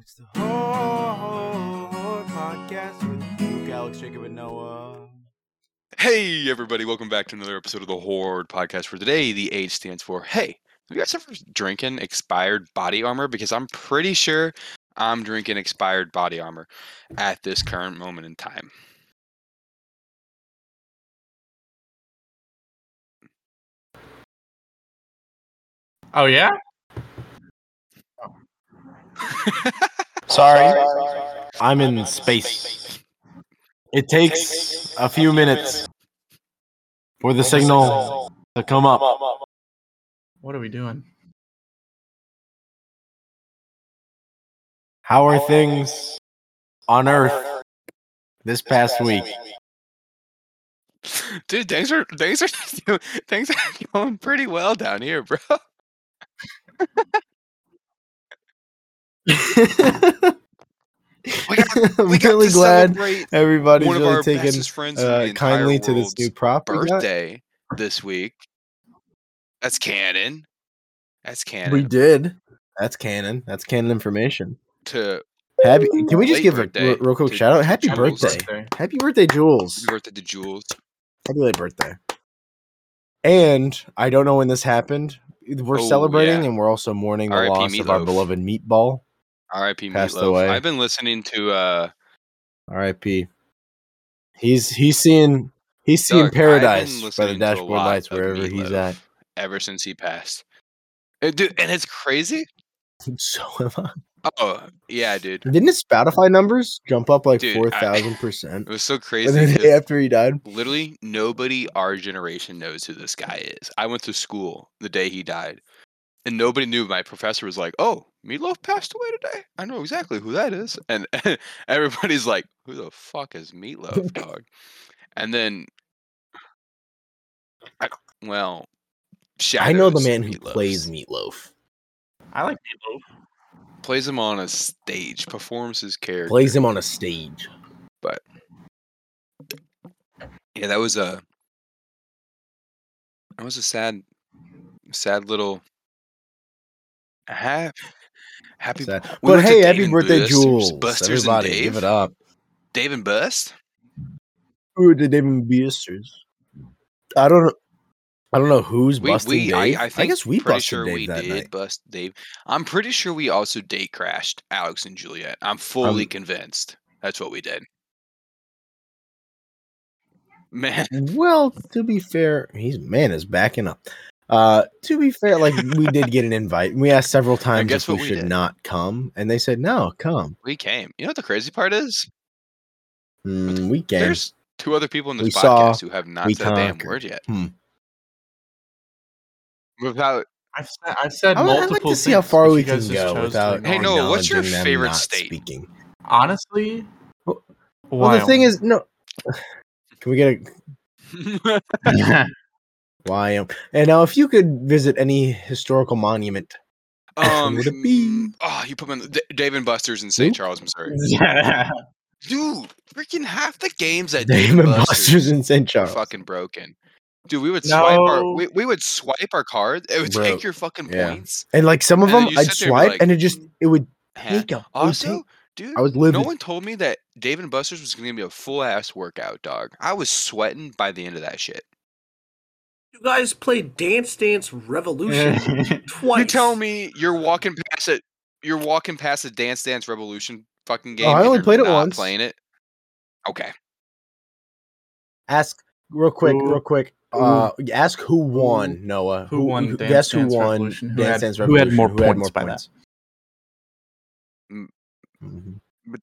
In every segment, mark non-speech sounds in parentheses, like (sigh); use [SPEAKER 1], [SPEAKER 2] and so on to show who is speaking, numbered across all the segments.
[SPEAKER 1] It's the Horror Podcast with Luke, Alex, Jacob, and Noah.
[SPEAKER 2] Hey, everybody, welcome back to another episode of the Horde Podcast. For today, the H stands for Hey, have you guys ever drinking expired body armor? Because I'm pretty sure I'm drinking expired body armor at this current moment in time. (laughs)
[SPEAKER 3] Oh yeah?
[SPEAKER 4] Sorry. I'm in space. It takes a few minutes for the signal to come up.
[SPEAKER 3] What are we doing?
[SPEAKER 4] How are things on Earth this past
[SPEAKER 5] (laughs)
[SPEAKER 4] week?
[SPEAKER 2] Dude, things are things are (laughs) doing- things are (laughs) going pretty well down here, bro. (laughs) We
[SPEAKER 5] (laughs)
[SPEAKER 2] got,
[SPEAKER 5] I'm
[SPEAKER 2] we got
[SPEAKER 5] really
[SPEAKER 2] to
[SPEAKER 5] glad
[SPEAKER 2] celebrate
[SPEAKER 5] everybody's
[SPEAKER 2] one of
[SPEAKER 5] really
[SPEAKER 2] our
[SPEAKER 5] taken
[SPEAKER 2] bestest friends in the
[SPEAKER 5] uh,
[SPEAKER 2] entire
[SPEAKER 5] kindly to this new
[SPEAKER 2] world's
[SPEAKER 5] prop. we got.
[SPEAKER 2] birthday this week. That's canon. That's canon.
[SPEAKER 5] We did. That's canon. That's canon information.
[SPEAKER 2] to
[SPEAKER 5] Happy. Can we just
[SPEAKER 2] Late
[SPEAKER 5] give a
[SPEAKER 2] birthday
[SPEAKER 5] r- real quick
[SPEAKER 2] to
[SPEAKER 5] shout out? Happy
[SPEAKER 2] Jules.
[SPEAKER 5] birthday. Happy birthday, Jules.
[SPEAKER 2] happy birthday to Jules.
[SPEAKER 5] Happy late birthday. And I don't know when this happened. We're
[SPEAKER 2] Oh,
[SPEAKER 5] celebrating
[SPEAKER 2] yeah.
[SPEAKER 5] and we're also mourning the
[SPEAKER 2] R.I.P.
[SPEAKER 5] loss of our
[SPEAKER 2] Meatloaf.
[SPEAKER 5] beloved meatball.
[SPEAKER 2] R.I.P.
[SPEAKER 5] Passed
[SPEAKER 2] Meatloaf.
[SPEAKER 5] away.
[SPEAKER 2] I've been listening to uh
[SPEAKER 5] R.I.P. He's he's seeing he's seeing
[SPEAKER 2] Doug, I've been
[SPEAKER 5] paradise by the
[SPEAKER 2] listening to a
[SPEAKER 5] dashboard
[SPEAKER 2] lot
[SPEAKER 5] lights
[SPEAKER 2] of
[SPEAKER 5] wherever he's
[SPEAKER 2] Meatloaf.
[SPEAKER 5] at.
[SPEAKER 2] ever since he passed. Uh, dude, and it's crazy.
[SPEAKER 5] (laughs) So am I.
[SPEAKER 2] Oh yeah, dude,
[SPEAKER 5] Didn't his Spotify numbers jump up like
[SPEAKER 2] Dude, I- (laughs)
[SPEAKER 5] four thousand
[SPEAKER 2] it
[SPEAKER 5] percent
[SPEAKER 2] was so
[SPEAKER 5] the (laughs)
[SPEAKER 2] crazy.
[SPEAKER 5] day
[SPEAKER 2] 'cause
[SPEAKER 5] after he died?
[SPEAKER 2] Literally, nobody our generation knows who this guy is. I went to school the day he died, and nobody knew. My professor was like, "Oh, Meatloaf passed away today. I know exactly who that is." And (laughs) everybody's like, "Who the fuck
[SPEAKER 5] (laughs)
[SPEAKER 2] is Meatloaf, dog?" And then, I, well,
[SPEAKER 5] I know the
[SPEAKER 2] Shadows
[SPEAKER 5] man who
[SPEAKER 2] Meatloaf's-
[SPEAKER 5] plays Meatloaf.
[SPEAKER 3] I like meatloaf.
[SPEAKER 2] plays him on a stage, performs his character.
[SPEAKER 5] Plays him on a stage.
[SPEAKER 2] yeah that was a that was a sad sad little ha- happy
[SPEAKER 5] Sad.
[SPEAKER 2] we
[SPEAKER 5] but
[SPEAKER 2] went to
[SPEAKER 5] hey,
[SPEAKER 2] Dave
[SPEAKER 5] happy
[SPEAKER 2] and
[SPEAKER 5] birthday,
[SPEAKER 2] Buster's-
[SPEAKER 5] Jules!
[SPEAKER 2] Buster's and
[SPEAKER 5] Everybody,
[SPEAKER 2] Dave.
[SPEAKER 5] give it up.
[SPEAKER 2] dave and bust
[SPEAKER 5] Who did Dave and Buster's? I don't. know. I don't know who's
[SPEAKER 2] we,
[SPEAKER 5] busting
[SPEAKER 2] we
[SPEAKER 5] Dave.
[SPEAKER 2] I, I think
[SPEAKER 5] guess we
[SPEAKER 2] pretty
[SPEAKER 5] busted
[SPEAKER 2] sure
[SPEAKER 5] Dave
[SPEAKER 2] we
[SPEAKER 5] that
[SPEAKER 2] did
[SPEAKER 5] night.
[SPEAKER 2] bust dave i'm pretty sure we also date crashed alex and juliet i'm fully
[SPEAKER 5] Um,
[SPEAKER 2] convinced that's what we did man
[SPEAKER 5] Well, to be fair, he's man is backing up. Uh, to be fair, like we did get an invite. and We asked several times
[SPEAKER 2] guess
[SPEAKER 5] if we,
[SPEAKER 2] what we
[SPEAKER 5] should
[SPEAKER 2] did.
[SPEAKER 5] not come, and they said no, come.
[SPEAKER 2] (laughs) we came you know what the crazy part is
[SPEAKER 5] Mm, we can.
[SPEAKER 2] there's two other people in this
[SPEAKER 5] We saw,
[SPEAKER 2] podcast who have not
[SPEAKER 5] we
[SPEAKER 2] said a damn
[SPEAKER 5] conquered.
[SPEAKER 2] word yet
[SPEAKER 5] Hmm.
[SPEAKER 2] without
[SPEAKER 3] I've said, I've said
[SPEAKER 5] I would- I'd
[SPEAKER 3] multiple
[SPEAKER 5] like to see how
[SPEAKER 3] things,
[SPEAKER 5] far
[SPEAKER 3] but
[SPEAKER 5] we
[SPEAKER 3] you
[SPEAKER 5] can
[SPEAKER 3] guys just chose
[SPEAKER 5] go
[SPEAKER 3] to
[SPEAKER 5] without.
[SPEAKER 3] ignore
[SPEAKER 2] Hey,
[SPEAKER 3] me.
[SPEAKER 2] Noah, what's your
[SPEAKER 5] acknowledging them
[SPEAKER 2] favorite
[SPEAKER 5] not
[SPEAKER 2] state?
[SPEAKER 5] Speaking.
[SPEAKER 3] Honestly,
[SPEAKER 5] Well, Well,
[SPEAKER 3] why?
[SPEAKER 5] the thing
[SPEAKER 2] (laughs)
[SPEAKER 5] is, no. (laughs) Can we get a Wyoming? And now, if you could visit any historical monument,
[SPEAKER 2] Um,
[SPEAKER 5] Would it be-
[SPEAKER 2] mm, Oh, you put me in the, D- Dave and Buster's in St.
[SPEAKER 5] Nope.
[SPEAKER 2] Charles, Missouri.
[SPEAKER 3] yeah.
[SPEAKER 2] Dude, freaking half the games at
[SPEAKER 5] Dave and Buster's in St.
[SPEAKER 2] are
[SPEAKER 5] Charles.
[SPEAKER 2] fucking broken. Dude, we would swipe
[SPEAKER 3] No.
[SPEAKER 2] our we, we would swipe our cards. It would
[SPEAKER 5] Bro,
[SPEAKER 2] take your fucking
[SPEAKER 5] yeah.
[SPEAKER 2] points.
[SPEAKER 5] And like some of
[SPEAKER 2] And then
[SPEAKER 5] them,
[SPEAKER 2] you
[SPEAKER 5] I'd
[SPEAKER 2] sit there and be
[SPEAKER 5] swipe,
[SPEAKER 2] like,
[SPEAKER 5] and it just it would
[SPEAKER 2] Heh.
[SPEAKER 5] take up. it would
[SPEAKER 2] Also,
[SPEAKER 5] take-
[SPEAKER 2] dude,
[SPEAKER 5] I was
[SPEAKER 2] no
[SPEAKER 5] livid.
[SPEAKER 2] one told me that Dave and Buster's was gonna be a full ass workout, dog. I was sweating by the end of that shit.
[SPEAKER 6] You guys played Dance Dance Revolution
[SPEAKER 2] (laughs)
[SPEAKER 6] twice.
[SPEAKER 2] You tell me you're walking past it. You're walking past the Dance Dance Revolution fucking game.
[SPEAKER 5] Oh, I
[SPEAKER 2] and
[SPEAKER 5] only
[SPEAKER 2] you're
[SPEAKER 5] played it
[SPEAKER 2] not
[SPEAKER 5] once.
[SPEAKER 2] Playing it. Okay.
[SPEAKER 5] ask real quick,
[SPEAKER 3] Who-
[SPEAKER 5] real quick. Uh, ask who won, Noah.
[SPEAKER 3] who won Dance
[SPEAKER 5] guess who
[SPEAKER 3] Dance
[SPEAKER 5] won?
[SPEAKER 3] Revolution? Who
[SPEAKER 5] Dance
[SPEAKER 3] had-
[SPEAKER 5] Dance
[SPEAKER 3] who had
[SPEAKER 5] Revolution?
[SPEAKER 3] more points by that?
[SPEAKER 2] Mm.
[SPEAKER 5] Mhm.
[SPEAKER 2] But-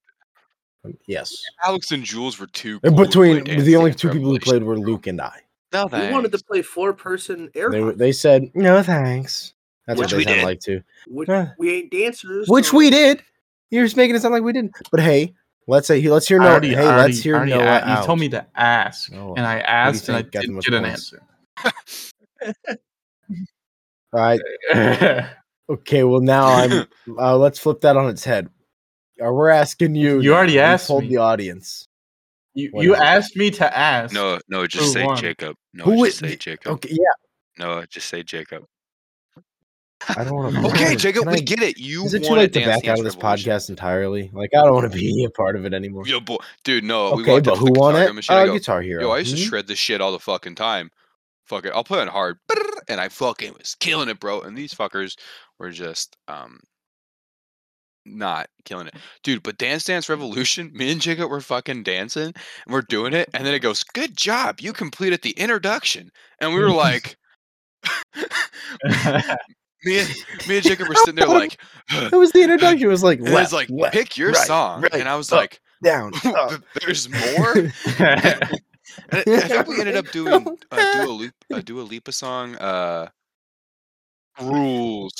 [SPEAKER 5] Mm-hmm. Yes.
[SPEAKER 2] Alex and Jules were two.
[SPEAKER 5] Between the only two people who played were Luke and I.
[SPEAKER 2] No,
[SPEAKER 6] We wanted to play four person air
[SPEAKER 5] They,
[SPEAKER 6] hockey,
[SPEAKER 5] they said no thanks. That's
[SPEAKER 2] Which
[SPEAKER 5] what
[SPEAKER 2] we
[SPEAKER 5] they sound
[SPEAKER 2] did.
[SPEAKER 5] like too.
[SPEAKER 6] which
[SPEAKER 5] Huh.
[SPEAKER 6] we ain't dancers.
[SPEAKER 5] Which
[SPEAKER 6] so-
[SPEAKER 5] we did. You're just making it sound like we didn't. But hey, let's say let's hear Noah. hey, let's hear
[SPEAKER 3] already
[SPEAKER 5] Noah.
[SPEAKER 3] a-
[SPEAKER 5] out.
[SPEAKER 3] You told me to ask,
[SPEAKER 5] Noah,
[SPEAKER 3] and I asked, and I
[SPEAKER 5] think got the
[SPEAKER 3] didn't
[SPEAKER 5] most
[SPEAKER 3] get an
[SPEAKER 5] points?
[SPEAKER 3] answer.
[SPEAKER 5] All right.
[SPEAKER 2] (laughs)
[SPEAKER 5] Okay. Well, now
[SPEAKER 3] (laughs)
[SPEAKER 5] I'm. uh, let's flip that on its head. Uh, we're asking you.
[SPEAKER 3] You already asked
[SPEAKER 5] Hold
[SPEAKER 3] me.
[SPEAKER 5] the audience.
[SPEAKER 3] you you
[SPEAKER 5] Whatever.
[SPEAKER 3] asked me to ask.
[SPEAKER 2] No, no, just
[SPEAKER 3] Who
[SPEAKER 2] say
[SPEAKER 3] won?
[SPEAKER 2] Jacob. No,
[SPEAKER 5] Who oh.
[SPEAKER 2] just
[SPEAKER 5] would-
[SPEAKER 2] say Jacob.
[SPEAKER 5] Okay. Yeah.
[SPEAKER 2] No, just say Jacob.
[SPEAKER 5] I don't want to.
[SPEAKER 2] Okay, Jacob, we get it. You
[SPEAKER 5] Is it too
[SPEAKER 2] want
[SPEAKER 5] late
[SPEAKER 2] to
[SPEAKER 5] to
[SPEAKER 2] dance
[SPEAKER 5] back out of this podcast entirely? Like, I don't want to be a part of it anymore.
[SPEAKER 2] Yo, boy, dude, no. we
[SPEAKER 5] okay,
[SPEAKER 2] walked
[SPEAKER 5] but
[SPEAKER 2] up to the
[SPEAKER 5] who won
[SPEAKER 2] Guitar
[SPEAKER 5] it?
[SPEAKER 2] Hero machine, I
[SPEAKER 5] Uh,
[SPEAKER 2] go,
[SPEAKER 5] Guitar Hero.
[SPEAKER 2] Yo, I used to
[SPEAKER 5] Hmm?
[SPEAKER 2] shred this shit all the fucking time. Fuck it, I'll put it on hard, and I fucking was killing it, bro. And these fuckers were just um not killing it, dude. But Dance Dance Revolution, (laughs) me and Jacob were fucking dancing, and we're doing it, and then it goes, "Good job, you completed the introduction," and we
[SPEAKER 5] (laughs)
[SPEAKER 2] were like. me and me and Jacob were sitting there like,
[SPEAKER 5] (laughs)
[SPEAKER 2] (sighs)
[SPEAKER 5] That was the introduction. It was like,
[SPEAKER 2] and it's
[SPEAKER 5] left,
[SPEAKER 2] like
[SPEAKER 5] left,
[SPEAKER 2] pick your
[SPEAKER 5] right,
[SPEAKER 2] song,
[SPEAKER 5] right,
[SPEAKER 2] and I was
[SPEAKER 5] up,
[SPEAKER 2] like, (laughs)
[SPEAKER 5] down. up.
[SPEAKER 2] "There's more."
[SPEAKER 5] (laughs)
[SPEAKER 2] (laughs) And I, I think we ended up doing a Dua, Lip, a Dua Lipa song. Uh, rules,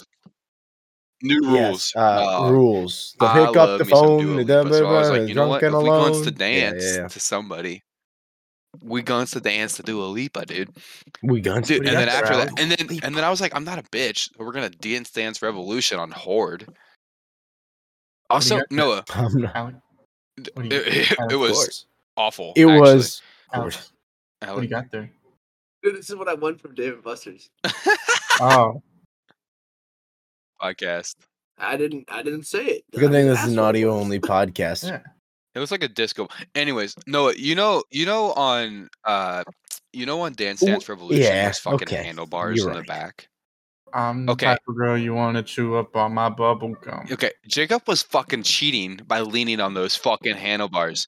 [SPEAKER 2] new rules.
[SPEAKER 5] Yes, uh,
[SPEAKER 2] Uh,
[SPEAKER 5] rules. The
[SPEAKER 2] I
[SPEAKER 5] hiccup,
[SPEAKER 2] love
[SPEAKER 5] the
[SPEAKER 2] me some Dua
[SPEAKER 5] phone, the
[SPEAKER 2] Lipa.
[SPEAKER 5] dumb,
[SPEAKER 2] So I was
[SPEAKER 5] dumb,
[SPEAKER 2] like, you know
[SPEAKER 5] drunk
[SPEAKER 2] what?
[SPEAKER 5] and
[SPEAKER 2] If we
[SPEAKER 5] alone.
[SPEAKER 2] wants to dance
[SPEAKER 5] yeah, yeah.
[SPEAKER 2] to somebody, we guns to dance to Dua Lipa, dude.
[SPEAKER 5] we guns.
[SPEAKER 2] Dude,
[SPEAKER 3] pretty
[SPEAKER 2] and then
[SPEAKER 3] up
[SPEAKER 2] after
[SPEAKER 3] there,
[SPEAKER 2] that, and then and then I was like, I'm not a bitch. We're gonna dance dance revolution on Horde. Also,
[SPEAKER 3] up there.
[SPEAKER 2] Noah,
[SPEAKER 5] (laughs) I'm
[SPEAKER 3] (laughs)
[SPEAKER 5] not-
[SPEAKER 3] Alec,
[SPEAKER 2] d-
[SPEAKER 3] What do you-
[SPEAKER 2] it, it-
[SPEAKER 3] Of
[SPEAKER 2] it was
[SPEAKER 3] course.
[SPEAKER 2] awful.
[SPEAKER 5] It
[SPEAKER 2] (laughs) actually.
[SPEAKER 5] was. Oh
[SPEAKER 3] Alec, what do
[SPEAKER 2] Alec-
[SPEAKER 3] you got there?
[SPEAKER 6] Dude, this is what I won from David Buster's.
[SPEAKER 3] Oh,
[SPEAKER 2] podcast.
[SPEAKER 6] I didn't. I didn't say it.
[SPEAKER 5] Good thing this is an
[SPEAKER 6] Asshole.
[SPEAKER 5] audio only podcast.
[SPEAKER 3] Yeah.
[SPEAKER 2] It was like a disco. Anyways, Noah, you know, you know on, uh, you know on Dance
[SPEAKER 5] Ooh,
[SPEAKER 2] Dance Revolution,
[SPEAKER 5] yeah,
[SPEAKER 2] there's fucking
[SPEAKER 5] okay,
[SPEAKER 2] handlebars
[SPEAKER 5] you're
[SPEAKER 2] in the
[SPEAKER 5] right.
[SPEAKER 2] back.
[SPEAKER 3] I'm the
[SPEAKER 2] Okay.
[SPEAKER 3] type of girl you want to chew up on my bubble gum.
[SPEAKER 2] Okay, Jacob was fucking cheating by leaning on those fucking handlebars.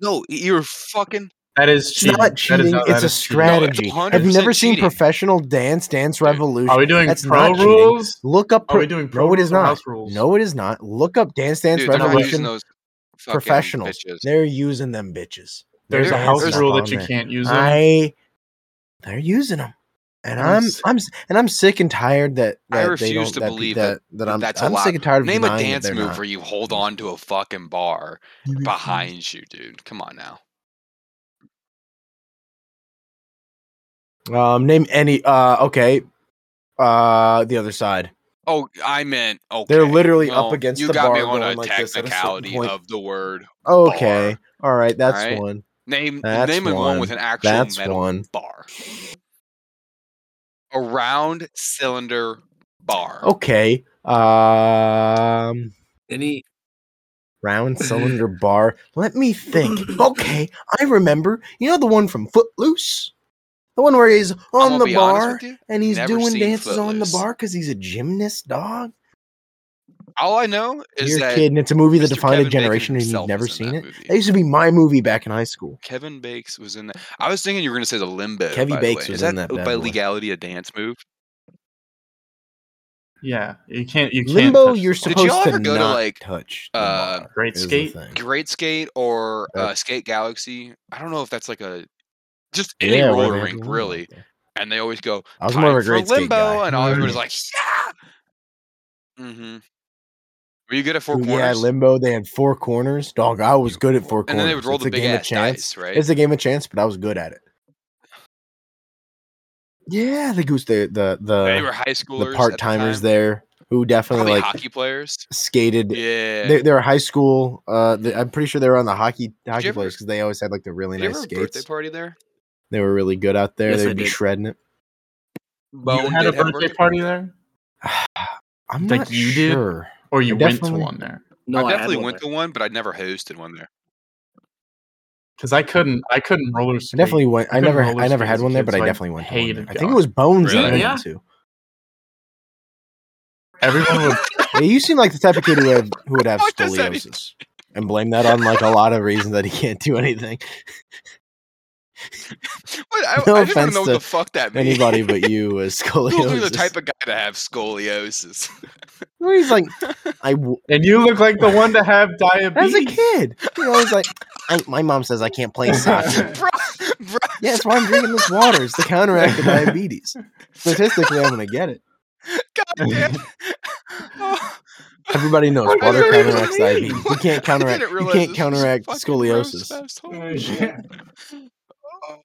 [SPEAKER 2] No, you were fucking.
[SPEAKER 3] That is
[SPEAKER 5] It's
[SPEAKER 3] cheating.
[SPEAKER 5] not
[SPEAKER 3] That is
[SPEAKER 5] cheating.
[SPEAKER 3] not-
[SPEAKER 5] it's
[SPEAKER 3] that
[SPEAKER 5] a
[SPEAKER 3] is cheating.
[SPEAKER 5] strategy. I've
[SPEAKER 2] 100%
[SPEAKER 5] never seen
[SPEAKER 2] cheating.
[SPEAKER 5] professional dance dance
[SPEAKER 2] Dude,
[SPEAKER 5] revolution.
[SPEAKER 3] Are we doing
[SPEAKER 5] That's
[SPEAKER 3] pro
[SPEAKER 5] not cheating.
[SPEAKER 3] rules?
[SPEAKER 5] Look up.
[SPEAKER 3] Are we
[SPEAKER 5] pro-
[SPEAKER 3] doing pro
[SPEAKER 5] no, it
[SPEAKER 3] rules
[SPEAKER 5] is
[SPEAKER 3] or
[SPEAKER 5] not.
[SPEAKER 3] house rules?
[SPEAKER 5] No, it is not. Look up dance dance
[SPEAKER 2] Dude, they're not using
[SPEAKER 5] revolution.
[SPEAKER 2] those fucking
[SPEAKER 5] professionals.
[SPEAKER 2] bitches.
[SPEAKER 5] They're using them bitches.
[SPEAKER 3] There's
[SPEAKER 5] Their
[SPEAKER 3] a
[SPEAKER 2] There-
[SPEAKER 5] hands
[SPEAKER 3] house
[SPEAKER 2] there's-
[SPEAKER 5] up
[SPEAKER 3] rule
[SPEAKER 5] on
[SPEAKER 3] that you
[SPEAKER 5] there.
[SPEAKER 3] can't use them.
[SPEAKER 5] I. They're using them, and
[SPEAKER 3] I'm
[SPEAKER 5] I'm
[SPEAKER 3] s-
[SPEAKER 5] I'm s- and I'm sick and tired that,
[SPEAKER 2] I
[SPEAKER 5] that
[SPEAKER 2] refuse
[SPEAKER 5] they don't,
[SPEAKER 2] to
[SPEAKER 5] that,
[SPEAKER 2] believe
[SPEAKER 5] that, that, I'm
[SPEAKER 2] that's a
[SPEAKER 5] I'm
[SPEAKER 2] lie.
[SPEAKER 5] sick and tired of
[SPEAKER 2] Name a
[SPEAKER 5] denying that
[SPEAKER 2] dance
[SPEAKER 5] they're
[SPEAKER 2] move
[SPEAKER 5] not. Mm-hmm.
[SPEAKER 2] where you hold on to a fucking bar behind you, dude. Come on now.
[SPEAKER 5] Um, name any. Uh, okay. Uh, the other side.
[SPEAKER 2] Oh, I meant okay.
[SPEAKER 5] They're literally
[SPEAKER 2] well,
[SPEAKER 5] up against
[SPEAKER 2] you
[SPEAKER 5] the
[SPEAKER 2] got me
[SPEAKER 5] bar
[SPEAKER 2] on
[SPEAKER 5] going
[SPEAKER 2] a
[SPEAKER 5] like this at a certain
[SPEAKER 2] technicality
[SPEAKER 5] point.
[SPEAKER 2] of the word.
[SPEAKER 5] Okay. All right. That's
[SPEAKER 2] Alright.
[SPEAKER 5] one.
[SPEAKER 2] Name
[SPEAKER 5] That's
[SPEAKER 2] name one. one with
[SPEAKER 5] one.
[SPEAKER 2] an actual
[SPEAKER 5] That's
[SPEAKER 2] metal
[SPEAKER 5] one.
[SPEAKER 2] bar. A round cylinder bar.
[SPEAKER 5] Okay. Um,
[SPEAKER 6] Any
[SPEAKER 5] round cylinder bar. Let me think. Okay, I remember. You know the one from Footloose, the one where he's
[SPEAKER 2] I'm
[SPEAKER 5] on
[SPEAKER 2] gonna
[SPEAKER 5] the
[SPEAKER 2] be honest
[SPEAKER 5] bar
[SPEAKER 2] with you,
[SPEAKER 5] and he's
[SPEAKER 2] never
[SPEAKER 5] doing
[SPEAKER 2] seen
[SPEAKER 5] dances on the
[SPEAKER 2] Footloose.
[SPEAKER 5] bar because he's a gymnast. Dog,
[SPEAKER 2] All I know is
[SPEAKER 5] you're a
[SPEAKER 2] that
[SPEAKER 5] kid, and it's a movie that
[SPEAKER 2] Mr.
[SPEAKER 5] defined
[SPEAKER 2] Kevin
[SPEAKER 5] a
[SPEAKER 2] Bacon
[SPEAKER 5] generation, and
[SPEAKER 2] himself
[SPEAKER 5] you've never
[SPEAKER 2] is in
[SPEAKER 5] seen
[SPEAKER 2] that
[SPEAKER 5] it.
[SPEAKER 2] movie.
[SPEAKER 5] That used to be my movie back in high school.
[SPEAKER 2] Kevin Bakes was in that. I was thinking you were gonna say the limbo.
[SPEAKER 5] Kevy
[SPEAKER 2] by the
[SPEAKER 5] Bakes
[SPEAKER 2] way.
[SPEAKER 5] was
[SPEAKER 2] is
[SPEAKER 5] in that bad
[SPEAKER 2] by
[SPEAKER 5] boy.
[SPEAKER 2] legality a dance move?
[SPEAKER 3] Yeah, you can't. You can't.
[SPEAKER 5] Limbo,
[SPEAKER 3] touch
[SPEAKER 5] you're
[SPEAKER 3] the
[SPEAKER 2] Did
[SPEAKER 3] ball.
[SPEAKER 5] supposed
[SPEAKER 2] y'all
[SPEAKER 5] to
[SPEAKER 2] ever go to,
[SPEAKER 5] not
[SPEAKER 2] like,
[SPEAKER 5] touch.
[SPEAKER 2] uh,
[SPEAKER 5] bar
[SPEAKER 3] Great
[SPEAKER 5] is the
[SPEAKER 3] Skate?
[SPEAKER 5] thing.
[SPEAKER 2] Great Skate or
[SPEAKER 5] Uh,
[SPEAKER 2] uh, Skate Galaxy. I don't know if that's like a just any
[SPEAKER 5] Yeah, where they
[SPEAKER 2] roller
[SPEAKER 5] have
[SPEAKER 2] rink
[SPEAKER 5] the limbo
[SPEAKER 2] really.
[SPEAKER 5] out there.
[SPEAKER 2] And they always go.
[SPEAKER 5] I was
[SPEAKER 2] "Time
[SPEAKER 5] more of a
[SPEAKER 2] for
[SPEAKER 5] great skate
[SPEAKER 2] limbo,
[SPEAKER 5] guy.
[SPEAKER 2] and all
[SPEAKER 5] Mm.
[SPEAKER 2] everybody's like, yeah. Mm-hmm. Were you good at four
[SPEAKER 5] Ooh,
[SPEAKER 2] corners?
[SPEAKER 5] Yeah, limbo. They had four corners. Dog, I was good at four corners.
[SPEAKER 2] and then they would roll
[SPEAKER 5] it's
[SPEAKER 2] the
[SPEAKER 5] a
[SPEAKER 2] big
[SPEAKER 5] game
[SPEAKER 2] ass
[SPEAKER 5] of chance.
[SPEAKER 2] dice, right?
[SPEAKER 5] It's a game of chance, but I was good at it. Yeah, the goose, the the
[SPEAKER 2] they
[SPEAKER 5] the,
[SPEAKER 2] were high schoolers,
[SPEAKER 5] the part timers
[SPEAKER 2] there.
[SPEAKER 5] there who definitely
[SPEAKER 2] Probably
[SPEAKER 5] like
[SPEAKER 2] hockey players.
[SPEAKER 5] skated.
[SPEAKER 2] Yeah.
[SPEAKER 5] They, they were high school. Uh, they, I'm pretty sure they were on the hockey hockey
[SPEAKER 2] you ever-
[SPEAKER 5] players because they always had like the really
[SPEAKER 2] Did you
[SPEAKER 5] nice
[SPEAKER 2] ever have a birthday
[SPEAKER 5] skates.
[SPEAKER 2] party there?
[SPEAKER 5] They were really good out there.
[SPEAKER 6] Yes, I
[SPEAKER 5] They'd be
[SPEAKER 6] did.
[SPEAKER 5] shredding it.
[SPEAKER 3] You had a birthday party there,
[SPEAKER 5] I'm
[SPEAKER 3] Like
[SPEAKER 5] not
[SPEAKER 3] you did?
[SPEAKER 5] sure.
[SPEAKER 3] or you
[SPEAKER 5] I
[SPEAKER 3] went to
[SPEAKER 5] definitely-
[SPEAKER 3] one there?
[SPEAKER 6] No,
[SPEAKER 2] I
[SPEAKER 6] had
[SPEAKER 2] definitely
[SPEAKER 6] one
[SPEAKER 2] went
[SPEAKER 6] there.
[SPEAKER 2] to one, but I never hosted one
[SPEAKER 5] (laughs)
[SPEAKER 2] there.
[SPEAKER 3] Because I couldn't. I couldn't roller
[SPEAKER 5] I
[SPEAKER 3] skate.
[SPEAKER 5] definitely (laughs) went. I
[SPEAKER 3] couldn't
[SPEAKER 5] never.
[SPEAKER 3] roller
[SPEAKER 5] I never
[SPEAKER 3] skate
[SPEAKER 5] had
[SPEAKER 3] as a
[SPEAKER 5] one there,
[SPEAKER 3] kid,
[SPEAKER 5] but I
[SPEAKER 3] so I
[SPEAKER 5] definitely went. To one
[SPEAKER 3] hated
[SPEAKER 5] there. I think it
[SPEAKER 3] God.
[SPEAKER 5] was Bones. that I
[SPEAKER 2] Really?
[SPEAKER 5] went
[SPEAKER 6] Yeah.
[SPEAKER 5] to.
[SPEAKER 2] (laughs)
[SPEAKER 3] Everyone would.
[SPEAKER 5] Yeah, you seem like the type of kid who would who would have
[SPEAKER 2] What does that mean?
[SPEAKER 5] scoliosis and blame that on like a lot of reasons that he can't do
[SPEAKER 2] (laughs)
[SPEAKER 5] anything.
[SPEAKER 2] What? I,
[SPEAKER 5] No
[SPEAKER 2] I just want
[SPEAKER 5] offense
[SPEAKER 2] to know what
[SPEAKER 5] to
[SPEAKER 2] the fuck that means. (laughs)
[SPEAKER 5] Anybody but you is
[SPEAKER 2] You're
[SPEAKER 5] scoliosis.
[SPEAKER 2] the type of guy to
[SPEAKER 5] (laughs)
[SPEAKER 2] have scoliosis.
[SPEAKER 5] Where he's
[SPEAKER 2] (laughs)
[SPEAKER 5] like, I w-
[SPEAKER 3] And you look like the one to have
[SPEAKER 5] as
[SPEAKER 3] diabetes.
[SPEAKER 5] a kid, you know, he's like, I, my mom says I
[SPEAKER 3] (laughs)
[SPEAKER 5] can't
[SPEAKER 2] (laughs)
[SPEAKER 5] play soccer.
[SPEAKER 2] bro, bro,
[SPEAKER 5] (laughs) Yeah, that's why I'm drinking this water. It's to counteract the diabetes. Statistically, I'm gonna get it.
[SPEAKER 2] God damn. (laughs) Oh,
[SPEAKER 5] Everybody knows
[SPEAKER 2] What
[SPEAKER 5] water
[SPEAKER 2] does that even
[SPEAKER 5] counteracts
[SPEAKER 2] mean?
[SPEAKER 5] diabetes. You can't counteract.
[SPEAKER 2] I didn't
[SPEAKER 5] You
[SPEAKER 2] realize
[SPEAKER 5] can't
[SPEAKER 2] this was
[SPEAKER 5] counteract
[SPEAKER 2] fucking gross
[SPEAKER 5] scoliosis.
[SPEAKER 2] fest.
[SPEAKER 3] Uh,
[SPEAKER 2] Holy shit.
[SPEAKER 3] yeah.
[SPEAKER 2] Oh,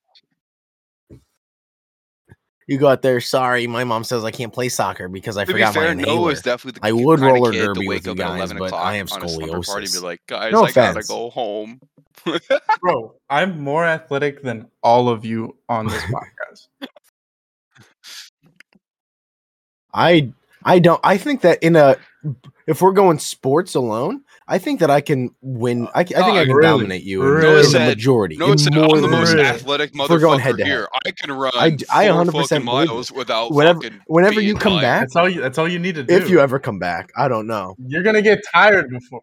[SPEAKER 5] You go out there. Sorry, my mom says I can't play soccer because I
[SPEAKER 2] To be
[SPEAKER 5] forgot
[SPEAKER 2] fair,
[SPEAKER 5] my
[SPEAKER 2] Noah
[SPEAKER 5] inhaler."
[SPEAKER 2] is definitely the
[SPEAKER 5] I
[SPEAKER 2] ki-
[SPEAKER 5] would
[SPEAKER 2] kinda
[SPEAKER 5] roller
[SPEAKER 2] kid to
[SPEAKER 5] derby with you guys, but I have
[SPEAKER 2] on a slumber party and be
[SPEAKER 5] scoliosis.
[SPEAKER 2] like, guys,
[SPEAKER 5] No
[SPEAKER 2] I gotta
[SPEAKER 5] offense.
[SPEAKER 2] go home.
[SPEAKER 3] Bro, I'm more athletic than all of
[SPEAKER 5] (laughs)
[SPEAKER 3] you on this podcast.
[SPEAKER 5] I I don't. I think that in a, if we're going sports alone, I think that I can win. I, c- I think
[SPEAKER 2] Oh,
[SPEAKER 5] I can
[SPEAKER 3] really?
[SPEAKER 5] dominate you in-
[SPEAKER 3] Noah
[SPEAKER 5] in,
[SPEAKER 2] said-
[SPEAKER 5] the majority.
[SPEAKER 2] No, it's
[SPEAKER 5] in
[SPEAKER 2] not. I'm the
[SPEAKER 5] than
[SPEAKER 2] most
[SPEAKER 5] that.
[SPEAKER 2] athletic
[SPEAKER 5] If we're going
[SPEAKER 2] motherfucker
[SPEAKER 5] head to head.
[SPEAKER 2] here. I can run
[SPEAKER 5] I d- I
[SPEAKER 2] four
[SPEAKER 5] 100%
[SPEAKER 2] fucking
[SPEAKER 5] believe it.
[SPEAKER 2] miles without
[SPEAKER 5] Whenever-
[SPEAKER 2] fucking
[SPEAKER 5] Whenever you
[SPEAKER 2] being
[SPEAKER 5] come
[SPEAKER 2] like-
[SPEAKER 5] back,
[SPEAKER 3] That's all you. That's all you need to do.
[SPEAKER 5] if you ever come back, I don't know.
[SPEAKER 3] you're gonna get tired before.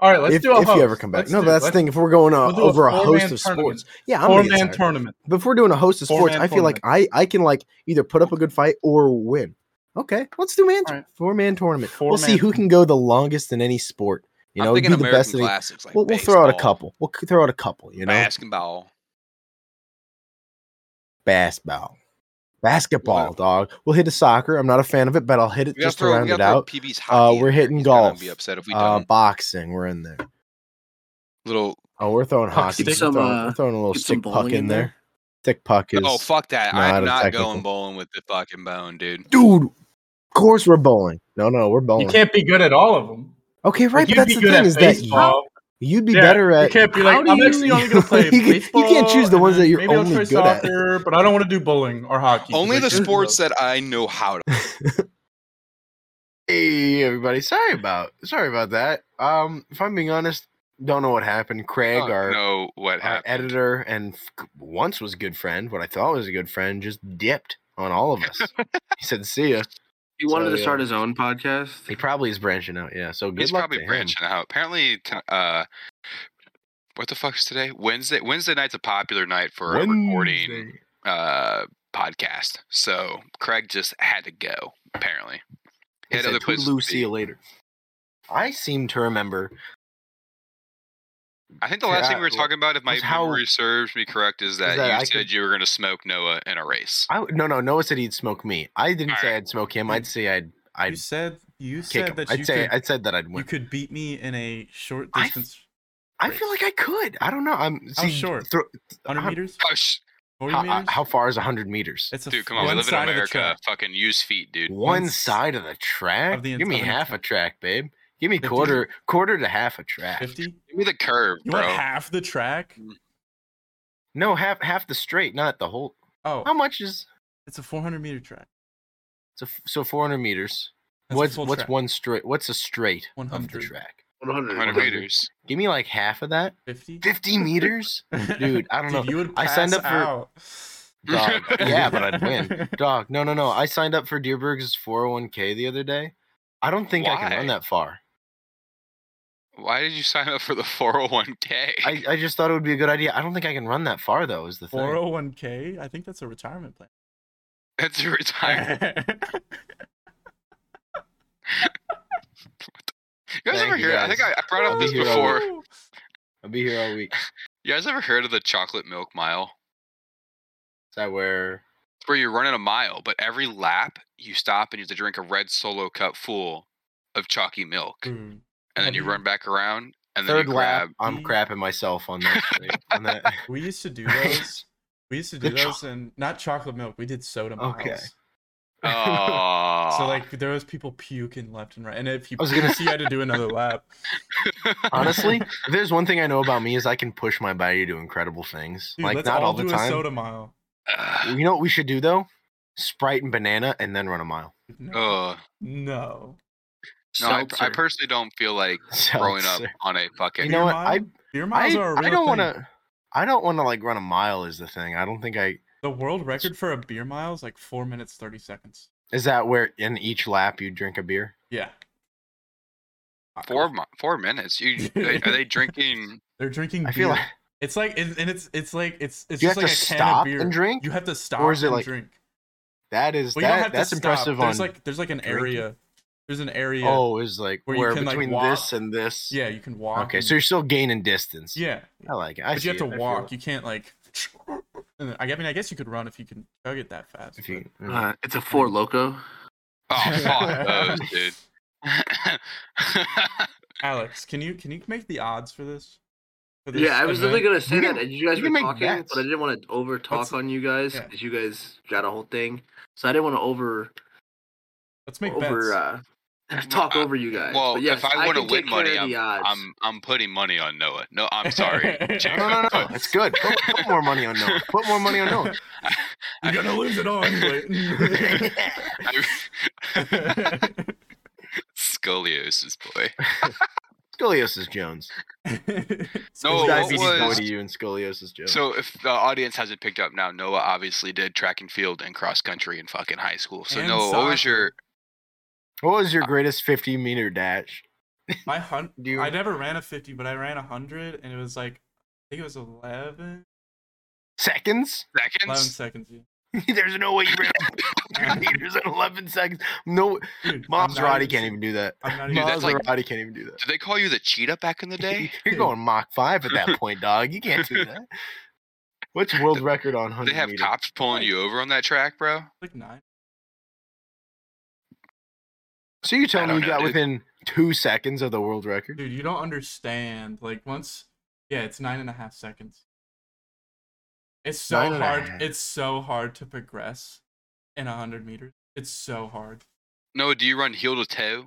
[SPEAKER 3] All right, let's
[SPEAKER 5] if
[SPEAKER 3] do a
[SPEAKER 5] if
[SPEAKER 3] host.
[SPEAKER 5] you ever come back,
[SPEAKER 3] Let's
[SPEAKER 5] no,
[SPEAKER 3] do-
[SPEAKER 5] but that's the
[SPEAKER 3] let's-
[SPEAKER 5] thing. If we're going uh,
[SPEAKER 3] we'll do
[SPEAKER 5] over a,
[SPEAKER 3] four-man
[SPEAKER 5] host of
[SPEAKER 3] tournament.
[SPEAKER 5] sports, yeah, I'm
[SPEAKER 3] Four
[SPEAKER 5] gonna get
[SPEAKER 3] man
[SPEAKER 5] tired.
[SPEAKER 3] tournament.
[SPEAKER 5] But if we're doing a host of sports,
[SPEAKER 3] Four-man
[SPEAKER 5] I feel like I I can like either put up a good fight or win. Okay, let's do man
[SPEAKER 3] All right.
[SPEAKER 5] four man tournament. we we'll see
[SPEAKER 3] Four-man
[SPEAKER 5] who can go the longest in any sport. You know,
[SPEAKER 2] I'm thinking
[SPEAKER 5] do the
[SPEAKER 2] American
[SPEAKER 5] best. In any,
[SPEAKER 2] classics. Like
[SPEAKER 5] we'll, we'll throw out a
[SPEAKER 2] baseball,
[SPEAKER 5] couple. We'll c- throw out a couple. You know,
[SPEAKER 2] Basketball.
[SPEAKER 5] basketball, basketball,
[SPEAKER 2] What?
[SPEAKER 5] dog. We'll hit a soccer. I'm not a fan of it, but I'll hit it
[SPEAKER 2] We gotta
[SPEAKER 5] just to
[SPEAKER 2] throw, we
[SPEAKER 5] round
[SPEAKER 2] gotta
[SPEAKER 5] it
[SPEAKER 2] throw
[SPEAKER 5] out.
[SPEAKER 2] PB's
[SPEAKER 5] Uh,
[SPEAKER 2] hockey. in
[SPEAKER 5] we're
[SPEAKER 2] there.
[SPEAKER 5] hitting
[SPEAKER 2] He's gonna
[SPEAKER 5] golf,
[SPEAKER 2] Be upset if we
[SPEAKER 5] uh,
[SPEAKER 2] don't.
[SPEAKER 5] boxing. We're in there.
[SPEAKER 2] Little
[SPEAKER 5] Oh, we're throwing
[SPEAKER 3] Puck
[SPEAKER 5] hockey.
[SPEAKER 3] stick.
[SPEAKER 5] We're
[SPEAKER 3] Some,
[SPEAKER 5] throwing,
[SPEAKER 6] uh,
[SPEAKER 5] we're throwing a little
[SPEAKER 6] get some
[SPEAKER 5] stick puck
[SPEAKER 6] bowling
[SPEAKER 5] in
[SPEAKER 6] in
[SPEAKER 5] there.
[SPEAKER 6] there.
[SPEAKER 5] Stick puck is.
[SPEAKER 2] oh fuck that!
[SPEAKER 5] not
[SPEAKER 2] I'm
[SPEAKER 5] a
[SPEAKER 2] not
[SPEAKER 5] technical.
[SPEAKER 2] going bowling with the fucking bone, dude.
[SPEAKER 5] dude. Of course we're bowling. No, no, we're
[SPEAKER 3] You
[SPEAKER 5] bowling.
[SPEAKER 3] can't be good at all of them.
[SPEAKER 5] Okay, right.
[SPEAKER 3] Like, you'd
[SPEAKER 5] but that's
[SPEAKER 3] be
[SPEAKER 5] the
[SPEAKER 3] good
[SPEAKER 5] thing
[SPEAKER 3] at
[SPEAKER 5] is that
[SPEAKER 3] baseball.
[SPEAKER 5] you, you'd be
[SPEAKER 3] Yeah,
[SPEAKER 5] better
[SPEAKER 3] you
[SPEAKER 5] at.
[SPEAKER 3] can't be
[SPEAKER 6] How
[SPEAKER 3] like
[SPEAKER 6] do
[SPEAKER 3] I'm
[SPEAKER 6] you-
[SPEAKER 3] actually
[SPEAKER 2] (laughs)
[SPEAKER 3] only gonna play
[SPEAKER 5] (laughs) You can- you can't
[SPEAKER 3] baseball.
[SPEAKER 5] choose the
[SPEAKER 3] and
[SPEAKER 5] ones
[SPEAKER 3] then
[SPEAKER 5] that you're
[SPEAKER 3] maybe I'll
[SPEAKER 5] only
[SPEAKER 3] try
[SPEAKER 5] good at.
[SPEAKER 3] soccer, But I don't want to do bowling or hockey. 'cause
[SPEAKER 2] Only
[SPEAKER 3] I
[SPEAKER 2] the
[SPEAKER 3] can't do
[SPEAKER 2] sports
[SPEAKER 3] those.
[SPEAKER 2] that I know how to.
[SPEAKER 5] (laughs) Hey everybody, sorry about sorry about that. Um, if I'm being honest, don't know what happened. Craig,
[SPEAKER 2] I
[SPEAKER 5] our,
[SPEAKER 2] know what
[SPEAKER 5] our
[SPEAKER 2] Oh, happened.
[SPEAKER 5] editor and f- once was good friend, what I thought was a good friend, just dipped on all of
[SPEAKER 2] (laughs)
[SPEAKER 5] us. he said, "See ya."
[SPEAKER 6] He wanted
[SPEAKER 5] So,
[SPEAKER 6] to start
[SPEAKER 5] yeah.
[SPEAKER 6] his own podcast.
[SPEAKER 5] He probably is branching out. Yeah, so good
[SPEAKER 2] He's
[SPEAKER 5] luck
[SPEAKER 2] probably
[SPEAKER 5] to him.
[SPEAKER 2] branching out. Apparently, t- uh, what the fuck's today? Wednesday. Wednesday night's a popular night for a recording
[SPEAKER 3] Wednesday.
[SPEAKER 2] uh, podcast. So Craig just had to go. Apparently,
[SPEAKER 5] He
[SPEAKER 2] He had
[SPEAKER 5] said,
[SPEAKER 2] other
[SPEAKER 5] "To
[SPEAKER 2] places to
[SPEAKER 5] Lou,
[SPEAKER 2] be."
[SPEAKER 5] see you later. I seem to remember
[SPEAKER 2] I think the last thing we were
[SPEAKER 5] Yeah,
[SPEAKER 2] talking about, if my
[SPEAKER 5] that's how-
[SPEAKER 2] memory serves me correct, is that,
[SPEAKER 5] that
[SPEAKER 2] you
[SPEAKER 5] I
[SPEAKER 2] said
[SPEAKER 5] could-
[SPEAKER 2] you were going to smoke Noah in a race.
[SPEAKER 5] I no no Noah said he'd smoke me. I didn't
[SPEAKER 2] All
[SPEAKER 5] say
[SPEAKER 2] right.
[SPEAKER 5] I'd smoke him. I'd say I'd
[SPEAKER 7] you
[SPEAKER 5] I'd
[SPEAKER 7] said you
[SPEAKER 5] kick
[SPEAKER 7] said
[SPEAKER 5] him.
[SPEAKER 7] that you
[SPEAKER 5] I'd say
[SPEAKER 7] could,
[SPEAKER 5] I said that I'd
[SPEAKER 7] you
[SPEAKER 5] win.
[SPEAKER 7] could beat me in a short
[SPEAKER 5] I-
[SPEAKER 7] distance,
[SPEAKER 5] I feel like I could. I don't know. I'm
[SPEAKER 7] How
[SPEAKER 5] see,
[SPEAKER 7] short?
[SPEAKER 5] thro- how-
[SPEAKER 7] hundred meters,
[SPEAKER 2] Oh, sh-
[SPEAKER 7] forty
[SPEAKER 5] how,
[SPEAKER 7] Oh,
[SPEAKER 5] uh,
[SPEAKER 7] meters.
[SPEAKER 5] how far is hundred meters?
[SPEAKER 7] It's a
[SPEAKER 2] dude,
[SPEAKER 7] f-
[SPEAKER 2] come on.
[SPEAKER 7] one
[SPEAKER 2] we live in
[SPEAKER 7] side of the
[SPEAKER 2] America.
[SPEAKER 7] track.
[SPEAKER 2] Fucking use feet, dude.
[SPEAKER 5] One
[SPEAKER 7] once-
[SPEAKER 5] side of the track.
[SPEAKER 7] of the
[SPEAKER 5] Give me
[SPEAKER 7] entire
[SPEAKER 5] half a track, babe. Give me
[SPEAKER 7] Fifty?
[SPEAKER 5] quarter quarter to half a track.
[SPEAKER 7] Fifty.
[SPEAKER 2] Give me the curve,
[SPEAKER 7] You want
[SPEAKER 2] bro.
[SPEAKER 7] half the track?
[SPEAKER 5] No, half half the straight, not the whole. How
[SPEAKER 7] Oh,
[SPEAKER 5] much is
[SPEAKER 7] it's a four hundred meter track.
[SPEAKER 5] so so four hundred meters?
[SPEAKER 7] That's a
[SPEAKER 5] what's
[SPEAKER 7] full
[SPEAKER 5] what's
[SPEAKER 7] track.
[SPEAKER 5] one straight? What's a straight of the
[SPEAKER 7] 100.
[SPEAKER 5] track?
[SPEAKER 6] 100,
[SPEAKER 2] 100 meters.
[SPEAKER 5] Give me like half of that. (laughs)
[SPEAKER 7] Fifty. (laughs)
[SPEAKER 5] Fifty meters. Dude, I don't know.
[SPEAKER 7] You would
[SPEAKER 5] I
[SPEAKER 7] pass
[SPEAKER 5] signed up for-
[SPEAKER 7] out.
[SPEAKER 5] Dog. yeah, but I'd win. Dog, no, no, no. I signed up for Deerberg's 401k the other day. I don't think I can
[SPEAKER 2] Why?
[SPEAKER 5] run that far.
[SPEAKER 2] Why did you sign up for the 401k?
[SPEAKER 5] I, I just thought it would be a good idea. I don't think I can run that far, though, is the thing.
[SPEAKER 7] Four oh hundred one k. I think that's a retirement
[SPEAKER 2] (laughs)
[SPEAKER 7] plan.
[SPEAKER 2] (laughs) That's a retirement. You guys
[SPEAKER 5] Thank
[SPEAKER 2] ever
[SPEAKER 5] you,
[SPEAKER 2] hear? I think I,
[SPEAKER 5] guys.
[SPEAKER 2] I brought up
[SPEAKER 5] I'll
[SPEAKER 2] this
[SPEAKER 5] be here all
[SPEAKER 2] before.
[SPEAKER 7] Woo!
[SPEAKER 5] I'll be here all week.
[SPEAKER 2] You guys ever heard of the chocolate milk mile?
[SPEAKER 5] Is that where.
[SPEAKER 2] It's where you're running a mile, but every lap you stop and you have to drink a red solo cup full of chalky milk,
[SPEAKER 7] Dude,
[SPEAKER 2] and then you
[SPEAKER 7] have you-
[SPEAKER 2] run back around and then
[SPEAKER 5] Mm, Third
[SPEAKER 2] you
[SPEAKER 5] lap,
[SPEAKER 2] grab.
[SPEAKER 5] I'm
[SPEAKER 7] Mm.
[SPEAKER 5] crapping myself on that. thing- on that.
[SPEAKER 7] We used
[SPEAKER 5] (laughs)
[SPEAKER 7] to do those. We used to do
[SPEAKER 5] The cho-
[SPEAKER 7] those, and not chocolate milk. We did soda miles.
[SPEAKER 5] Okay.
[SPEAKER 2] Oh, (laughs)
[SPEAKER 7] So like there was people puking left and right, and if you
[SPEAKER 5] I was
[SPEAKER 7] was
[SPEAKER 5] gonna
[SPEAKER 7] gonna see, you had to do
[SPEAKER 5] (laughs)
[SPEAKER 7] another lap.
[SPEAKER 5] Honestly, if there's one thing I know about me is I can push my body to incredible things.
[SPEAKER 7] Dude,
[SPEAKER 5] like,
[SPEAKER 7] let's
[SPEAKER 5] not
[SPEAKER 7] all,
[SPEAKER 5] all the
[SPEAKER 7] do a
[SPEAKER 5] time.
[SPEAKER 7] soda mile.
[SPEAKER 2] (sighs) Ugh.
[SPEAKER 5] You know what we should do, though? Sprite and banana and then run a mile. (laughs)
[SPEAKER 7] No,
[SPEAKER 2] Ugh.
[SPEAKER 7] no.
[SPEAKER 2] no, I, I
[SPEAKER 6] Seltzer.
[SPEAKER 2] personally don't feel like growing up
[SPEAKER 5] Seltzer.
[SPEAKER 2] on a fucking.
[SPEAKER 5] You know
[SPEAKER 7] Beer
[SPEAKER 5] what? I
[SPEAKER 7] mile? Beer miles
[SPEAKER 5] I,
[SPEAKER 7] are a
[SPEAKER 5] I
[SPEAKER 7] real
[SPEAKER 5] don't want
[SPEAKER 7] thing.
[SPEAKER 5] to. I don't want to like run a mile is the thing. I don't think I
[SPEAKER 7] The world record for a beer mile is like four minutes thirty seconds.
[SPEAKER 5] is that where in each lap you drink a beer.
[SPEAKER 7] Yeah,
[SPEAKER 2] Four mi- four minutes. You are
[SPEAKER 5] (laughs)
[SPEAKER 2] they drinking?
[SPEAKER 7] they're drinking.
[SPEAKER 5] I feel
[SPEAKER 7] beer.
[SPEAKER 5] like
[SPEAKER 7] it's like and and it's it's like it's it's
[SPEAKER 5] you have
[SPEAKER 7] just
[SPEAKER 5] to
[SPEAKER 7] like a can of
[SPEAKER 5] stop
[SPEAKER 7] beer.
[SPEAKER 5] and drink.
[SPEAKER 7] You have to stop
[SPEAKER 5] is it
[SPEAKER 7] and
[SPEAKER 5] like-
[SPEAKER 7] drink.
[SPEAKER 5] that is
[SPEAKER 7] Well, you don't
[SPEAKER 5] that,
[SPEAKER 7] have
[SPEAKER 5] that's
[SPEAKER 7] to stop.
[SPEAKER 5] impressive.
[SPEAKER 7] There's
[SPEAKER 5] on
[SPEAKER 7] like there's like an
[SPEAKER 5] drinking.
[SPEAKER 7] area. There's an area.
[SPEAKER 5] oh, is like
[SPEAKER 7] where
[SPEAKER 5] where,
[SPEAKER 7] you can, like,
[SPEAKER 5] between
[SPEAKER 7] walk.
[SPEAKER 5] this and this.
[SPEAKER 7] yeah, you can walk.
[SPEAKER 5] Okay,
[SPEAKER 7] and-
[SPEAKER 5] so you're still gaining distance.
[SPEAKER 7] yeah,
[SPEAKER 5] I like it. I
[SPEAKER 7] but you
[SPEAKER 5] see
[SPEAKER 7] have to
[SPEAKER 5] it. I feel
[SPEAKER 7] walk.
[SPEAKER 5] it.
[SPEAKER 7] You can't like. and then- I mean, I guess you could run if you can chug it that fast.
[SPEAKER 5] If you,
[SPEAKER 7] (laughs)
[SPEAKER 6] Uh, it's a four loco.
[SPEAKER 2] Oh fuck those, dude.
[SPEAKER 5] (laughs)
[SPEAKER 2] (laughs)
[SPEAKER 7] but- Alex, can you can you make the odds for this? For this
[SPEAKER 6] Yeah, I was literally
[SPEAKER 7] event?
[SPEAKER 6] gonna say
[SPEAKER 5] You
[SPEAKER 6] that,
[SPEAKER 5] can-
[SPEAKER 6] and you guys
[SPEAKER 5] you
[SPEAKER 6] were
[SPEAKER 5] can make
[SPEAKER 6] talking,
[SPEAKER 5] bets.
[SPEAKER 6] but I didn't want to over
[SPEAKER 7] Let's-
[SPEAKER 6] talk on you guys
[SPEAKER 7] yeah.
[SPEAKER 6] because you guys got a whole thing. So I didn't want to over
[SPEAKER 7] Let's make
[SPEAKER 6] over
[SPEAKER 7] bets.
[SPEAKER 6] uh, (laughs) talk over you guys.
[SPEAKER 2] Well,
[SPEAKER 6] but yes,
[SPEAKER 2] if I want to
[SPEAKER 6] can take
[SPEAKER 2] win money,
[SPEAKER 6] care of
[SPEAKER 2] I'm,
[SPEAKER 6] the odds.
[SPEAKER 2] I'm I'm putting money on Noah. No,
[SPEAKER 5] (laughs)
[SPEAKER 2] I'm sorry. Jack,
[SPEAKER 5] No, no, no, no.
[SPEAKER 2] but-
[SPEAKER 5] It's good. Put, put more money on Noah. Put more money on
[SPEAKER 7] (laughs)
[SPEAKER 5] Noah.
[SPEAKER 7] You're gonna lose it
[SPEAKER 5] (laughs)
[SPEAKER 7] all anyway. (laughs)
[SPEAKER 2] (laughs) Scoliosis boy.
[SPEAKER 5] Scoliosis Jones.
[SPEAKER 2] No,
[SPEAKER 5] It's
[SPEAKER 2] what
[SPEAKER 5] diabetes boy
[SPEAKER 2] was-
[SPEAKER 5] to you and scoliosis Jones.
[SPEAKER 2] So if the audience hasn't picked up now, Noah obviously did track and field and cross country in fucking high school. So
[SPEAKER 7] And
[SPEAKER 2] Noah, what was
[SPEAKER 7] soccer.
[SPEAKER 2] your
[SPEAKER 5] what was your greatest 50 meter dash?
[SPEAKER 7] My hun-
[SPEAKER 5] Do you-
[SPEAKER 7] I never ran a 50, but I ran a 100, and it was like, I think it was 11,
[SPEAKER 5] Seconds?
[SPEAKER 7] 11
[SPEAKER 2] seconds?
[SPEAKER 7] seconds.
[SPEAKER 5] (laughs)
[SPEAKER 7] yeah.
[SPEAKER 5] There's no way you ran 50 meters in 11 seconds. No,
[SPEAKER 7] Dude, I'm not
[SPEAKER 5] Maserati can't
[SPEAKER 7] even-
[SPEAKER 5] even do that.
[SPEAKER 7] I'm not
[SPEAKER 2] Dude,
[SPEAKER 7] even.
[SPEAKER 2] that's like-
[SPEAKER 5] Maserati can't even do that.
[SPEAKER 2] Did they call you the cheetah
[SPEAKER 5] (laughs)
[SPEAKER 2] back in the day?
[SPEAKER 5] You're going Mach 5 at that point, dog. You can't do that. What's world record on 100
[SPEAKER 2] they have
[SPEAKER 5] meters?
[SPEAKER 2] cops pulling you over on that track, bro.
[SPEAKER 7] like nine.
[SPEAKER 5] So you're
[SPEAKER 2] I
[SPEAKER 5] telling me
[SPEAKER 2] don't
[SPEAKER 5] you
[SPEAKER 2] know,
[SPEAKER 5] got
[SPEAKER 2] dude.
[SPEAKER 5] within two seconds of the world record?
[SPEAKER 7] Dude, you don't understand. Like once, yeah, it's nine and a half seconds. It's so
[SPEAKER 5] Nine and a half.
[SPEAKER 7] hard. It's so hard to progress in a hundred meters. It's so hard.
[SPEAKER 2] Noah, do you run heel to toe?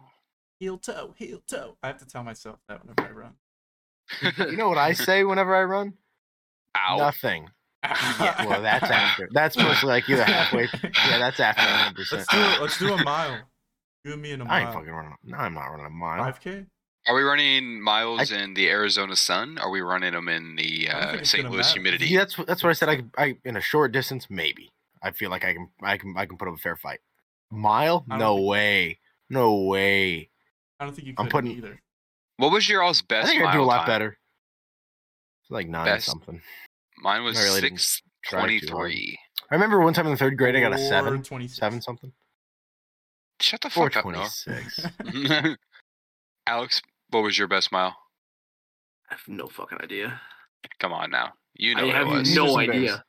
[SPEAKER 7] Heel toe, heel toe. I have to tell myself that whenever I run.
[SPEAKER 5] You know what I say whenever I run?
[SPEAKER 2] (laughs) Ow.
[SPEAKER 5] Nothing. Yeah, well,
[SPEAKER 7] (laughs)
[SPEAKER 5] that's after. That's mostly like you're halfway. Yeah, that's after 100%.
[SPEAKER 7] Let's do it. Let's do
[SPEAKER 5] (laughs)
[SPEAKER 7] a mile. Do me in a
[SPEAKER 5] I ain't
[SPEAKER 7] mile.
[SPEAKER 5] fucking running. No, I'm not running a mile.
[SPEAKER 7] Five k.
[SPEAKER 2] Are we running miles in the Arizona sun? Are we running them in the
[SPEAKER 7] I don't think
[SPEAKER 2] uh,
[SPEAKER 7] it's
[SPEAKER 2] St.
[SPEAKER 7] gonna
[SPEAKER 2] Louis
[SPEAKER 7] matter.
[SPEAKER 2] humidity?
[SPEAKER 5] Yeah, that's that's what I said. I, could- I in a short distance, maybe. I feel like I can I can I can put up a fair fight. Mile?
[SPEAKER 7] I don't
[SPEAKER 5] No
[SPEAKER 7] think-
[SPEAKER 5] way. No way.
[SPEAKER 7] I don't think you could
[SPEAKER 5] I'm putting-
[SPEAKER 7] either.
[SPEAKER 2] What was your all's
[SPEAKER 5] I
[SPEAKER 2] best?
[SPEAKER 5] think I do a
[SPEAKER 2] mile
[SPEAKER 5] lot
[SPEAKER 2] time?
[SPEAKER 5] better. It's like nine
[SPEAKER 2] Best.
[SPEAKER 5] something.
[SPEAKER 2] Mine was
[SPEAKER 5] I really didn't
[SPEAKER 2] six
[SPEAKER 6] um,
[SPEAKER 5] try too hard.
[SPEAKER 2] twenty-three.
[SPEAKER 5] I remember one time in the third grade, I got a
[SPEAKER 7] Four
[SPEAKER 5] seven,
[SPEAKER 7] 26.
[SPEAKER 5] seven something,
[SPEAKER 2] Shut the
[SPEAKER 5] four
[SPEAKER 2] fuck up,
[SPEAKER 5] twenty six.
[SPEAKER 7] (laughs)
[SPEAKER 2] Noah. (laughs) Alex, what was your best mile?
[SPEAKER 6] I have no fucking idea.
[SPEAKER 2] Come on now, you know
[SPEAKER 6] I
[SPEAKER 2] what it
[SPEAKER 6] have
[SPEAKER 2] was.
[SPEAKER 5] He
[SPEAKER 6] no
[SPEAKER 5] was
[SPEAKER 6] idea.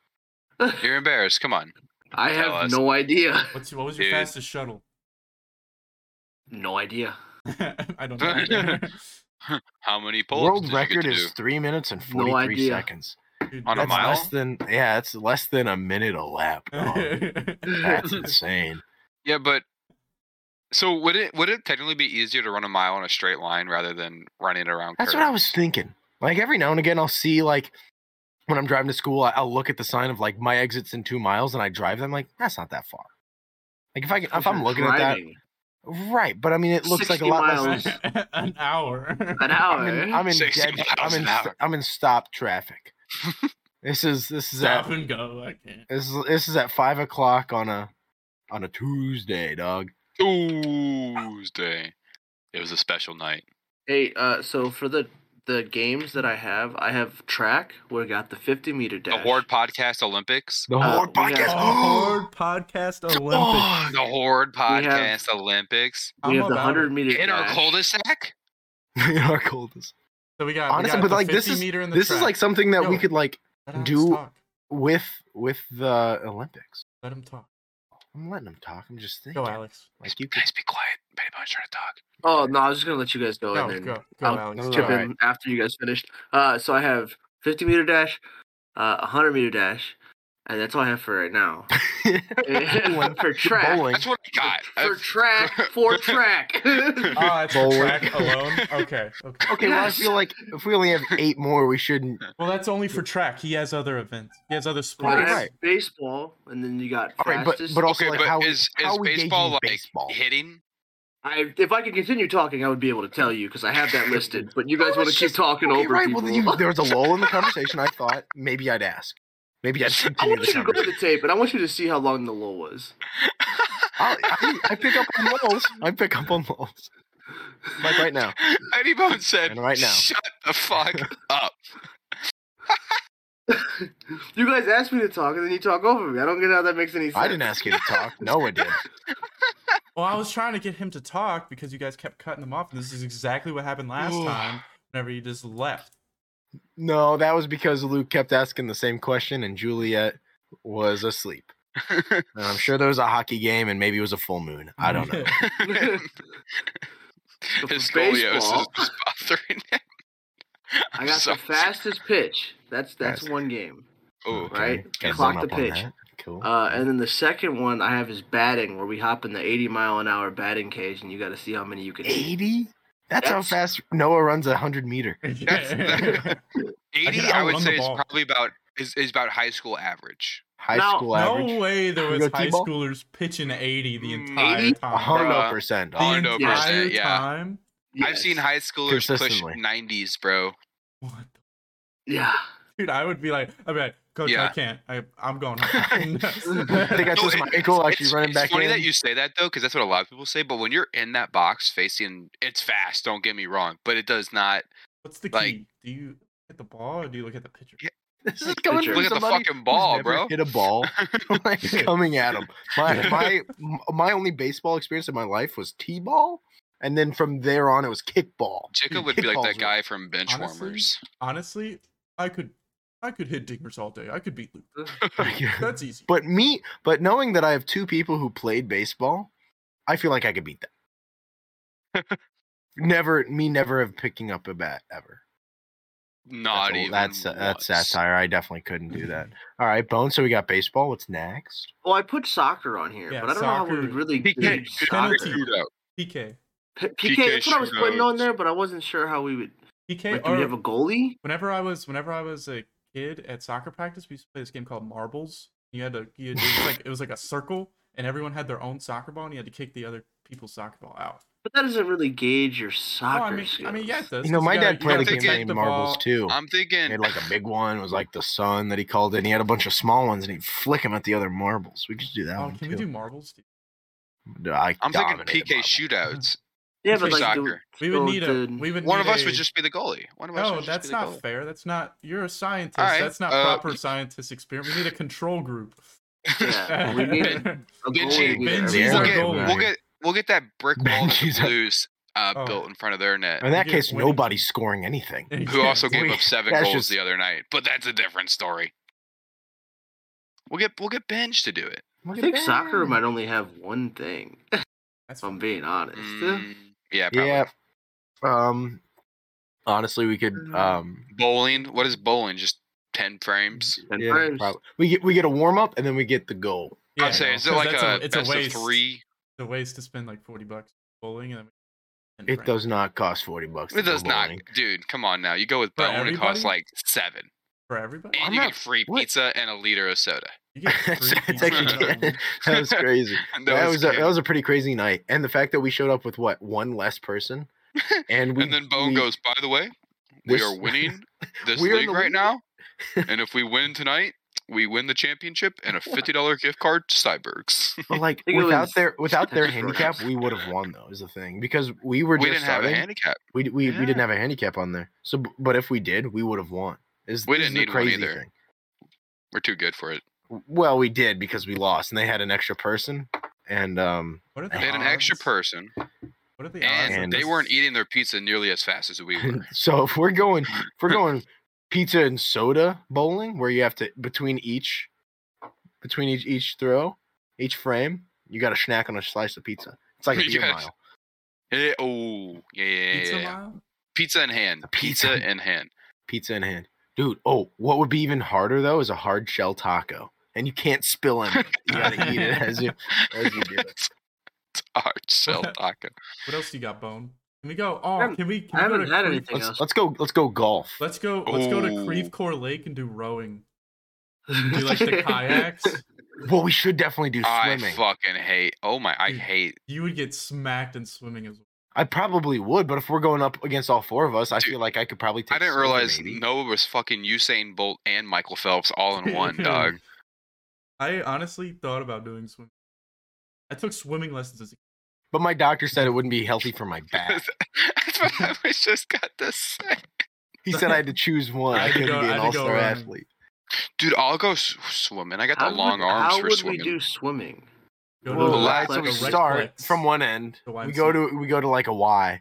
[SPEAKER 2] You're embarrassed. Come on.
[SPEAKER 6] I
[SPEAKER 2] Tell
[SPEAKER 6] have
[SPEAKER 2] us.
[SPEAKER 6] no idea. (laughs)
[SPEAKER 7] What's your, what was your
[SPEAKER 2] Dude.
[SPEAKER 7] fastest shuttle? (laughs)
[SPEAKER 6] No idea.
[SPEAKER 2] (laughs)
[SPEAKER 7] I don't know.
[SPEAKER 2] How many pull-ups
[SPEAKER 5] World
[SPEAKER 2] did you get
[SPEAKER 5] record
[SPEAKER 2] to
[SPEAKER 5] is
[SPEAKER 2] do?
[SPEAKER 5] three minutes and forty three
[SPEAKER 6] idea.
[SPEAKER 5] seconds.
[SPEAKER 7] Dude,
[SPEAKER 2] On a
[SPEAKER 5] That's
[SPEAKER 7] that's-
[SPEAKER 2] mile?
[SPEAKER 5] less than yeah, it's less than a minute a lap.
[SPEAKER 7] (laughs)
[SPEAKER 5] dog. (laughs) That's insane.
[SPEAKER 2] Yeah, but so would it would it technically be easier to run a mile in a straight line rather than running around?
[SPEAKER 5] That's what I
[SPEAKER 2] curves?
[SPEAKER 5] was thinking. Like every now and again, I'll see like when I'm driving to school, I- I'll look at the sign of like my exits in two miles, and I drive them. Like that's not that far. Like if I can, if I'm looking
[SPEAKER 6] Driving.
[SPEAKER 5] at that, right? But I mean, it looks like a
[SPEAKER 6] 60
[SPEAKER 5] lot less.
[SPEAKER 6] miles.
[SPEAKER 7] (laughs) an hour.
[SPEAKER 6] an hour.
[SPEAKER 5] I'm in, I'm in
[SPEAKER 2] 60
[SPEAKER 5] dead. I'm
[SPEAKER 2] miles
[SPEAKER 5] in.
[SPEAKER 2] an
[SPEAKER 5] st-
[SPEAKER 2] hour.
[SPEAKER 5] I'm in stop traffic. this is this is
[SPEAKER 7] Stop
[SPEAKER 5] at
[SPEAKER 7] and go. I can't.
[SPEAKER 5] this is, this is at five o'clock on a on a Tuesday, dog.
[SPEAKER 2] Tuesday. It was a special night.
[SPEAKER 6] Hey, uh, so for the the games that I have, I have track where I got the 50 meter
[SPEAKER 2] The
[SPEAKER 6] dash.
[SPEAKER 2] Horde Podcast Olympics.
[SPEAKER 5] The
[SPEAKER 6] Uh,
[SPEAKER 5] whole
[SPEAKER 6] we have-
[SPEAKER 5] podcast. (gasps)
[SPEAKER 7] Hard podcast Olympics.
[SPEAKER 2] The
[SPEAKER 5] (laughs)
[SPEAKER 2] Horde
[SPEAKER 6] We have-
[SPEAKER 2] Podcast Olympics
[SPEAKER 6] we
[SPEAKER 7] I'm
[SPEAKER 6] have the
[SPEAKER 7] about
[SPEAKER 6] 100 meter
[SPEAKER 2] in our
[SPEAKER 6] dash.
[SPEAKER 2] cul-de-sac.
[SPEAKER 5] in our coldest.
[SPEAKER 7] So we got.
[SPEAKER 5] Honestly, but like this is
[SPEAKER 7] meter in the
[SPEAKER 5] this is
[SPEAKER 7] track.
[SPEAKER 5] like something that we
[SPEAKER 7] Yo.
[SPEAKER 5] could like
[SPEAKER 7] Let Alex
[SPEAKER 5] do-
[SPEAKER 7] talk.
[SPEAKER 5] with with the Olympics.
[SPEAKER 7] Let him talk.
[SPEAKER 5] I'm letting them talk. I'm just thinking.
[SPEAKER 7] Go, Alex.
[SPEAKER 5] Like you could.
[SPEAKER 2] Guys, be quiet. Betty Bone's trying to talk.
[SPEAKER 6] Oh no, I was just gonna let you guys go
[SPEAKER 7] Go,
[SPEAKER 6] and then
[SPEAKER 7] go, go,
[SPEAKER 6] I'll
[SPEAKER 7] Alex.
[SPEAKER 5] no,
[SPEAKER 6] chip
[SPEAKER 5] no,
[SPEAKER 6] in after you guys finished. Uh, so I have 50 meter dash, uh, 100 meter dash, and that's all I have for
[SPEAKER 5] (laughs)
[SPEAKER 6] right now. (laughs)
[SPEAKER 5] Bowling.
[SPEAKER 6] for track,
[SPEAKER 5] Bowling.
[SPEAKER 2] That's what I got.
[SPEAKER 6] (laughs) for
[SPEAKER 5] (laughs)
[SPEAKER 2] That's- (laughs)
[SPEAKER 6] track, for track. (laughs)
[SPEAKER 7] Oh, that's for
[SPEAKER 5] Bowling.
[SPEAKER 7] track alone.
[SPEAKER 5] (laughs)
[SPEAKER 7] Okay, okay.
[SPEAKER 5] Okay, well, I
[SPEAKER 6] Yes.
[SPEAKER 5] feel like if we only have eight more, we shouldn't.
[SPEAKER 7] Well, that's only for track. He has other events. He has other
[SPEAKER 6] I
[SPEAKER 7] sports.
[SPEAKER 5] Right,
[SPEAKER 6] have
[SPEAKER 5] right.
[SPEAKER 6] baseball, and then you got
[SPEAKER 5] All right, but
[SPEAKER 6] fastest.
[SPEAKER 5] but also
[SPEAKER 2] okay,
[SPEAKER 5] like
[SPEAKER 2] but
[SPEAKER 5] how
[SPEAKER 2] is,
[SPEAKER 5] how
[SPEAKER 2] is
[SPEAKER 5] we gauging
[SPEAKER 2] baseball like
[SPEAKER 5] baseball?
[SPEAKER 2] hitting?
[SPEAKER 6] I, if I could continue talking, I would be able to tell you because I have that listed. But you guys
[SPEAKER 5] No,
[SPEAKER 6] want to
[SPEAKER 5] it's
[SPEAKER 6] keep
[SPEAKER 5] just-
[SPEAKER 6] talking
[SPEAKER 5] Okay,
[SPEAKER 6] over
[SPEAKER 5] right.
[SPEAKER 6] people.
[SPEAKER 5] Well, you,
[SPEAKER 6] (laughs)
[SPEAKER 5] there was a lull in the conversation. I thought maybe I'd ask. Maybe I'd
[SPEAKER 6] I
[SPEAKER 5] continue the
[SPEAKER 6] want you to go to
[SPEAKER 5] conversation.
[SPEAKER 6] the tape, and I want you to see how long the lull was.
[SPEAKER 5] I'll- I, I pick up
[SPEAKER 6] (laughs)
[SPEAKER 5] on lulls. I pick up on lulls. Like right now.
[SPEAKER 2] Betty Bone said,
[SPEAKER 5] And right now.
[SPEAKER 2] shut the fuck
[SPEAKER 5] (laughs)
[SPEAKER 2] up.
[SPEAKER 6] You guys asked me to talk, and then you talk over me. I don't get how that makes any sense.
[SPEAKER 5] I didn't ask you to talk. Noah did.
[SPEAKER 7] Well, I was trying to get him to talk because you guys kept cutting him off, and this is exactly what happened last time. Whenever you just left.
[SPEAKER 5] No, that was because Luke kept asking the same question, and Juliet was asleep.
[SPEAKER 2] (laughs)
[SPEAKER 5] And I'm sure there was a hockey game, and maybe it was a full moon. I don't
[SPEAKER 7] (laughs)
[SPEAKER 5] know.
[SPEAKER 2] (laughs)
[SPEAKER 6] But for
[SPEAKER 2] His scoliosis
[SPEAKER 5] (laughs)
[SPEAKER 6] baseball-
[SPEAKER 2] is bothering him.
[SPEAKER 6] I got the fastest pitch. That's that's
[SPEAKER 5] Yes.
[SPEAKER 6] one game,
[SPEAKER 2] Oh,
[SPEAKER 5] Okay,
[SPEAKER 6] right?
[SPEAKER 5] gotta
[SPEAKER 6] Clock
[SPEAKER 5] zone
[SPEAKER 6] the
[SPEAKER 5] up on
[SPEAKER 6] pitch.
[SPEAKER 5] that. Cool.
[SPEAKER 6] Uh, and then the second one I have is batting, where we hop in the 80 mile an hour batting cage, and you got to see how many you can hit.
[SPEAKER 5] 80? That's, how
[SPEAKER 6] That's-
[SPEAKER 5] fast Noah runs a 100 meter.
[SPEAKER 2] That's- 80,
[SPEAKER 7] could
[SPEAKER 2] I, would
[SPEAKER 7] outrun
[SPEAKER 2] say,
[SPEAKER 7] the
[SPEAKER 2] is
[SPEAKER 7] ball.
[SPEAKER 2] probably about is, is about high school average.
[SPEAKER 5] High
[SPEAKER 6] No,
[SPEAKER 5] school average.
[SPEAKER 7] no way there
[SPEAKER 5] You
[SPEAKER 7] was
[SPEAKER 5] go
[SPEAKER 7] high
[SPEAKER 5] T-ball?
[SPEAKER 7] schoolers pitching 80 the
[SPEAKER 2] Mm,
[SPEAKER 7] entire
[SPEAKER 6] 80?
[SPEAKER 7] time.
[SPEAKER 2] Bruh.
[SPEAKER 5] 100%.
[SPEAKER 7] The
[SPEAKER 2] Oh,
[SPEAKER 5] dog.
[SPEAKER 2] no
[SPEAKER 7] entire
[SPEAKER 2] percent, yeah.
[SPEAKER 7] time?
[SPEAKER 2] I've seen
[SPEAKER 6] Yes.
[SPEAKER 2] high schoolers push
[SPEAKER 5] Consistently.
[SPEAKER 2] 90s, bro.
[SPEAKER 7] What the
[SPEAKER 6] Yeah.
[SPEAKER 7] Dude, I would be like, I mean, coach, I
[SPEAKER 2] Yeah.
[SPEAKER 7] can't. I,
[SPEAKER 2] (laughs)
[SPEAKER 7] I'm going.
[SPEAKER 5] They
[SPEAKER 7] home." (laughs)
[SPEAKER 5] got
[SPEAKER 2] No,
[SPEAKER 5] this
[SPEAKER 2] it-
[SPEAKER 5] Michael actually
[SPEAKER 2] it's,
[SPEAKER 5] running
[SPEAKER 2] it's
[SPEAKER 5] back
[SPEAKER 2] funny
[SPEAKER 5] in.
[SPEAKER 2] that you say that though, because that's what a lot of people say. But when you're in that box facing, it's fast. Don't get me wrong, but it does not.
[SPEAKER 7] What's the key?
[SPEAKER 2] Like-
[SPEAKER 7] do you look at the ball or do you look at the pitcher?
[SPEAKER 2] Yeah.
[SPEAKER 5] this is coming
[SPEAKER 6] Pitcher.
[SPEAKER 5] from
[SPEAKER 2] Look at the
[SPEAKER 5] somebody
[SPEAKER 2] fucking
[SPEAKER 5] who's
[SPEAKER 2] ball,
[SPEAKER 5] never
[SPEAKER 2] bro.
[SPEAKER 5] Hit a
[SPEAKER 2] (laughs)
[SPEAKER 5] ball. like, coming at him. My, my, my only baseball experience in my life was T ball. And then from there on, it was
[SPEAKER 7] (laughs)
[SPEAKER 5] kickball.
[SPEAKER 2] Chica
[SPEAKER 5] Dude,
[SPEAKER 2] would be like
[SPEAKER 5] kickball's
[SPEAKER 2] that guy from
[SPEAKER 7] Honestly?
[SPEAKER 2] Benchwarmers.
[SPEAKER 7] Honestly, I could, I could hit dingers all day. I could beat Luke.
[SPEAKER 5] (laughs) ridiculous.
[SPEAKER 7] That's easy.
[SPEAKER 5] but me, but knowing that I have two people who played baseball, I feel like I could beat them.
[SPEAKER 2] (laughs)
[SPEAKER 5] never, me never have picking up a bat ever.
[SPEAKER 2] Not
[SPEAKER 5] that's, a-
[SPEAKER 2] even.
[SPEAKER 5] that's that's
[SPEAKER 2] once.
[SPEAKER 5] satire. I definitely couldn't do
[SPEAKER 2] (laughs)
[SPEAKER 5] that. All right, Bone. So we got baseball. What's next?
[SPEAKER 6] Well, I put soccer on here,
[SPEAKER 7] Yeah,
[SPEAKER 6] but I don't know how we
[SPEAKER 7] soccer.
[SPEAKER 6] really
[SPEAKER 2] He
[SPEAKER 6] gauge
[SPEAKER 2] can't-
[SPEAKER 6] soccer.
[SPEAKER 7] penalty.
[SPEAKER 2] Shootout.
[SPEAKER 7] PK,
[SPEAKER 6] P- PK,
[SPEAKER 2] PK
[SPEAKER 6] that's what I was putting on
[SPEAKER 2] shootouts.
[SPEAKER 6] there, but I wasn't sure how we would.
[SPEAKER 7] PK.
[SPEAKER 6] Like, do we have a
[SPEAKER 7] Or,
[SPEAKER 6] goalie?
[SPEAKER 7] whenever I was, whenever I was a kid at soccer practice, we used to play this game called marbles. You had to, you had, it was like it was like a circle, and everyone had their own soccer ball, and you had to kick the other people's soccer ball out.
[SPEAKER 6] But that doesn't really gauge your soccer
[SPEAKER 7] Oh, I mean,
[SPEAKER 6] skills.
[SPEAKER 7] I mean, yeah, it does.
[SPEAKER 5] You know,
[SPEAKER 7] 'cause
[SPEAKER 5] my
[SPEAKER 7] gotta-
[SPEAKER 5] dad played a
[SPEAKER 7] gotta
[SPEAKER 5] game
[SPEAKER 2] think
[SPEAKER 7] protect
[SPEAKER 5] named
[SPEAKER 7] the
[SPEAKER 5] Marbles
[SPEAKER 7] ball.
[SPEAKER 5] too.
[SPEAKER 2] I'm
[SPEAKER 5] He
[SPEAKER 2] thinking.
[SPEAKER 5] had like
[SPEAKER 2] (laughs)
[SPEAKER 5] a big one. It was like the sun that he called it. And he had a bunch of small ones, and he'd flick them at the other marbles. We could just do that
[SPEAKER 7] Oh,
[SPEAKER 5] one
[SPEAKER 7] can
[SPEAKER 5] too.
[SPEAKER 7] we do marbles? Dude?
[SPEAKER 5] Dude, I
[SPEAKER 2] I'm thinking
[SPEAKER 5] dominated
[SPEAKER 2] PK
[SPEAKER 5] marbles.
[SPEAKER 7] (laughs)
[SPEAKER 2] shootouts.
[SPEAKER 6] Yeah,
[SPEAKER 7] It's
[SPEAKER 6] but
[SPEAKER 7] like
[SPEAKER 6] like, the-
[SPEAKER 2] soccer.
[SPEAKER 7] We would
[SPEAKER 6] so
[SPEAKER 7] need a.
[SPEAKER 6] the-
[SPEAKER 7] We would
[SPEAKER 2] One of
[SPEAKER 7] need
[SPEAKER 2] us
[SPEAKER 7] a-
[SPEAKER 2] would just be the goalie. One of us. would
[SPEAKER 7] No,
[SPEAKER 2] just
[SPEAKER 7] that's
[SPEAKER 2] be the
[SPEAKER 7] not
[SPEAKER 2] goalie.
[SPEAKER 7] fair. That's not. You're a scientist.
[SPEAKER 2] right,
[SPEAKER 7] That's not
[SPEAKER 2] uh,
[SPEAKER 7] proper scientist experiment. We need a
[SPEAKER 2] (laughs)
[SPEAKER 7] control group. (laughs)
[SPEAKER 6] yeah, we need a, a
[SPEAKER 2] Benji-
[SPEAKER 6] goalie.
[SPEAKER 7] Benji's
[SPEAKER 6] Yeah.
[SPEAKER 2] We'll
[SPEAKER 7] our
[SPEAKER 5] Yeah.
[SPEAKER 2] get,
[SPEAKER 7] goalie.
[SPEAKER 2] we'll get we'll get that
[SPEAKER 5] (laughs)
[SPEAKER 2] brick wall that
[SPEAKER 5] Benji's
[SPEAKER 2] the
[SPEAKER 5] our-
[SPEAKER 2] Blues uh,
[SPEAKER 7] Oh.
[SPEAKER 2] built in front of their net.
[SPEAKER 5] In that
[SPEAKER 7] You're
[SPEAKER 5] case,
[SPEAKER 7] winning.
[SPEAKER 5] nobody's scoring anything.
[SPEAKER 2] Who
[SPEAKER 7] (laughs)
[SPEAKER 2] also gave
[SPEAKER 5] we-
[SPEAKER 2] up seven
[SPEAKER 5] that's
[SPEAKER 2] goals
[SPEAKER 5] just-
[SPEAKER 2] the other night. But that's a different story. We'll get we'll get Benj to do it.
[SPEAKER 5] Look
[SPEAKER 6] I
[SPEAKER 5] at
[SPEAKER 6] think
[SPEAKER 5] that.
[SPEAKER 6] soccer might only have one thing.
[SPEAKER 7] That's
[SPEAKER 6] If I'm
[SPEAKER 7] fine.
[SPEAKER 6] being honest,
[SPEAKER 2] Mm, yeah, probably.
[SPEAKER 5] Yeah. Um. Honestly, we could. Um.
[SPEAKER 2] Bowling. What is bowling? Just ten frames.
[SPEAKER 6] And
[SPEAKER 5] yeah,
[SPEAKER 6] first,
[SPEAKER 5] prob- we get we get a warm up and then we get the goal.
[SPEAKER 7] Yeah,
[SPEAKER 2] I'd say is it
[SPEAKER 7] because
[SPEAKER 2] like
[SPEAKER 7] that's
[SPEAKER 2] a,
[SPEAKER 7] it's
[SPEAKER 2] best
[SPEAKER 7] a waste.
[SPEAKER 2] of three?
[SPEAKER 7] It's a waste to spend like forty bucks bowling and. Then and
[SPEAKER 5] It
[SPEAKER 7] friends.
[SPEAKER 5] does not cost forty bucks. to
[SPEAKER 2] It
[SPEAKER 5] go
[SPEAKER 2] does not, (laughs)
[SPEAKER 5] bowling. (laughs)
[SPEAKER 2] dude. Come on now. You go with
[SPEAKER 7] For
[SPEAKER 2] bone. It costs
[SPEAKER 7] everybody?
[SPEAKER 2] like seven,
[SPEAKER 7] for everybody.
[SPEAKER 6] (laughs)
[SPEAKER 2] and
[SPEAKER 5] I'm
[SPEAKER 2] you
[SPEAKER 5] not-
[SPEAKER 2] get free
[SPEAKER 5] what?
[SPEAKER 2] pizza and a liter of soda.
[SPEAKER 7] You get
[SPEAKER 5] That's-
[SPEAKER 7] free
[SPEAKER 5] that's
[SPEAKER 2] (laughs)
[SPEAKER 7] pizza
[SPEAKER 2] actually-
[SPEAKER 7] at home.
[SPEAKER 5] (laughs) that was crazy.
[SPEAKER 2] That
[SPEAKER 5] that was, a,
[SPEAKER 2] good.
[SPEAKER 5] that was a pretty crazy night, and the fact that we showed up with what one less person,
[SPEAKER 2] (laughs)
[SPEAKER 5] and we
[SPEAKER 2] and then Bone
[SPEAKER 5] we-
[SPEAKER 2] goes. By the way, we
[SPEAKER 5] this-
[SPEAKER 2] are
[SPEAKER 5] (laughs)
[SPEAKER 2] winning this
[SPEAKER 5] We are in
[SPEAKER 2] league
[SPEAKER 5] the
[SPEAKER 2] right
[SPEAKER 5] lead."
[SPEAKER 2] now, and if we win tonight, we win the championship
[SPEAKER 5] (laughs)
[SPEAKER 2] and a fifty dollar gift card to Cybergs.
[SPEAKER 5] But
[SPEAKER 2] (laughs)
[SPEAKER 5] like
[SPEAKER 6] think it
[SPEAKER 5] without
[SPEAKER 6] was
[SPEAKER 5] their without their
[SPEAKER 6] Texas Roadhouse.
[SPEAKER 5] handicap, we would have won though. Is the thing because we were
[SPEAKER 2] we
[SPEAKER 5] just
[SPEAKER 2] didn't have
[SPEAKER 5] starting.
[SPEAKER 2] a handicap.
[SPEAKER 5] we d- we, we
[SPEAKER 2] Yeah.
[SPEAKER 5] didn't have a handicap on there. So, b- but if we did, we would have won. Is
[SPEAKER 2] We
[SPEAKER 5] this
[SPEAKER 2] didn't
[SPEAKER 5] is the
[SPEAKER 2] need one
[SPEAKER 5] crazy
[SPEAKER 2] either.
[SPEAKER 5] thing.
[SPEAKER 2] We're too good for it.
[SPEAKER 5] W- Well, we did because we lost, and they had an extra person, and um,
[SPEAKER 7] (laughs) What are the
[SPEAKER 2] They had an extra
[SPEAKER 7] odds?
[SPEAKER 2] person,
[SPEAKER 7] What are the odds?
[SPEAKER 2] and
[SPEAKER 7] that
[SPEAKER 2] they
[SPEAKER 7] this-
[SPEAKER 2] weren't eating their pizza nearly as fast as we
[SPEAKER 5] (laughs)
[SPEAKER 2] were.
[SPEAKER 5] so if we're going, if we're going pizza and soda bowling, where you have to between each, between each each throw, each frame, you got a snack on a slice of pizza. It's like a
[SPEAKER 2] You
[SPEAKER 5] beer
[SPEAKER 2] got-
[SPEAKER 5] mile.
[SPEAKER 2] Eh, oh, yeah, yeah, yeah,
[SPEAKER 7] Pizza
[SPEAKER 2] yeah.
[SPEAKER 7] mile?
[SPEAKER 2] Pizza in hand.
[SPEAKER 5] Pizza.
[SPEAKER 2] Pizza in hand.
[SPEAKER 5] Pizza in hand, dude. Oh, what would be even harder though is a hard shell taco, and you can't spill any. You gotta eat it as you (laughs) as
[SPEAKER 2] (laughs)
[SPEAKER 5] you do it.
[SPEAKER 2] Hard
[SPEAKER 5] (laughs)
[SPEAKER 2] sell taco.
[SPEAKER 7] What else you got, Bone? Can we go? Oh,
[SPEAKER 6] haven't-
[SPEAKER 7] can we? Can
[SPEAKER 6] I
[SPEAKER 7] we go
[SPEAKER 6] haven't
[SPEAKER 7] to
[SPEAKER 6] had
[SPEAKER 7] Creve-
[SPEAKER 6] anything
[SPEAKER 5] Let's
[SPEAKER 6] else.
[SPEAKER 5] let's go let's go golf.
[SPEAKER 7] Let's go. Let's go to Creve
[SPEAKER 2] Ooh.
[SPEAKER 7] Corps Lake and do
[SPEAKER 6] (laughs)
[SPEAKER 7] rowing. (laughs) Do like the kayaks.
[SPEAKER 5] Well, we should definitely do
[SPEAKER 2] I
[SPEAKER 5] swimming. Mm.
[SPEAKER 2] fucking hate. Oh my, I
[SPEAKER 7] Dude.
[SPEAKER 2] hate.
[SPEAKER 7] You would get smacked in swimming as well.
[SPEAKER 5] I probably would, but if we're going up against all four of us, I
[SPEAKER 2] Dude,
[SPEAKER 5] feel like I could probably take.
[SPEAKER 2] I didn't
[SPEAKER 5] swimming,
[SPEAKER 2] realize
[SPEAKER 5] maybe.
[SPEAKER 2] Noah was fucking Usain Bolt and Michael Phelps all
[SPEAKER 5] (laughs)
[SPEAKER 2] in one, dog.
[SPEAKER 7] I honestly thought about doing swimming. I took swimming lessons as a
[SPEAKER 5] But my doctor said
[SPEAKER 2] (laughs)
[SPEAKER 5] it wouldn't be healthy for my back.
[SPEAKER 2] (laughs) That's what I was just got to say.
[SPEAKER 5] He said I had to
[SPEAKER 2] (laughs)
[SPEAKER 5] choose one.
[SPEAKER 7] I
[SPEAKER 5] I
[SPEAKER 7] had to
[SPEAKER 5] couldn't
[SPEAKER 7] go-
[SPEAKER 5] be
[SPEAKER 7] I
[SPEAKER 5] an
[SPEAKER 7] had to go um,
[SPEAKER 5] all-star
[SPEAKER 7] run.
[SPEAKER 5] athlete.
[SPEAKER 2] Dude, I'll go s- swimming. I got
[SPEAKER 6] How
[SPEAKER 2] the long
[SPEAKER 6] would,
[SPEAKER 2] arms
[SPEAKER 6] how
[SPEAKER 2] for
[SPEAKER 6] would
[SPEAKER 2] swimming.
[SPEAKER 6] we do swimming?
[SPEAKER 7] Go to
[SPEAKER 6] Well,
[SPEAKER 7] the
[SPEAKER 5] Well, right,
[SPEAKER 6] right-
[SPEAKER 5] so
[SPEAKER 6] like
[SPEAKER 5] we
[SPEAKER 6] a right
[SPEAKER 5] start
[SPEAKER 7] plex.
[SPEAKER 5] from one end.
[SPEAKER 7] The
[SPEAKER 5] We
[SPEAKER 7] YMCA.
[SPEAKER 5] go to we go to like a Y,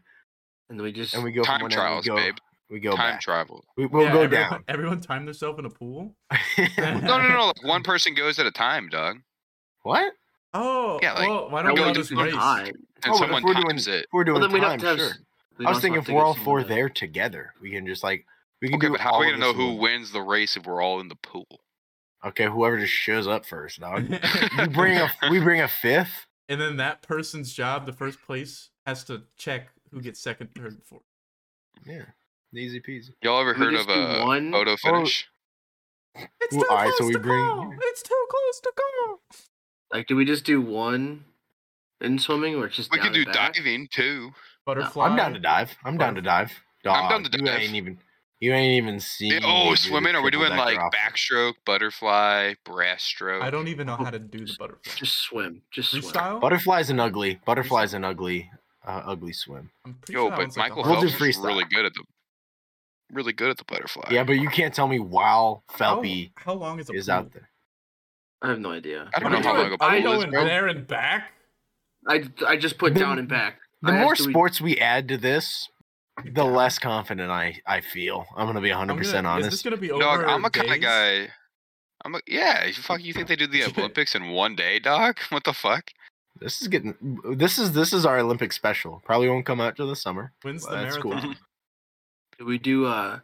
[SPEAKER 6] And we just
[SPEAKER 5] and we go from
[SPEAKER 2] Time
[SPEAKER 5] one end.
[SPEAKER 2] trials,
[SPEAKER 5] we go,
[SPEAKER 2] babe.
[SPEAKER 5] We go
[SPEAKER 2] Time
[SPEAKER 5] back. (laughs)
[SPEAKER 2] travel.
[SPEAKER 5] we, we'll
[SPEAKER 7] Yeah,
[SPEAKER 5] go
[SPEAKER 7] everyone,
[SPEAKER 5] down.
[SPEAKER 7] Everyone time themselves in a pool. (laughs)
[SPEAKER 2] No, no, no. Like one person goes at a time, dog.
[SPEAKER 5] (laughs) what?
[SPEAKER 7] Oh,
[SPEAKER 2] Yeah, like,
[SPEAKER 7] well, why don't we
[SPEAKER 6] that
[SPEAKER 2] go
[SPEAKER 7] all
[SPEAKER 6] would
[SPEAKER 7] just
[SPEAKER 6] be
[SPEAKER 7] race?
[SPEAKER 6] high.
[SPEAKER 2] And
[SPEAKER 5] Oh, but if
[SPEAKER 2] someone
[SPEAKER 5] we're doing-
[SPEAKER 2] times it.
[SPEAKER 5] If we're doing
[SPEAKER 6] Well, then we'd
[SPEAKER 5] time,
[SPEAKER 6] have to have.
[SPEAKER 5] sure.
[SPEAKER 6] we'd
[SPEAKER 5] I was
[SPEAKER 6] also
[SPEAKER 5] thinking
[SPEAKER 6] have
[SPEAKER 5] if
[SPEAKER 6] to
[SPEAKER 5] we're
[SPEAKER 6] get
[SPEAKER 5] all four
[SPEAKER 6] someone to-
[SPEAKER 5] there together, we can just like we can
[SPEAKER 2] Okay,
[SPEAKER 5] do.
[SPEAKER 2] but how are
[SPEAKER 5] all
[SPEAKER 2] we
[SPEAKER 5] of
[SPEAKER 2] gonna
[SPEAKER 5] this
[SPEAKER 2] know
[SPEAKER 5] in
[SPEAKER 2] who
[SPEAKER 5] one-
[SPEAKER 2] wins the race if we're all in the pool?
[SPEAKER 5] Okay, whoever just shows up first, dog.
[SPEAKER 7] (laughs)
[SPEAKER 5] we
[SPEAKER 2] (laughs)
[SPEAKER 5] bring a we bring a fifth.
[SPEAKER 7] and then that person's job, the first place, has to check who gets second, third, and fourth.
[SPEAKER 5] Yeah, easy peasy.
[SPEAKER 2] Y'all ever
[SPEAKER 6] Can we
[SPEAKER 2] heard of uh,
[SPEAKER 6] just do
[SPEAKER 2] a
[SPEAKER 6] one?
[SPEAKER 2] photo
[SPEAKER 5] Oh,
[SPEAKER 2] finish?
[SPEAKER 7] It's
[SPEAKER 5] Well,
[SPEAKER 7] too
[SPEAKER 5] alright,
[SPEAKER 7] close
[SPEAKER 5] so we
[SPEAKER 7] to
[SPEAKER 5] bring-
[SPEAKER 7] call. It's too close to call.
[SPEAKER 6] Like, do we just do one in swimming, or just
[SPEAKER 2] we
[SPEAKER 6] down
[SPEAKER 2] could do
[SPEAKER 6] and back?
[SPEAKER 2] diving too.
[SPEAKER 7] Butterfly.
[SPEAKER 5] I'm down to dive. I'm down to dive. Dog,
[SPEAKER 2] down to
[SPEAKER 5] You
[SPEAKER 2] dive.
[SPEAKER 5] ain't even. You ain't even seen.
[SPEAKER 2] Yeah,
[SPEAKER 5] me
[SPEAKER 2] oh,
[SPEAKER 5] do
[SPEAKER 2] swimming?
[SPEAKER 5] the
[SPEAKER 2] Are we doing
[SPEAKER 5] triple-decker
[SPEAKER 2] like
[SPEAKER 5] off-
[SPEAKER 2] backstroke, butterfly, breaststroke?
[SPEAKER 7] I don't even know how to do the butterfly.
[SPEAKER 6] Just swim. Just swim.
[SPEAKER 7] Freestyle?
[SPEAKER 5] Butterfly's an ugly. Butterfly's an ugly. Uh, ugly swim.
[SPEAKER 7] I'm pretty
[SPEAKER 2] Yo,
[SPEAKER 7] sure that
[SPEAKER 2] but
[SPEAKER 7] one's like
[SPEAKER 2] Michael
[SPEAKER 7] the hardest.
[SPEAKER 5] We'll do
[SPEAKER 2] Phelps is
[SPEAKER 5] freestyle.
[SPEAKER 2] really good at the really good at the butterfly.
[SPEAKER 5] Yeah, but you can't tell me while
[SPEAKER 7] How-
[SPEAKER 5] Phelpy
[SPEAKER 2] Oh,
[SPEAKER 7] How, long is a
[SPEAKER 5] is
[SPEAKER 7] pool?
[SPEAKER 5] out there.
[SPEAKER 6] I have no idea.
[SPEAKER 2] I don't know
[SPEAKER 7] We're
[SPEAKER 2] how
[SPEAKER 7] doing
[SPEAKER 2] long a
[SPEAKER 7] I
[SPEAKER 2] pool
[SPEAKER 7] know
[SPEAKER 2] is,
[SPEAKER 7] in
[SPEAKER 2] bro.
[SPEAKER 7] there and back.
[SPEAKER 6] I, I just put
[SPEAKER 5] The-
[SPEAKER 6] down and back.
[SPEAKER 5] The
[SPEAKER 6] I
[SPEAKER 5] more
[SPEAKER 6] actually-
[SPEAKER 5] sports we add to this, the less confident I I feel. I'm gonna be 100
[SPEAKER 7] I'm
[SPEAKER 5] percent
[SPEAKER 7] gonna- Is this
[SPEAKER 5] honest.
[SPEAKER 7] gonna be over?
[SPEAKER 2] Dog, I'm a kind of
[SPEAKER 7] days?
[SPEAKER 2] guy. I'm a, yeah. You fuck. You think
[SPEAKER 5] (laughs)
[SPEAKER 2] they do the Olympics in one day, dog? (laughs) What the fuck?
[SPEAKER 5] This is getting. This is this is our Olympic special. Probably won't come out till the summer.
[SPEAKER 7] Wins the
[SPEAKER 5] Well, that's cool.
[SPEAKER 7] marathon.
[SPEAKER 6] Do we do uh?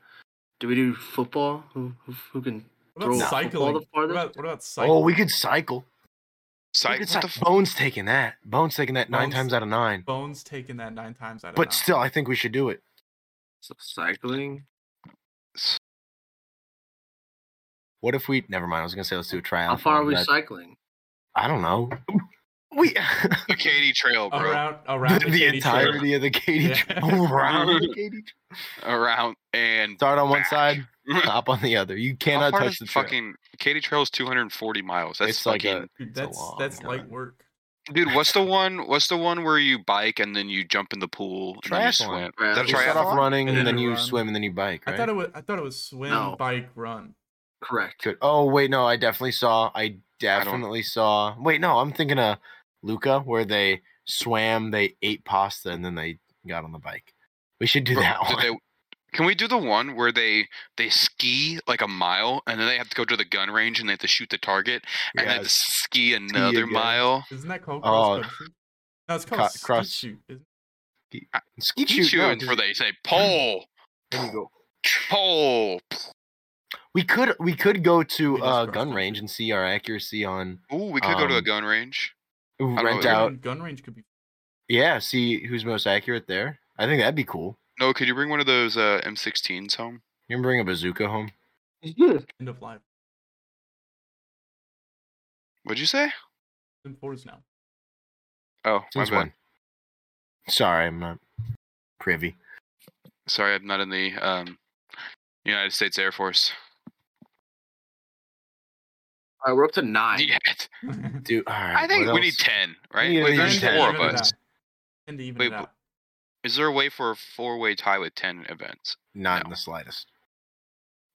[SPEAKER 6] Do we do football? Who who, who can?
[SPEAKER 7] What
[SPEAKER 6] Throw a
[SPEAKER 7] about
[SPEAKER 6] football
[SPEAKER 7] cycling?
[SPEAKER 6] the
[SPEAKER 7] What
[SPEAKER 6] farthest?
[SPEAKER 7] about, what about cycling?
[SPEAKER 5] Oh, we could cycle.
[SPEAKER 2] Psych.
[SPEAKER 5] It's
[SPEAKER 2] What the
[SPEAKER 5] like
[SPEAKER 2] fuck?
[SPEAKER 5] Bones taking that. Bones taking that nine
[SPEAKER 7] Bones-
[SPEAKER 5] times out of nine.
[SPEAKER 7] Bones taking that nine times out of
[SPEAKER 5] But
[SPEAKER 7] nine.
[SPEAKER 5] still, I think we should do it.
[SPEAKER 6] So cycling.
[SPEAKER 5] What if we? Never mind. I was gonna say let's do a tryout.
[SPEAKER 6] How far are we cycling?
[SPEAKER 5] I don't know. (laughs) We (laughs)
[SPEAKER 2] The Katy Trail, bro.
[SPEAKER 7] around around
[SPEAKER 5] the,
[SPEAKER 7] Katy Trail.
[SPEAKER 5] entirety of the Oh, Katy
[SPEAKER 7] Yeah.
[SPEAKER 5] Trail. around the Katy Trail.
[SPEAKER 2] Around and
[SPEAKER 5] Start on one
[SPEAKER 2] Back.
[SPEAKER 5] side, hop on the other. You
[SPEAKER 2] How
[SPEAKER 5] cannot
[SPEAKER 2] far
[SPEAKER 5] touch
[SPEAKER 2] is
[SPEAKER 5] the trail.
[SPEAKER 2] fucking Katy Trail is 240 miles. That's
[SPEAKER 5] It's like
[SPEAKER 2] fucking
[SPEAKER 5] a-
[SPEAKER 7] Dude,
[SPEAKER 5] a
[SPEAKER 7] that's
[SPEAKER 5] long
[SPEAKER 7] that's light
[SPEAKER 5] time.
[SPEAKER 7] work.
[SPEAKER 2] (laughs) dude. What's the one? What's the one where you bike and then you jump in the pool and then you
[SPEAKER 5] Triathlon.
[SPEAKER 2] swim?
[SPEAKER 6] Triathlon.
[SPEAKER 2] Is that a
[SPEAKER 5] You start
[SPEAKER 2] triathlon?
[SPEAKER 5] off running,
[SPEAKER 7] And
[SPEAKER 5] and
[SPEAKER 7] then
[SPEAKER 5] then
[SPEAKER 7] you
[SPEAKER 5] you
[SPEAKER 7] run.
[SPEAKER 5] swim, and then you bike. Right?
[SPEAKER 7] I thought it was I thought it was swim,
[SPEAKER 6] No.
[SPEAKER 7] bike, run.
[SPEAKER 5] (laughs)
[SPEAKER 6] Correct.
[SPEAKER 5] Good. Oh wait, no, I definitely saw. I definitely saw. Wait, no, I'm thinking of Luca, where they swam, they ate pasta, and then they got on the bike. We should do (laughs)
[SPEAKER 2] Bro,
[SPEAKER 5] that
[SPEAKER 2] did
[SPEAKER 5] one.
[SPEAKER 2] they- can we do the one where they they ski like a mile and then they have to go to the gun range and they have to shoot the target and then
[SPEAKER 5] Yes.
[SPEAKER 2] ski another
[SPEAKER 5] again.
[SPEAKER 2] mile?
[SPEAKER 7] Isn't that called
[SPEAKER 5] Oh.
[SPEAKER 7] cross country? No, it's called
[SPEAKER 5] Ca-
[SPEAKER 7] skeet
[SPEAKER 5] cross-
[SPEAKER 7] shoot. isn't
[SPEAKER 5] Skeet
[SPEAKER 2] Shoot,
[SPEAKER 5] shoot. no, 'cause
[SPEAKER 2] where they say
[SPEAKER 5] (clears throat)
[SPEAKER 2] pole,
[SPEAKER 5] then you go-
[SPEAKER 2] pole.
[SPEAKER 5] We could we could go to
[SPEAKER 7] We just
[SPEAKER 5] uh,
[SPEAKER 7] crossed
[SPEAKER 5] gun
[SPEAKER 7] it.
[SPEAKER 5] range and see our accuracy on
[SPEAKER 2] Ooh, we could go to a
[SPEAKER 5] Um,
[SPEAKER 2] gun range. know,
[SPEAKER 5] rent
[SPEAKER 2] it-
[SPEAKER 7] it?
[SPEAKER 5] out.
[SPEAKER 7] Gun- Gun range could be.
[SPEAKER 5] Yeah, see who's most accurate there. I think that'd be cool.
[SPEAKER 2] No, could you bring one of those uh, M16s home?
[SPEAKER 5] You can bring a bazooka home.
[SPEAKER 6] Uh,
[SPEAKER 7] End of life.
[SPEAKER 2] What'd you say?
[SPEAKER 7] It's in fours now. (laughs)
[SPEAKER 2] Oh, my
[SPEAKER 5] Since
[SPEAKER 2] bad.
[SPEAKER 5] when? Sorry, I'm not privy.
[SPEAKER 2] Sorry, I'm not in the um, United States Air Force. (laughs)
[SPEAKER 6] All right, we're up to nine.
[SPEAKER 2] Yeah,
[SPEAKER 5] Dude, all right.
[SPEAKER 2] I think
[SPEAKER 5] what
[SPEAKER 2] we need
[SPEAKER 5] else?
[SPEAKER 2] ten, right?
[SPEAKER 5] need at
[SPEAKER 2] Wait,
[SPEAKER 5] least
[SPEAKER 2] there's
[SPEAKER 5] 10.
[SPEAKER 2] four
[SPEAKER 7] Even
[SPEAKER 2] of
[SPEAKER 7] it
[SPEAKER 2] us.
[SPEAKER 7] out. Tend to even
[SPEAKER 2] Wait,
[SPEAKER 7] it out.
[SPEAKER 2] Is there a way for a four-way tie with ten events?
[SPEAKER 5] Not in
[SPEAKER 2] No.
[SPEAKER 5] the slightest.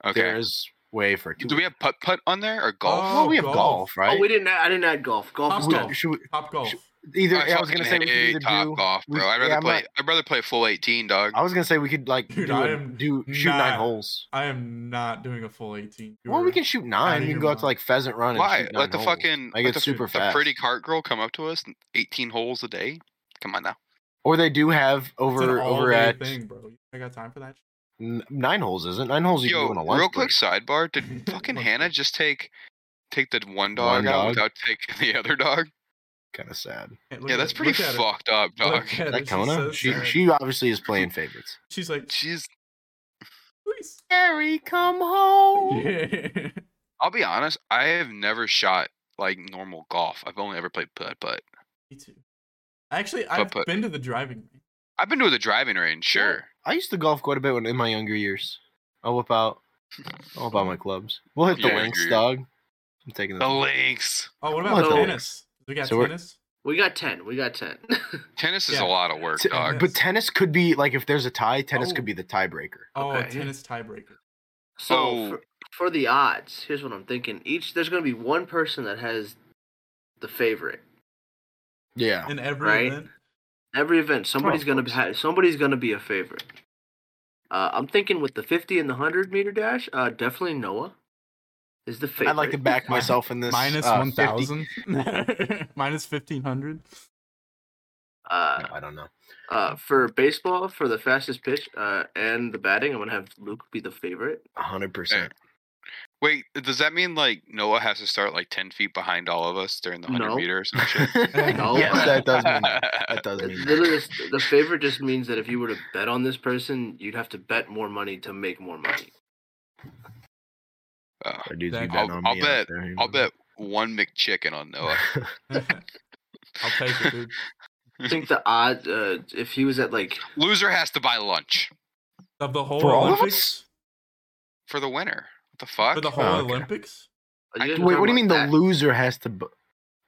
[SPEAKER 2] Okay.
[SPEAKER 5] There is way for two.
[SPEAKER 2] Do we have putt putt on there or golf?
[SPEAKER 7] Oh,
[SPEAKER 5] well, we have
[SPEAKER 7] golf.
[SPEAKER 5] golf, right?
[SPEAKER 6] Oh, we didn't. Add, I didn't add golf. Golf.
[SPEAKER 7] Top
[SPEAKER 6] is
[SPEAKER 5] We-
[SPEAKER 7] golf.
[SPEAKER 6] done.
[SPEAKER 5] should we,
[SPEAKER 7] Top golf.
[SPEAKER 5] should- either
[SPEAKER 2] I,
[SPEAKER 5] I, was gonna say we could
[SPEAKER 2] hate
[SPEAKER 5] either
[SPEAKER 2] top
[SPEAKER 5] do.
[SPEAKER 2] golf,
[SPEAKER 5] we-
[SPEAKER 2] bro. I'd rather
[SPEAKER 5] yeah, I'm
[SPEAKER 2] play.
[SPEAKER 5] not-
[SPEAKER 2] I'd rather play full eighteen, dog.
[SPEAKER 5] I was gonna say we could like
[SPEAKER 7] Dude,
[SPEAKER 5] do,
[SPEAKER 7] I
[SPEAKER 5] a-
[SPEAKER 7] am
[SPEAKER 5] do shoot nine
[SPEAKER 7] not-
[SPEAKER 5] holes.
[SPEAKER 7] I am not doing a full 18. You
[SPEAKER 5] Well,
[SPEAKER 7] were-
[SPEAKER 5] we can shoot nine.
[SPEAKER 7] outta
[SPEAKER 5] We
[SPEAKER 7] your
[SPEAKER 5] can go out to
[SPEAKER 7] mind.
[SPEAKER 5] like pheasant run. And
[SPEAKER 2] Why?
[SPEAKER 5] shoot nine
[SPEAKER 2] Let the
[SPEAKER 5] holes.
[SPEAKER 2] fucking
[SPEAKER 5] Like,
[SPEAKER 2] let
[SPEAKER 5] it's
[SPEAKER 2] the,
[SPEAKER 5] super
[SPEAKER 2] the pretty
[SPEAKER 5] fast.
[SPEAKER 2] cart girl come up to us. and Eighteen holes a day. Come on now.
[SPEAKER 5] Or they do have
[SPEAKER 7] It's an
[SPEAKER 5] over over
[SPEAKER 7] all-day
[SPEAKER 5] at
[SPEAKER 7] thing, bro. You think I got time for that?
[SPEAKER 5] n- nine holes, isn't nine holes? You
[SPEAKER 2] Yo,
[SPEAKER 5] can do in a lunch
[SPEAKER 2] real quick
[SPEAKER 5] break.
[SPEAKER 2] sidebar.
[SPEAKER 5] (laughs)
[SPEAKER 2] Did fucking
[SPEAKER 7] Lunch
[SPEAKER 2] Hannah
[SPEAKER 7] break.
[SPEAKER 2] just take take the one dog
[SPEAKER 5] One
[SPEAKER 2] out
[SPEAKER 5] dog?
[SPEAKER 2] without taking the other dog?
[SPEAKER 5] Kind of sad.
[SPEAKER 7] Hey, look
[SPEAKER 2] yeah,
[SPEAKER 7] at
[SPEAKER 2] that's
[SPEAKER 7] her-
[SPEAKER 2] pretty
[SPEAKER 7] look at her.
[SPEAKER 2] fucked up, dog.
[SPEAKER 7] Look at
[SPEAKER 5] Is
[SPEAKER 7] her,
[SPEAKER 5] that
[SPEAKER 7] she's
[SPEAKER 5] Kona?
[SPEAKER 7] so
[SPEAKER 5] She
[SPEAKER 7] sad.
[SPEAKER 5] she obviously is playing favorites.
[SPEAKER 7] She's like,
[SPEAKER 2] She's.
[SPEAKER 7] please. (laughs)
[SPEAKER 5] Harry, come home.
[SPEAKER 7] Yeah.
[SPEAKER 2] I'll be honest. I have never shot like normal golf. I've only ever played putt putt.
[SPEAKER 7] Me too. Actually, I've
[SPEAKER 2] but-
[SPEAKER 7] been to the driving range.
[SPEAKER 2] I've been to the driving range, sure.
[SPEAKER 5] I used to golf quite a bit when, in my younger years. I'll whip out, I'll whip out my clubs. We'll hit the
[SPEAKER 2] Yeah, I
[SPEAKER 5] links,
[SPEAKER 2] agree.
[SPEAKER 5] dog. I'm taking
[SPEAKER 2] The
[SPEAKER 5] the.
[SPEAKER 2] links.
[SPEAKER 7] Oh, what
[SPEAKER 5] What
[SPEAKER 7] about
[SPEAKER 5] the-
[SPEAKER 7] tennis? We got
[SPEAKER 5] So we're-
[SPEAKER 7] tennis.
[SPEAKER 6] We got ten. We got ten. (laughs)
[SPEAKER 2] Tennis is
[SPEAKER 7] Yeah.
[SPEAKER 2] a lot of work,
[SPEAKER 5] T-
[SPEAKER 2] dog.
[SPEAKER 5] but tennis could be like if there's a tie, tennis
[SPEAKER 7] Oh.
[SPEAKER 5] could be the tiebreaker.
[SPEAKER 7] Oh, a
[SPEAKER 6] Okay.
[SPEAKER 7] tennis tiebreaker.
[SPEAKER 6] so
[SPEAKER 5] Oh.
[SPEAKER 2] So-
[SPEAKER 6] for, for the odds, here's what I'm thinking. Each there's going to be one person that has the favorite.
[SPEAKER 5] Yeah.
[SPEAKER 7] In every
[SPEAKER 6] Right.
[SPEAKER 7] event.
[SPEAKER 6] Every event, somebody's
[SPEAKER 5] Oh, of
[SPEAKER 6] going to
[SPEAKER 5] course.
[SPEAKER 6] ha- somebody's going to be a favorite. Uh, I'm thinking with the 50 and the 100 meter dash, uh, definitely Noah is the favorite.
[SPEAKER 5] I'd like to back
[SPEAKER 7] Mi-
[SPEAKER 5] myself in this
[SPEAKER 7] Minus
[SPEAKER 5] uh, 50
[SPEAKER 7] 1,000.
[SPEAKER 5] (laughs)
[SPEAKER 7] Minus 1,500.
[SPEAKER 6] Uh,
[SPEAKER 5] No, I don't know.
[SPEAKER 6] uh, for baseball, for the fastest pitch uh, and the batting, I'm going to have Luke be the favorite.
[SPEAKER 5] hundred percent.
[SPEAKER 2] Wait, does that mean like Noah has to start like ten feet behind all of us during the hundred
[SPEAKER 6] No.
[SPEAKER 2] meters? And shit?
[SPEAKER 5] (laughs) Yes, that does
[SPEAKER 2] (laughs)
[SPEAKER 5] mean that. That does
[SPEAKER 6] It
[SPEAKER 5] mean
[SPEAKER 6] literally
[SPEAKER 5] that.
[SPEAKER 6] is- the favor just means that if you were to bet on this person, you'd have to bet more money to make more
[SPEAKER 5] (laughs)
[SPEAKER 6] money.
[SPEAKER 2] Oh,
[SPEAKER 5] Our dudes be
[SPEAKER 7] I'll-
[SPEAKER 5] betting on
[SPEAKER 2] I'll
[SPEAKER 5] me
[SPEAKER 2] bet-
[SPEAKER 5] out there, you
[SPEAKER 2] I'll
[SPEAKER 5] know?
[SPEAKER 2] bet uh, one McChicken
[SPEAKER 5] (laughs)
[SPEAKER 2] on Noah.
[SPEAKER 7] (laughs) I'll take it, dude.
[SPEAKER 6] I think the odds, uh, if he was at like,
[SPEAKER 2] Loser has to buy lunch
[SPEAKER 7] Of the whole
[SPEAKER 3] For all of
[SPEAKER 7] Olympics?
[SPEAKER 2] for the winner. What the fuck?
[SPEAKER 7] For the whole
[SPEAKER 5] Oh, okay.
[SPEAKER 7] Olympics?
[SPEAKER 6] are you guys
[SPEAKER 5] Wait, what do
[SPEAKER 6] talking
[SPEAKER 5] you mean
[SPEAKER 6] about
[SPEAKER 5] the
[SPEAKER 6] that?
[SPEAKER 5] loser has to? Bu-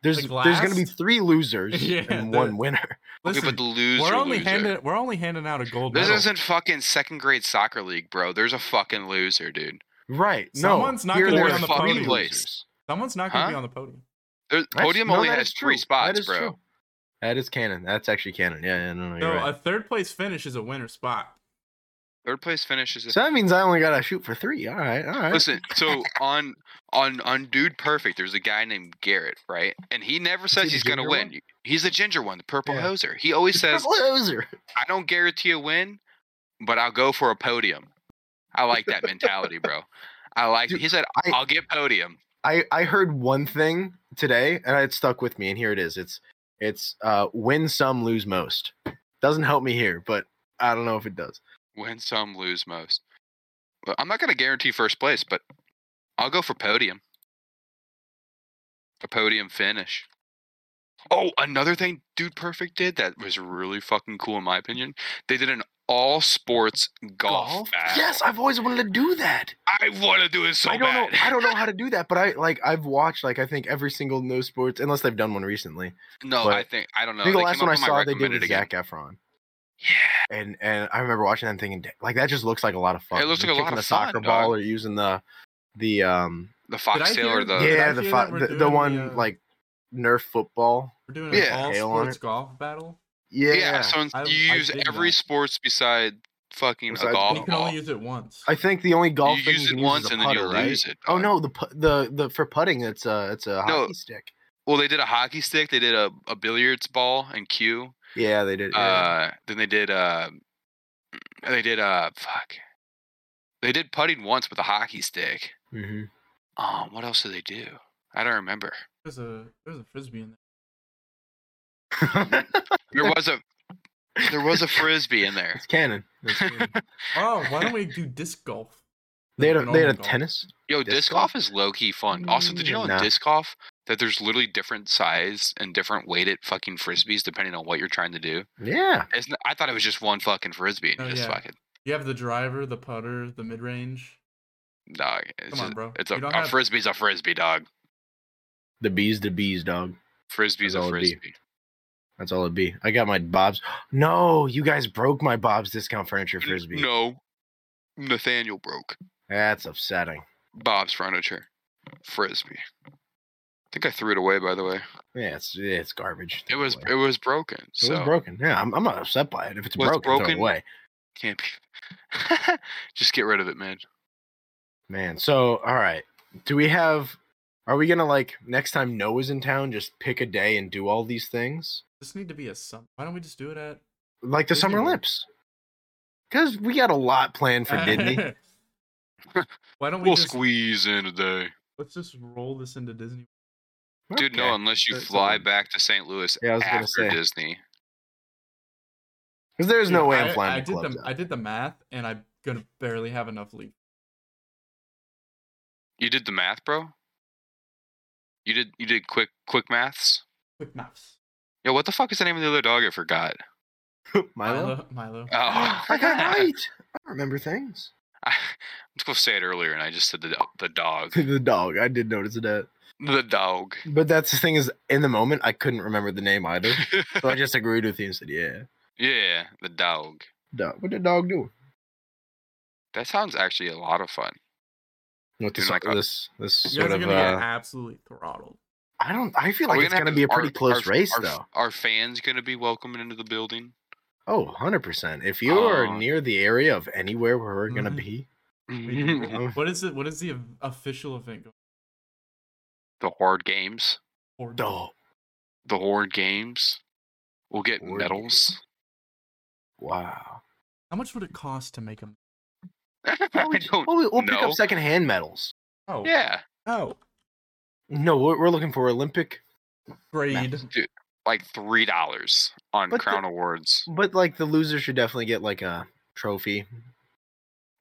[SPEAKER 5] there's there's gonna be
[SPEAKER 7] glass?
[SPEAKER 5] three
[SPEAKER 2] (laughs)
[SPEAKER 5] losers
[SPEAKER 7] Yeah,
[SPEAKER 5] and
[SPEAKER 7] the-
[SPEAKER 5] one winner. (laughs)
[SPEAKER 2] okay, but the loser.
[SPEAKER 7] we're only
[SPEAKER 2] loser.
[SPEAKER 7] handing we're only handing out a gold
[SPEAKER 2] This
[SPEAKER 7] medal.
[SPEAKER 2] isn't fucking second grade soccer league, bro. There's a fucking loser, dude.
[SPEAKER 5] Right?
[SPEAKER 7] Someone's
[SPEAKER 5] no,
[SPEAKER 7] not
[SPEAKER 5] here
[SPEAKER 7] gonna
[SPEAKER 5] there
[SPEAKER 2] be
[SPEAKER 5] are
[SPEAKER 2] on the
[SPEAKER 5] three
[SPEAKER 2] podium.
[SPEAKER 5] losers.
[SPEAKER 7] Someone's not going to be
[SPEAKER 2] Huh?
[SPEAKER 7] on the podium.
[SPEAKER 2] There's,
[SPEAKER 5] That's-
[SPEAKER 2] podium
[SPEAKER 5] no,
[SPEAKER 2] only
[SPEAKER 5] that
[SPEAKER 2] has
[SPEAKER 5] is
[SPEAKER 2] three
[SPEAKER 5] true. That
[SPEAKER 2] spots,
[SPEAKER 5] is
[SPEAKER 2] bro.
[SPEAKER 5] true. That is canon. That's actually canon. Yeah, yeah, no, no,
[SPEAKER 7] So
[SPEAKER 5] Oh, you're right.
[SPEAKER 7] a third place finish is a winner spot.
[SPEAKER 2] Third place finishes.
[SPEAKER 5] So that means I only gotta shoot for three. All right, all right.
[SPEAKER 2] Listen, so on on on Dude Perfect, there's a guy named Garrett, right? And he never says
[SPEAKER 5] the
[SPEAKER 2] he's gonna
[SPEAKER 5] ginger
[SPEAKER 2] win.
[SPEAKER 5] one?
[SPEAKER 2] He's the ginger one, the purple
[SPEAKER 5] Yeah.
[SPEAKER 2] hoser. He always
[SPEAKER 5] (laughs)
[SPEAKER 2] says,
[SPEAKER 5] loser.
[SPEAKER 2] "I don't guarantee a win, but I'll go for a podium." I like that mentality, bro. I like.
[SPEAKER 5] Dude,
[SPEAKER 2] he said,
[SPEAKER 5] I-
[SPEAKER 2] "I'll get podium."
[SPEAKER 5] I I heard one thing today, and it stuck with me. And here it is. It's it's uh, win some, lose most. Doesn't help me here, but I don't know if it does.
[SPEAKER 2] Win some, lose most. But I'm not gonna guarantee first place, but I'll go for podium. A podium finish. Oh, another thing Dude Perfect did that was really fucking cool in my opinion. They did an all sports golf. battle.
[SPEAKER 5] Yes, I've always wanted to do that.
[SPEAKER 2] I want to do it so
[SPEAKER 5] I don't
[SPEAKER 2] bad.
[SPEAKER 5] know. I don't know how to do that, but I like I've watched like I think every single no sports unless they've done one recently.
[SPEAKER 2] (laughs) no,
[SPEAKER 5] but-
[SPEAKER 2] I think I don't know.
[SPEAKER 5] I think the
[SPEAKER 2] They
[SPEAKER 5] last
[SPEAKER 2] came
[SPEAKER 5] one I
[SPEAKER 2] up with my
[SPEAKER 5] saw they did
[SPEAKER 2] recommended
[SPEAKER 5] with
[SPEAKER 2] again.
[SPEAKER 5] Zach Efron.
[SPEAKER 2] Yeah,
[SPEAKER 5] and and I remember watching that and thinking, "Dang, like that just looks like a lot of fun.
[SPEAKER 2] It looks
[SPEAKER 5] They're
[SPEAKER 2] like a lot
[SPEAKER 5] kicking
[SPEAKER 2] of
[SPEAKER 5] the soccer
[SPEAKER 2] fun,
[SPEAKER 5] ball
[SPEAKER 2] dog.
[SPEAKER 5] or using the the um
[SPEAKER 2] the foxtail or
[SPEAKER 7] hear-
[SPEAKER 2] the
[SPEAKER 7] did
[SPEAKER 5] yeah
[SPEAKER 7] I
[SPEAKER 5] the
[SPEAKER 7] hear
[SPEAKER 5] fi-
[SPEAKER 7] that we're
[SPEAKER 5] the, the
[SPEAKER 7] doing
[SPEAKER 5] one
[SPEAKER 7] the, uh,
[SPEAKER 5] like Nerf football.
[SPEAKER 7] We're doing an
[SPEAKER 2] Yeah.
[SPEAKER 7] all
[SPEAKER 5] Hail on
[SPEAKER 7] sports
[SPEAKER 5] it.
[SPEAKER 7] golf battle.
[SPEAKER 5] Yeah,
[SPEAKER 2] yeah. so
[SPEAKER 7] I-
[SPEAKER 2] you
[SPEAKER 7] I
[SPEAKER 2] use
[SPEAKER 7] did
[SPEAKER 2] every
[SPEAKER 7] that.
[SPEAKER 2] sports beside fucking
[SPEAKER 5] Besides-
[SPEAKER 2] a
[SPEAKER 5] You
[SPEAKER 2] golf
[SPEAKER 7] You can
[SPEAKER 2] ball.
[SPEAKER 7] only use it once.
[SPEAKER 5] I think the only golf
[SPEAKER 2] you
[SPEAKER 5] thing
[SPEAKER 2] use
[SPEAKER 5] you
[SPEAKER 2] it
[SPEAKER 5] can use
[SPEAKER 2] once
[SPEAKER 5] is a
[SPEAKER 2] and then
[SPEAKER 5] putter,
[SPEAKER 2] you
[SPEAKER 5] right?
[SPEAKER 2] lose it.
[SPEAKER 5] Oh
[SPEAKER 2] dog.
[SPEAKER 5] no, the pu- the the for putting it's a it's a
[SPEAKER 2] No.
[SPEAKER 5] hockey stick.
[SPEAKER 2] Well, they did a hockey stick. They did a, a billiards ball and cue.
[SPEAKER 5] Yeah, they did. yeah.
[SPEAKER 2] Uh, then they did uh, they did uh, fuck. They did putting once with a hockey stick.
[SPEAKER 5] Mhm.
[SPEAKER 2] Um, what else did they do? I don't remember.
[SPEAKER 7] There's a there's a frisbee in
[SPEAKER 5] Mm-hmm. (laughs)
[SPEAKER 2] There was a there was a frisbee in there.
[SPEAKER 5] It's canon. It's
[SPEAKER 2] (laughs)
[SPEAKER 5] canon.
[SPEAKER 7] there. Oh, why don't we do disc golf?
[SPEAKER 5] (laughs) they had a, they had a
[SPEAKER 7] Normal golf.
[SPEAKER 5] tennis.
[SPEAKER 2] Yo,
[SPEAKER 5] Disc
[SPEAKER 2] disc, golf? is low key fun. Also, did you know in
[SPEAKER 5] Nah.
[SPEAKER 2] disc golf that there's literally different size and different weighted fucking frisbees depending on what you're trying to do?
[SPEAKER 5] Yeah,
[SPEAKER 2] It's n I I thought it was just one fucking frisbee and
[SPEAKER 7] Oh,
[SPEAKER 2] just
[SPEAKER 7] yeah.
[SPEAKER 2] fucking
[SPEAKER 7] You have the driver, the putter, the mid range.
[SPEAKER 2] dog. It's
[SPEAKER 7] Come on,
[SPEAKER 2] a-
[SPEAKER 7] bro.
[SPEAKER 2] It's
[SPEAKER 7] You
[SPEAKER 2] a,
[SPEAKER 7] don't
[SPEAKER 2] a
[SPEAKER 7] have-
[SPEAKER 2] frisbee's a frisbee, dog.
[SPEAKER 5] the bees, the bees, dog.
[SPEAKER 2] Frisbee's
[SPEAKER 5] all
[SPEAKER 2] a
[SPEAKER 5] it'd be.
[SPEAKER 2] frisbee.
[SPEAKER 5] That's all it'd be. I got my Bob's. (gasps) No, you guys broke my Bob's discount furniture
[SPEAKER 2] N-
[SPEAKER 5] frisbee.
[SPEAKER 2] No, Nathaniel broke
[SPEAKER 5] That's upsetting.
[SPEAKER 2] Bob's furniture frisbee. I think I threw it away. By the way,
[SPEAKER 5] Yeah, it's yeah, it's garbage.
[SPEAKER 2] it
[SPEAKER 5] Throw
[SPEAKER 2] was
[SPEAKER 5] away.
[SPEAKER 2] it was broken.
[SPEAKER 5] It
[SPEAKER 2] So
[SPEAKER 5] was broken. Yeah, I'm, I'm not upset by it. If it's
[SPEAKER 2] Well, it's
[SPEAKER 5] broken, broken,
[SPEAKER 2] broken.
[SPEAKER 5] throw it away.
[SPEAKER 2] can't be. (laughs) just get rid of it, man.
[SPEAKER 5] Man, so all right. Do we have are we gonna like next time Noah's in town just pick a day and do all these things?
[SPEAKER 7] This need to be a sum. Why don't we just do it at
[SPEAKER 5] Like the
[SPEAKER 7] Disney
[SPEAKER 5] summer
[SPEAKER 7] World.
[SPEAKER 5] lips. Cause we got a lot planned
[SPEAKER 7] (laughs)
[SPEAKER 5] for Disney.
[SPEAKER 7] Why don't we
[SPEAKER 2] We'll
[SPEAKER 7] just
[SPEAKER 2] squeeze in today.
[SPEAKER 7] let's just roll this into Disney?
[SPEAKER 2] Dude, no,
[SPEAKER 5] Okay.
[SPEAKER 2] unless you
[SPEAKER 5] That's
[SPEAKER 2] fly
[SPEAKER 5] all.
[SPEAKER 2] back to St. Louis
[SPEAKER 5] Yeah, I was gonna say.
[SPEAKER 2] after Disney.
[SPEAKER 5] Cause there's no
[SPEAKER 7] Dude,
[SPEAKER 5] way
[SPEAKER 7] I,
[SPEAKER 5] I'm flying.
[SPEAKER 7] I
[SPEAKER 5] the
[SPEAKER 7] did
[SPEAKER 5] clubs
[SPEAKER 7] the
[SPEAKER 5] out.
[SPEAKER 7] I did the math, and I'm gonna barely have enough leave.
[SPEAKER 2] You did the math, bro? You did you did quick quick maths?
[SPEAKER 7] Quick maths.
[SPEAKER 2] Yo, what the fuck is the name of the other dog I forgot?
[SPEAKER 5] (laughs)
[SPEAKER 7] Uh-huh. (laughs)
[SPEAKER 5] Milo?
[SPEAKER 7] Milo.
[SPEAKER 2] Oh
[SPEAKER 5] (gasps)
[SPEAKER 2] (laughs)
[SPEAKER 5] I got it right. I remember things.
[SPEAKER 2] I was gonna say it earlier and I just said the do- the dog.
[SPEAKER 5] (laughs) the dog. I did notice that.
[SPEAKER 2] The dog.
[SPEAKER 5] But that's the thing is in the moment I couldn't remember the name
[SPEAKER 2] (laughs)
[SPEAKER 5] either. so I just agreed with you and said, Yeah.
[SPEAKER 2] yeah, the dog.
[SPEAKER 5] Dog. What did dog do?
[SPEAKER 2] That sounds actually a lot of fun.
[SPEAKER 5] With
[SPEAKER 2] Dude,
[SPEAKER 5] this,
[SPEAKER 2] like, uh,
[SPEAKER 5] this this
[SPEAKER 7] You guys
[SPEAKER 5] sort
[SPEAKER 7] are
[SPEAKER 5] of
[SPEAKER 7] gonna
[SPEAKER 5] uh,
[SPEAKER 7] get absolutely throttled.
[SPEAKER 5] I don't. I feel
[SPEAKER 2] Are
[SPEAKER 5] like
[SPEAKER 2] we
[SPEAKER 5] it's
[SPEAKER 2] have
[SPEAKER 5] gonna be a
[SPEAKER 2] our-
[SPEAKER 5] pretty close
[SPEAKER 2] our-
[SPEAKER 5] race,
[SPEAKER 2] our-
[SPEAKER 5] though.
[SPEAKER 2] Are fans gonna be welcoming into the building?
[SPEAKER 5] Oh, 100 percent. If you are
[SPEAKER 2] Oh.
[SPEAKER 5] near the area of anywhere where we're gonna
[SPEAKER 7] Mhm.
[SPEAKER 5] be,
[SPEAKER 2] (laughs) the
[SPEAKER 5] um,
[SPEAKER 7] What is it? What is the official event going
[SPEAKER 2] hard games.
[SPEAKER 7] for?
[SPEAKER 5] oh,
[SPEAKER 2] The horde games. We'll get
[SPEAKER 5] Horde games.
[SPEAKER 2] medals. (laughs)
[SPEAKER 5] wow.
[SPEAKER 7] How much would it cost to make a?
[SPEAKER 2] I
[SPEAKER 5] Well, we,
[SPEAKER 2] don't
[SPEAKER 5] well, we- we'll pick
[SPEAKER 2] know.
[SPEAKER 5] up secondhand medals.
[SPEAKER 7] Oh,
[SPEAKER 2] Yeah,
[SPEAKER 7] no.
[SPEAKER 5] No, we're, we're looking for Olympic,
[SPEAKER 7] Grade.
[SPEAKER 2] dude, like three dollars on
[SPEAKER 5] But the-
[SPEAKER 2] Crown Awards.
[SPEAKER 5] but like the loser should definitely get like a trophy.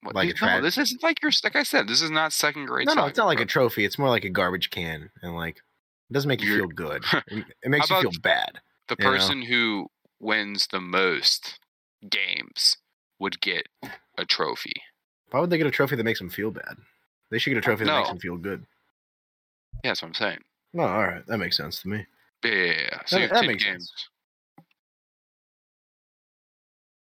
[SPEAKER 2] What,
[SPEAKER 5] like
[SPEAKER 2] dude,
[SPEAKER 5] a
[SPEAKER 2] no,
[SPEAKER 5] trad-
[SPEAKER 2] this isn't like your. Like I said, this is not second grade.
[SPEAKER 5] no, no, it's
[SPEAKER 2] soccer,
[SPEAKER 5] not like a
[SPEAKER 2] bro.
[SPEAKER 5] trophy. It's more like a garbage can, and like it doesn't make you
[SPEAKER 2] You're-
[SPEAKER 5] feel
[SPEAKER 2] (laughs)
[SPEAKER 5] good. It, it makes
[SPEAKER 2] How
[SPEAKER 5] you
[SPEAKER 2] about-
[SPEAKER 5] feel bad.
[SPEAKER 2] the
[SPEAKER 5] you know?
[SPEAKER 2] person who wins the most games would get a trophy.
[SPEAKER 5] Why would they get a trophy that makes them feel bad? They should get a trophy that makes
[SPEAKER 2] Uh, No.
[SPEAKER 5] them feel good.
[SPEAKER 2] Yeah, that's what I'm saying.
[SPEAKER 5] No, all right, that makes sense to me.
[SPEAKER 2] Yeah, yeah, yeah, yeah. So
[SPEAKER 5] That-
[SPEAKER 2] you have
[SPEAKER 5] that
[SPEAKER 2] 10
[SPEAKER 5] makes sense.
[SPEAKER 2] games.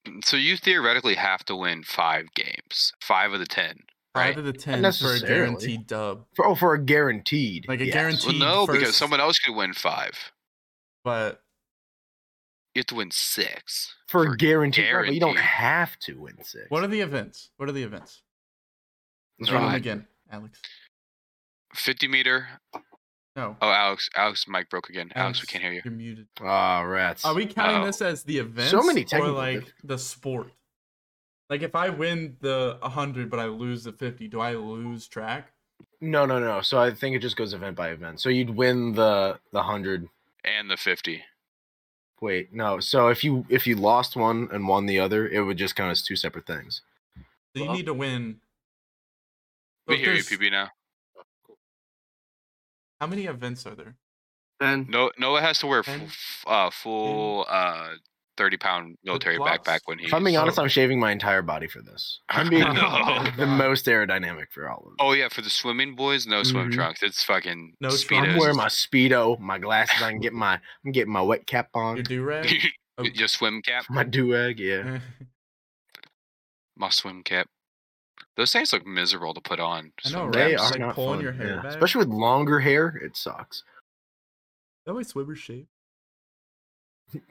[SPEAKER 2] Mm, So you theoretically have to win five games, five of the ten, right?
[SPEAKER 7] Five of the ten for a
[SPEAKER 5] Unnecessarily.
[SPEAKER 7] guaranteed dub.
[SPEAKER 5] For oh, for a guaranteed,
[SPEAKER 7] Like a
[SPEAKER 5] yes.
[SPEAKER 7] guarantee-
[SPEAKER 2] Well, no, because
[SPEAKER 7] first-
[SPEAKER 2] someone else could win five.
[SPEAKER 7] But
[SPEAKER 2] You have to win six.
[SPEAKER 5] for, a guaranteed. right, but you don't
[SPEAKER 2] guaranteed.
[SPEAKER 5] have to win six.
[SPEAKER 7] what are the events? What are the events?
[SPEAKER 5] That's
[SPEAKER 2] No,
[SPEAKER 5] what
[SPEAKER 7] Run
[SPEAKER 5] I'm-
[SPEAKER 7] them
[SPEAKER 2] I-
[SPEAKER 7] again, Alex.
[SPEAKER 2] Fifty meter.
[SPEAKER 7] No.
[SPEAKER 2] Oh, Alex, Alex, mic broke again. Alex, we can't hear you.
[SPEAKER 7] You're muted.
[SPEAKER 5] Ah, rats.
[SPEAKER 7] Are we counting
[SPEAKER 2] Oh.
[SPEAKER 7] this as the event
[SPEAKER 5] many
[SPEAKER 7] or
[SPEAKER 5] technical
[SPEAKER 7] like
[SPEAKER 5] diff-
[SPEAKER 7] the sport? Like if I win the 100 but I lose the 50, do I lose track?
[SPEAKER 5] No, no, no. So I think it just goes event by event. So you'd win the the hundred.
[SPEAKER 2] And the fifty.
[SPEAKER 5] Wait, no. So if you if you lost one and won the other, it would just count as two separate things.
[SPEAKER 7] So you
[SPEAKER 6] Well-
[SPEAKER 7] need to win.
[SPEAKER 2] We
[SPEAKER 7] Look,
[SPEAKER 2] hear you,
[SPEAKER 7] there's-
[SPEAKER 2] PB now.
[SPEAKER 7] How many events are there?
[SPEAKER 6] Then
[SPEAKER 2] No, Noah has to wear f-
[SPEAKER 7] Ten,
[SPEAKER 2] f- uh, full uh, thirty pound military
[SPEAKER 7] blocks.
[SPEAKER 2] backpack when he's.
[SPEAKER 5] If I'm being
[SPEAKER 7] so- Oh,
[SPEAKER 5] honest, I'm shaving my entire body for this.
[SPEAKER 7] (laughs)
[SPEAKER 5] I'm being
[SPEAKER 2] No.
[SPEAKER 5] the most aerodynamic for all of them.
[SPEAKER 2] Oh yeah, for the swimming boys, no swim
[SPEAKER 5] Mhm.
[SPEAKER 2] trunks. It's fucking
[SPEAKER 7] Mm-hmm. No swim-
[SPEAKER 2] speedos.
[SPEAKER 5] I'm wearing my speedo, my glasses. I can get my I'm getting my wet cap
[SPEAKER 7] Your
[SPEAKER 5] (laughs) on,
[SPEAKER 7] do
[SPEAKER 2] (laughs)
[SPEAKER 7] rag?
[SPEAKER 2] Your swim cap,
[SPEAKER 5] Oh. (laughs) my do rag.
[SPEAKER 7] (laughs)
[SPEAKER 5] Yeah,
[SPEAKER 7] I
[SPEAKER 2] my swim cap. Those things look miserable to put on. swim
[SPEAKER 7] know, right?
[SPEAKER 5] they
[SPEAKER 2] caps.
[SPEAKER 5] are
[SPEAKER 7] like
[SPEAKER 5] not
[SPEAKER 7] pulling
[SPEAKER 5] fun.
[SPEAKER 7] your hair
[SPEAKER 5] yeah.
[SPEAKER 7] back.
[SPEAKER 5] Especially with longer hair, it sucks.
[SPEAKER 7] That way swimmers shave.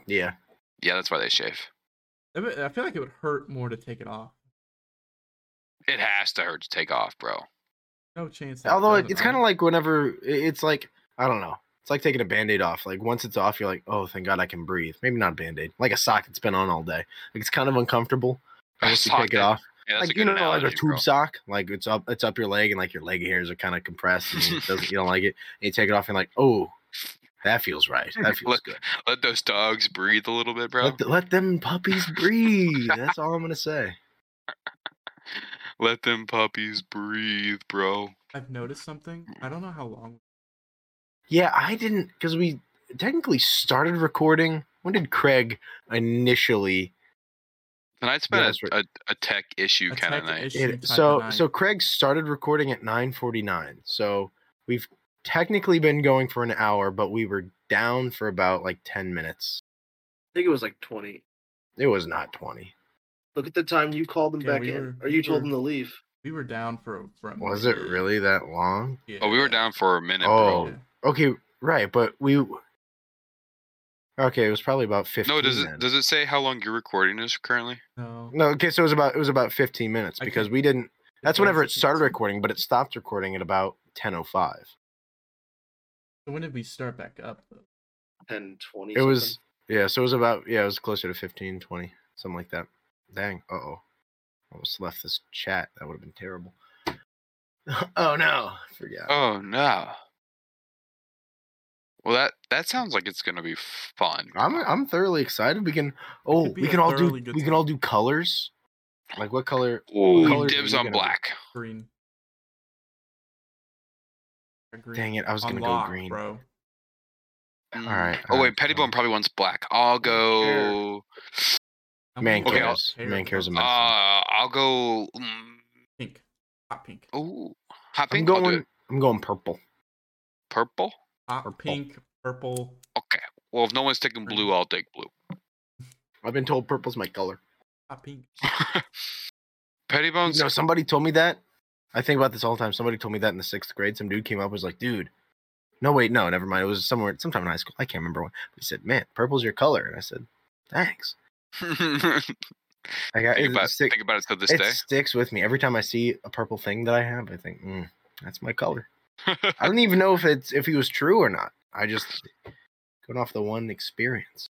[SPEAKER 5] Yeah,
[SPEAKER 2] Yeah, that's why they shave.
[SPEAKER 7] I bet- I feel like it would hurt more to take it off.
[SPEAKER 2] It has to hurt to take off, bro.
[SPEAKER 7] No chance. that
[SPEAKER 5] although it,
[SPEAKER 7] doesn't
[SPEAKER 5] it's kind of
[SPEAKER 7] hurt.
[SPEAKER 5] like whenever i- it's like I don't know. It's like taking a band-aid off. Like once it's off, you're like, oh, thank God I can breathe. Maybe not a band-aid, like a sock that's been on all day. Like it's kind of uncomfortable. And
[SPEAKER 2] A
[SPEAKER 5] once you
[SPEAKER 2] sock
[SPEAKER 5] take it
[SPEAKER 2] that-
[SPEAKER 5] off,
[SPEAKER 2] Yeah, that's
[SPEAKER 5] like
[SPEAKER 2] a good
[SPEAKER 5] you know,
[SPEAKER 2] analogy,
[SPEAKER 5] like a tube
[SPEAKER 2] bro.
[SPEAKER 5] sock, like it's up, it's up your leg, and like your leg hairs are kind of compressed, and it doesn't, you don't like it. And you take it off, and like, oh, that feels
[SPEAKER 2] (laughs)
[SPEAKER 5] right. That feels
[SPEAKER 2] Look,
[SPEAKER 5] good.
[SPEAKER 2] Let those dogs breathe a little bit, bro.
[SPEAKER 5] Let, th- let them puppies breathe. That's all I'm gonna say.
[SPEAKER 2] Let them puppies breathe, bro.
[SPEAKER 7] I've noticed something. I don't know how long.
[SPEAKER 5] Yeah, I didn't because we technically started recording. When did Craig initially?
[SPEAKER 2] And I'd spend
[SPEAKER 5] that's
[SPEAKER 2] a,
[SPEAKER 5] right.
[SPEAKER 2] a, a tech issue
[SPEAKER 7] A
[SPEAKER 2] kind of
[SPEAKER 7] tech
[SPEAKER 2] night.
[SPEAKER 7] issue type
[SPEAKER 5] It,
[SPEAKER 7] of
[SPEAKER 5] so
[SPEAKER 7] night.
[SPEAKER 5] so Craig started recording at 9:49. So we've technically been going for an hour, but we were down for about like 10 minutes.
[SPEAKER 6] I think it was like twenty.
[SPEAKER 5] It was not 20.
[SPEAKER 6] Look at the time you called them
[SPEAKER 7] Yeah,
[SPEAKER 6] back
[SPEAKER 7] we
[SPEAKER 6] in,
[SPEAKER 7] were-
[SPEAKER 6] or you
[SPEAKER 7] we were-
[SPEAKER 6] told them to leave.
[SPEAKER 7] we were down for a for a
[SPEAKER 5] Was it
[SPEAKER 7] minute.
[SPEAKER 5] really that long?
[SPEAKER 7] Yeah.
[SPEAKER 2] Oh, we were down for a minute,
[SPEAKER 5] Oh,
[SPEAKER 2] bro.
[SPEAKER 7] Yeah.
[SPEAKER 5] Okay, right, but we Okay, it was probably about 15
[SPEAKER 2] No, does it
[SPEAKER 5] then.
[SPEAKER 2] does it say how long you're recording this currently?
[SPEAKER 7] No.
[SPEAKER 5] No, okay, so it was about it was about 15 minutes
[SPEAKER 7] I
[SPEAKER 5] because
[SPEAKER 7] can't-
[SPEAKER 5] we didn't That's
[SPEAKER 7] Why
[SPEAKER 5] whenever it
[SPEAKER 7] is
[SPEAKER 5] started recording, but it stopped recording at about 10:05.
[SPEAKER 7] So when did we start back up? Though?
[SPEAKER 6] 10, 20
[SPEAKER 5] It was yeah, so it was about yeah, it was closer to 15, 20, something like that. Dang, uh-oh. Almost left this chat. That would have been terrible. (laughs) oh no, I forgot.
[SPEAKER 2] Oh no. Well, that that sounds like it's gonna be fun.
[SPEAKER 5] I'm I'm thoroughly excited. We can oh,
[SPEAKER 7] be
[SPEAKER 5] we
[SPEAKER 7] a
[SPEAKER 5] can all do
[SPEAKER 7] thoroughly
[SPEAKER 5] we
[SPEAKER 7] good
[SPEAKER 5] can all do colors. Like what color?
[SPEAKER 2] Ooh,
[SPEAKER 5] colors are
[SPEAKER 2] dibs
[SPEAKER 5] you
[SPEAKER 2] on
[SPEAKER 5] gonna be?
[SPEAKER 2] black.
[SPEAKER 7] Green. A green.
[SPEAKER 5] Dang it, I was
[SPEAKER 7] On
[SPEAKER 5] going to go
[SPEAKER 7] lock,
[SPEAKER 5] green.
[SPEAKER 7] Bro.
[SPEAKER 2] Mm.
[SPEAKER 5] right,
[SPEAKER 2] Oh
[SPEAKER 5] all
[SPEAKER 2] wait,
[SPEAKER 5] right,
[SPEAKER 2] Pettibone
[SPEAKER 5] um,
[SPEAKER 2] probably wants black. I'll
[SPEAKER 6] care.
[SPEAKER 2] go.
[SPEAKER 7] I'm
[SPEAKER 5] Man
[SPEAKER 7] gonna go
[SPEAKER 5] cares.
[SPEAKER 7] pear,
[SPEAKER 5] Man cares
[SPEAKER 7] bro.
[SPEAKER 5] a
[SPEAKER 2] Uh,
[SPEAKER 5] mess.
[SPEAKER 2] I'll go. Mm,
[SPEAKER 7] Pink. Hot pink.
[SPEAKER 2] ooh,
[SPEAKER 5] I'm
[SPEAKER 2] hot pink. I'll do
[SPEAKER 5] going
[SPEAKER 2] it.
[SPEAKER 5] I'm going purple.
[SPEAKER 2] purple.
[SPEAKER 7] Hot
[SPEAKER 5] Purple.
[SPEAKER 7] pink. Purple.
[SPEAKER 2] Okay. Well, if no one's taking
[SPEAKER 7] Green.
[SPEAKER 2] blue, I'll take blue. (laughs)
[SPEAKER 5] I've been told purple's my color.
[SPEAKER 7] Hot pink.
[SPEAKER 2] Pettibones.
[SPEAKER 5] You
[SPEAKER 2] (laughs)
[SPEAKER 5] know, somebody told me that. I think about this all the time. Somebody told me that in the sixth grade. Some dude came up and was like, dude. No, wait, no, never mind. It was somewhere, sometime in high school. I can't remember when. He said, man, purple's your color. And I said, thanks. I got,
[SPEAKER 2] think
[SPEAKER 5] it,
[SPEAKER 2] about
[SPEAKER 5] stick-
[SPEAKER 2] think about it till this
[SPEAKER 5] it
[SPEAKER 2] day.
[SPEAKER 5] sticks with me. Every time I see a purple thing that I have, I think, mm, that's my color.
[SPEAKER 2] (laughs)
[SPEAKER 5] I don't even know if it's if he was true or not. I just going off the one experience.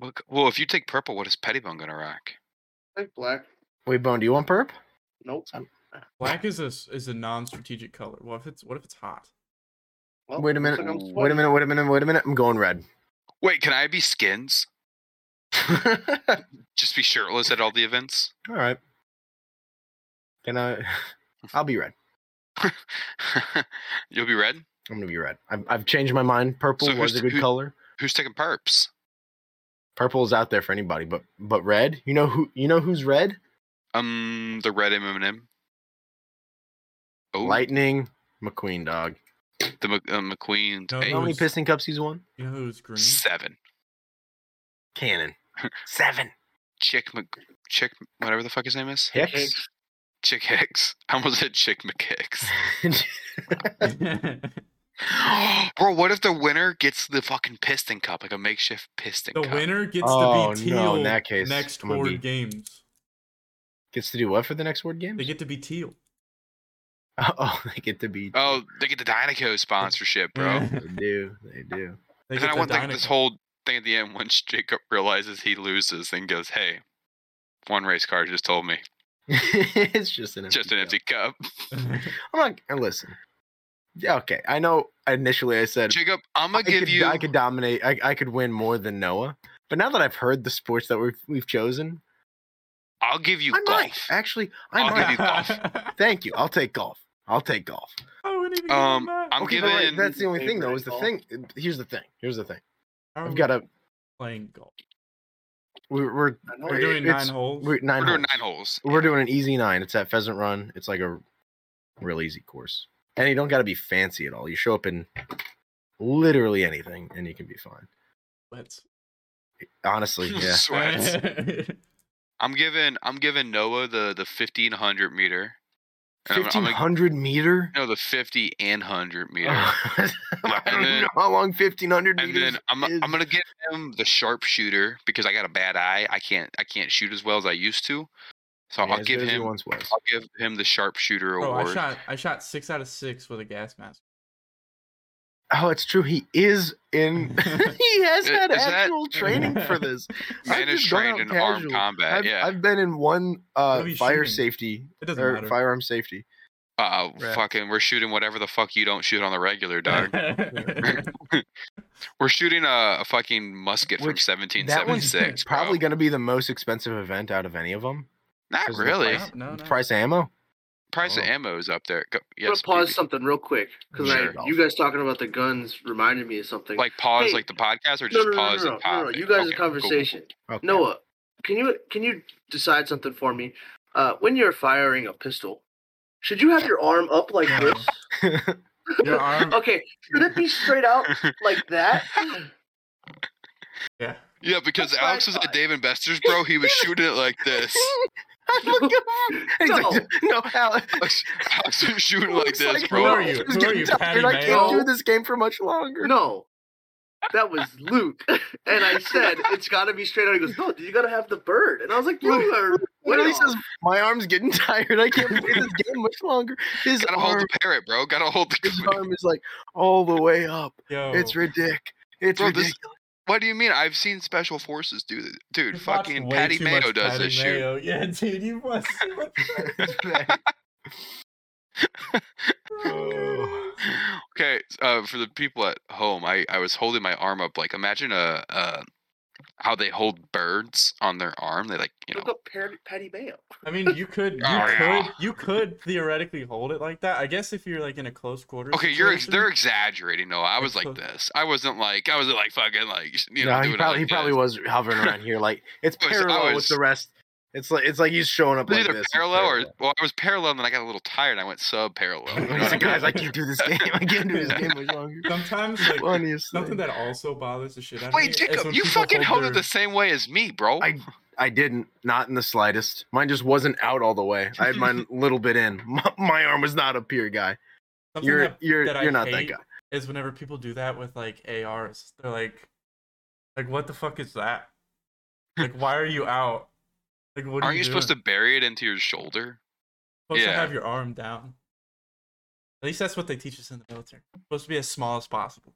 [SPEAKER 2] well, c- well, if you take purple, what is Pettibone gonna rock?
[SPEAKER 6] Like black.
[SPEAKER 5] Wait, Bone, do you want perp?
[SPEAKER 6] Nope.
[SPEAKER 5] Some-
[SPEAKER 7] Black is a s- is a non-strategic color. What if it's what if it's hot?
[SPEAKER 2] Oh,
[SPEAKER 6] Well,
[SPEAKER 5] wait a minute.
[SPEAKER 6] looks like I'm
[SPEAKER 5] Wait a minute. Wait a minute. Wait a minute. I'm going
[SPEAKER 2] (laughs)
[SPEAKER 5] red.
[SPEAKER 2] Wait, can I be skins?
[SPEAKER 5] All
[SPEAKER 2] Just be shirtless at all the events? (laughs)
[SPEAKER 5] right. Can I? (laughs) I'll be red.
[SPEAKER 2] You'll be red?
[SPEAKER 5] I'm gonna be red. I've, I've changed my mind. Purple
[SPEAKER 2] So
[SPEAKER 5] was
[SPEAKER 2] who's-
[SPEAKER 5] a good
[SPEAKER 2] who-
[SPEAKER 5] color.
[SPEAKER 2] Who's taking perps?
[SPEAKER 5] Purple is out there for anybody, but but red. You know who? You know who's red?
[SPEAKER 2] Um, the red M&M. Oh,
[SPEAKER 5] Lightning McQueen, dog.
[SPEAKER 2] the Mc- uh, McQueen.
[SPEAKER 7] No,
[SPEAKER 2] Hey,
[SPEAKER 5] How many
[SPEAKER 7] was-
[SPEAKER 5] piston cups he's won?
[SPEAKER 7] You know
[SPEAKER 2] (laughs)
[SPEAKER 7] who's green?
[SPEAKER 2] Seven. (laughs)
[SPEAKER 5] Cannon. Seven.
[SPEAKER 2] Chick Mc... Chick... Whatever the fuck his name is.
[SPEAKER 5] Hicks.
[SPEAKER 2] Chick Hicks. (laughs) I almost said
[SPEAKER 5] (gasps)
[SPEAKER 2] Chick McHicks.
[SPEAKER 7] the
[SPEAKER 2] Bro, what if the winner gets the fucking piston cup, like a makeshift piston cup?
[SPEAKER 7] winner gets
[SPEAKER 5] Oh,
[SPEAKER 7] to
[SPEAKER 5] no,
[SPEAKER 7] be teal
[SPEAKER 5] in that case,
[SPEAKER 7] next
[SPEAKER 5] I'm gonna
[SPEAKER 7] board
[SPEAKER 5] be-
[SPEAKER 7] games.
[SPEAKER 5] (laughs) Gets to do what for the next word game?
[SPEAKER 7] They get to be teal.
[SPEAKER 5] (laughs) oh, they get to be.
[SPEAKER 2] Oh, they get the Dynaco sponsorship, (laughs) bro.
[SPEAKER 5] They do. They do.
[SPEAKER 7] Mm.
[SPEAKER 5] (laughs)
[SPEAKER 7] They
[SPEAKER 2] and
[SPEAKER 7] get
[SPEAKER 2] I
[SPEAKER 7] to
[SPEAKER 2] want like
[SPEAKER 7] Dynaco. (laughs)
[SPEAKER 2] this whole thing at the end once Jacob realizes he loses and goes, "Hey, one race car just told me
[SPEAKER 5] it's just an empty
[SPEAKER 2] just an
[SPEAKER 5] cup.
[SPEAKER 2] empty cup."
[SPEAKER 5] I'm like, and listen. Yeah, okay. I know initially I said
[SPEAKER 2] Jacob, I'm gonna
[SPEAKER 5] I
[SPEAKER 2] give
[SPEAKER 5] could,
[SPEAKER 2] you.
[SPEAKER 5] I could dominate. I, I could win more than Noah. But now that I've heard the sports that we've we've chosen,
[SPEAKER 2] I'll give you
[SPEAKER 5] I might
[SPEAKER 2] golf.
[SPEAKER 5] actually.
[SPEAKER 2] I'll
[SPEAKER 5] I
[SPEAKER 2] give you
[SPEAKER 5] might.
[SPEAKER 2] golf.
[SPEAKER 5] Thank you. I'll take golf. I'll take golf.
[SPEAKER 7] (laughs) I wouldn't even give
[SPEAKER 2] Um,
[SPEAKER 7] him that.
[SPEAKER 2] I'm
[SPEAKER 5] Okay, but wait,
[SPEAKER 2] giving.
[SPEAKER 5] that's the only thing though. Is the
[SPEAKER 6] favorite
[SPEAKER 5] thing? Here's the thing. Here's the thing.
[SPEAKER 7] How are
[SPEAKER 5] I've
[SPEAKER 7] we
[SPEAKER 5] got a.
[SPEAKER 7] playing golf.
[SPEAKER 5] We're we're,
[SPEAKER 6] I know
[SPEAKER 7] We're
[SPEAKER 5] it-
[SPEAKER 6] you-
[SPEAKER 7] doing
[SPEAKER 5] it's-
[SPEAKER 7] nine holes.
[SPEAKER 5] we're 9
[SPEAKER 2] We're doing
[SPEAKER 5] holes.
[SPEAKER 2] nine holes.
[SPEAKER 5] We're doing an easy nine. It's at Pheasant Run. It's like a real easy course, and you don't got to be fancy at all. You show up in literally anything, and you can be fine.
[SPEAKER 7] Let's.
[SPEAKER 2] (laughs)
[SPEAKER 5] Honestly, yeah.
[SPEAKER 2] Sweats.
[SPEAKER 7] (laughs)
[SPEAKER 2] I'm giving. I'm giving Noah the the 1500 meter. And I'm- I'm
[SPEAKER 5] Fifteen
[SPEAKER 2] gonna-
[SPEAKER 5] hundred meter.
[SPEAKER 2] No, the 50 and
[SPEAKER 5] (laughs)
[SPEAKER 2] 100
[SPEAKER 5] Oh,
[SPEAKER 2] meter.
[SPEAKER 5] I don't
[SPEAKER 2] And then-
[SPEAKER 5] know how long fifteen hundred
[SPEAKER 2] and
[SPEAKER 5] meters.
[SPEAKER 2] then I'm
[SPEAKER 5] is.
[SPEAKER 2] I'm gonna give him the sharpshooter because I got a bad eye. I can't I can't shoot as well as I used to. So
[SPEAKER 5] Yeah,
[SPEAKER 2] I'll
[SPEAKER 5] as
[SPEAKER 2] give
[SPEAKER 5] good as he
[SPEAKER 2] him
[SPEAKER 5] once was.
[SPEAKER 2] I'll give him the sharpshooter
[SPEAKER 7] Bro,
[SPEAKER 2] award.
[SPEAKER 7] Oh, I shot I shot six out of six with a gas mask.
[SPEAKER 5] Oh, it's true. He is in.
[SPEAKER 2] (laughs)
[SPEAKER 5] (laughs) he has
[SPEAKER 2] Is-
[SPEAKER 5] had
[SPEAKER 2] is that-
[SPEAKER 5] actual training
[SPEAKER 2] (laughs)
[SPEAKER 5] for this.
[SPEAKER 2] Man
[SPEAKER 5] I've
[SPEAKER 2] is
[SPEAKER 5] just gone
[SPEAKER 2] trained
[SPEAKER 5] out
[SPEAKER 2] in armed
[SPEAKER 5] casual.
[SPEAKER 2] combat.
[SPEAKER 5] I've,
[SPEAKER 2] yeah.
[SPEAKER 5] I've been in one uh,
[SPEAKER 7] are we
[SPEAKER 5] fire
[SPEAKER 7] shooting?
[SPEAKER 5] safety
[SPEAKER 7] It doesn't
[SPEAKER 5] or
[SPEAKER 7] matter. (laughs)
[SPEAKER 5] firearm safety.
[SPEAKER 2] uh,
[SPEAKER 5] Rats.
[SPEAKER 2] fucking, we're shooting whatever the fuck you don't shoot on
[SPEAKER 5] (laughs)
[SPEAKER 2] the regular, dog. we're shooting a, a fucking musket
[SPEAKER 5] Which-
[SPEAKER 2] from
[SPEAKER 5] That one's (laughs)
[SPEAKER 2] 1776. bro.
[SPEAKER 5] probably going to be the most expensive event out of any of them.
[SPEAKER 2] not
[SPEAKER 5] 'cause of the
[SPEAKER 2] really.
[SPEAKER 5] price-
[SPEAKER 7] No, no, no.
[SPEAKER 5] Price of ammo.
[SPEAKER 2] Price of
[SPEAKER 5] Oh.
[SPEAKER 2] ammo is up there. Go,
[SPEAKER 6] I'm
[SPEAKER 2] yes,
[SPEAKER 6] gonna pause
[SPEAKER 2] PB.
[SPEAKER 6] something real quick because
[SPEAKER 5] Sure.
[SPEAKER 6] you guys talking about the guns reminded me of something.
[SPEAKER 2] like pause
[SPEAKER 6] Hey.
[SPEAKER 2] like the podcast or
[SPEAKER 6] no,
[SPEAKER 2] just
[SPEAKER 6] no, no, no,
[SPEAKER 2] pause
[SPEAKER 6] no,
[SPEAKER 2] and
[SPEAKER 6] no,
[SPEAKER 2] pop.
[SPEAKER 6] no,
[SPEAKER 2] it?
[SPEAKER 6] You guys'
[SPEAKER 2] Okay, cool, cool, cool.
[SPEAKER 6] conversation.
[SPEAKER 5] Okay.
[SPEAKER 6] Noah, can you can you decide something for me? Uh, when you're firing a pistol, should you have your arm up like
[SPEAKER 7] No.
[SPEAKER 6] (laughs) this?
[SPEAKER 7] Your arm-
[SPEAKER 6] okay, should it be straight out like that?
[SPEAKER 7] Yeah.
[SPEAKER 2] Yeah, because
[SPEAKER 6] That's what I
[SPEAKER 2] Alex was at
[SPEAKER 6] thought.
[SPEAKER 2] Dave and Buster's, bro. He was shooting it like
[SPEAKER 6] (laughs)
[SPEAKER 2] this.
[SPEAKER 5] (laughs) I look up, and (laughs) he's like, no, Alex.
[SPEAKER 2] Alex, Alex was shooting (laughs) like
[SPEAKER 5] Looks
[SPEAKER 2] this,
[SPEAKER 5] like-
[SPEAKER 2] bro.
[SPEAKER 7] Who are you?
[SPEAKER 5] It's
[SPEAKER 7] Who are
[SPEAKER 5] getting
[SPEAKER 7] you,
[SPEAKER 5] tougher,
[SPEAKER 7] Patty
[SPEAKER 5] and I
[SPEAKER 7] Mayo?
[SPEAKER 5] can't do this game for much longer.
[SPEAKER 6] No, that was Luke, (laughs) and I said it's got to be straight out. He goes, no, you got to have the bird, and I was like, you
[SPEAKER 5] Luke-
[SPEAKER 6] are.
[SPEAKER 5] Literally
[SPEAKER 6] way
[SPEAKER 5] says, my arm's getting (laughs) tired. I can't play
[SPEAKER 2] (laughs)
[SPEAKER 5] this game much longer. His
[SPEAKER 2] Gotta hold
[SPEAKER 5] arm,
[SPEAKER 2] the parrot, bro. Gotta hold
[SPEAKER 5] his
[SPEAKER 2] (laughs) the.
[SPEAKER 5] arm is like all the way up.
[SPEAKER 7] Yo.
[SPEAKER 5] It's ridiculous. It's
[SPEAKER 2] Bro, this-
[SPEAKER 5] ridiculous.
[SPEAKER 2] What do you mean? I've seen special forces do this, dude.
[SPEAKER 7] You've watched
[SPEAKER 2] fucking
[SPEAKER 7] way
[SPEAKER 2] Patty
[SPEAKER 7] too
[SPEAKER 2] Mayo
[SPEAKER 7] much
[SPEAKER 2] does
[SPEAKER 7] Patty
[SPEAKER 2] this shit.
[SPEAKER 7] Mayo. (laughs) Yeah, dude, you must.
[SPEAKER 2] (laughs) (laughs)
[SPEAKER 5] Oh.
[SPEAKER 2] Okay, uh, for the people at home, I, I was holding my arm up. Like, imagine a, uh how they hold birds on their arm. They like, you
[SPEAKER 6] Look
[SPEAKER 2] know,
[SPEAKER 6] up Pat- Patty Mayo.
[SPEAKER 7] I mean, you could, you
[SPEAKER 2] Oh,
[SPEAKER 7] could,
[SPEAKER 2] yeah.
[SPEAKER 7] you could theoretically hold it like that. I guess if you're like in a close quarters.
[SPEAKER 2] Okay, you're ex- they're
[SPEAKER 7] situation.
[SPEAKER 2] exaggerating. No, I was like
[SPEAKER 7] Excellent.
[SPEAKER 2] this. I wasn't like I wasn't like fucking like you know.
[SPEAKER 5] no,
[SPEAKER 2] doing
[SPEAKER 5] he probably,
[SPEAKER 2] it like
[SPEAKER 5] he probably
[SPEAKER 2] this.
[SPEAKER 5] was hovering around here. Like
[SPEAKER 2] (laughs)
[SPEAKER 5] it's
[SPEAKER 2] I was- I
[SPEAKER 5] parallel with the
[SPEAKER 2] was-
[SPEAKER 5] rest. It's like it's like he's showing up
[SPEAKER 2] It was
[SPEAKER 5] like
[SPEAKER 2] either
[SPEAKER 5] this. It's
[SPEAKER 2] parallel or well, I was parallel, and then I got a little tired. and I went
[SPEAKER 5] (laughs)
[SPEAKER 2] sub parallel. You know
[SPEAKER 5] He's
[SPEAKER 2] what I
[SPEAKER 5] like,
[SPEAKER 2] mean?
[SPEAKER 5] guys, I can't
[SPEAKER 2] (laughs)
[SPEAKER 5] do this game. I can't do this game much longer.
[SPEAKER 7] Sometimes like
[SPEAKER 5] Funniest
[SPEAKER 7] something
[SPEAKER 5] thing.
[SPEAKER 7] that also bothers the shit out
[SPEAKER 2] Wait,
[SPEAKER 7] of me. is
[SPEAKER 2] Jacob,
[SPEAKER 7] when
[SPEAKER 2] you
[SPEAKER 7] people
[SPEAKER 2] fucking held
[SPEAKER 7] hold
[SPEAKER 2] it
[SPEAKER 7] their-
[SPEAKER 2] the same way as me, bro.
[SPEAKER 5] I I didn't, not in the slightest. Mine just
[SPEAKER 2] (laughs)
[SPEAKER 5] wasn't out all the way. I had mine a little bit in. My, my arm was not up here, guy.
[SPEAKER 7] something
[SPEAKER 5] You're
[SPEAKER 7] that-
[SPEAKER 5] you're
[SPEAKER 7] that I
[SPEAKER 5] you're not that
[SPEAKER 7] hate
[SPEAKER 5] guy.
[SPEAKER 7] Is whenever people do that with like ARs, they're like, like what the fuck is that? Like, why are you out? Like, what are
[SPEAKER 2] Aren't you supposed to
[SPEAKER 7] doing?
[SPEAKER 2] bury it into your shoulder?
[SPEAKER 7] Supposed to
[SPEAKER 2] yeah.
[SPEAKER 7] have your arm down. At least that's what they teach us in the military. Supposed to be as small as possible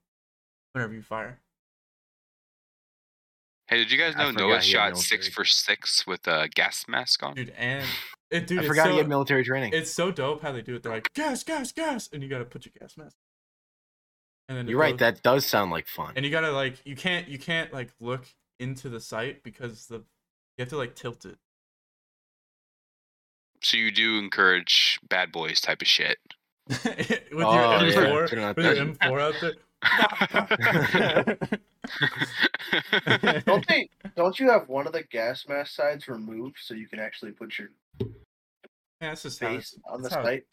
[SPEAKER 7] whenever you fire.
[SPEAKER 2] Hey, did you guys
[SPEAKER 5] I
[SPEAKER 2] know
[SPEAKER 5] forgot
[SPEAKER 2] Noah
[SPEAKER 5] he had
[SPEAKER 2] shot six
[SPEAKER 5] military.
[SPEAKER 2] for six with a gas mask on?
[SPEAKER 7] dude. And it,
[SPEAKER 5] (sighs)
[SPEAKER 7] dude,
[SPEAKER 5] I
[SPEAKER 7] it's
[SPEAKER 5] forgot
[SPEAKER 7] so,
[SPEAKER 5] he had military training.
[SPEAKER 7] It's so dope how they do it. They're like gas, gas, gas, and you gotta put your gas mask. And then it
[SPEAKER 5] You're right.
[SPEAKER 7] goes-
[SPEAKER 5] That does sound like fun.
[SPEAKER 2] (laughs)
[SPEAKER 7] (laughs) and you gotta like you can't you can't like look into the site because the you have to like tilt it. (laughs)
[SPEAKER 2] So you do encourage bad boys type
[SPEAKER 5] (laughs)
[SPEAKER 2] of shit.
[SPEAKER 7] with your
[SPEAKER 5] Oh, yeah.
[SPEAKER 7] M4,
[SPEAKER 5] Turn out
[SPEAKER 7] with your
[SPEAKER 5] that-
[SPEAKER 7] M4 out there.
[SPEAKER 6] (laughs) Don't
[SPEAKER 7] (laughs)
[SPEAKER 6] they? Don't you have one of the gas mask sides removed so you can actually put your
[SPEAKER 7] Yeah, that's just how
[SPEAKER 6] face
[SPEAKER 7] it's-
[SPEAKER 6] on the
[SPEAKER 7] that's how
[SPEAKER 6] site?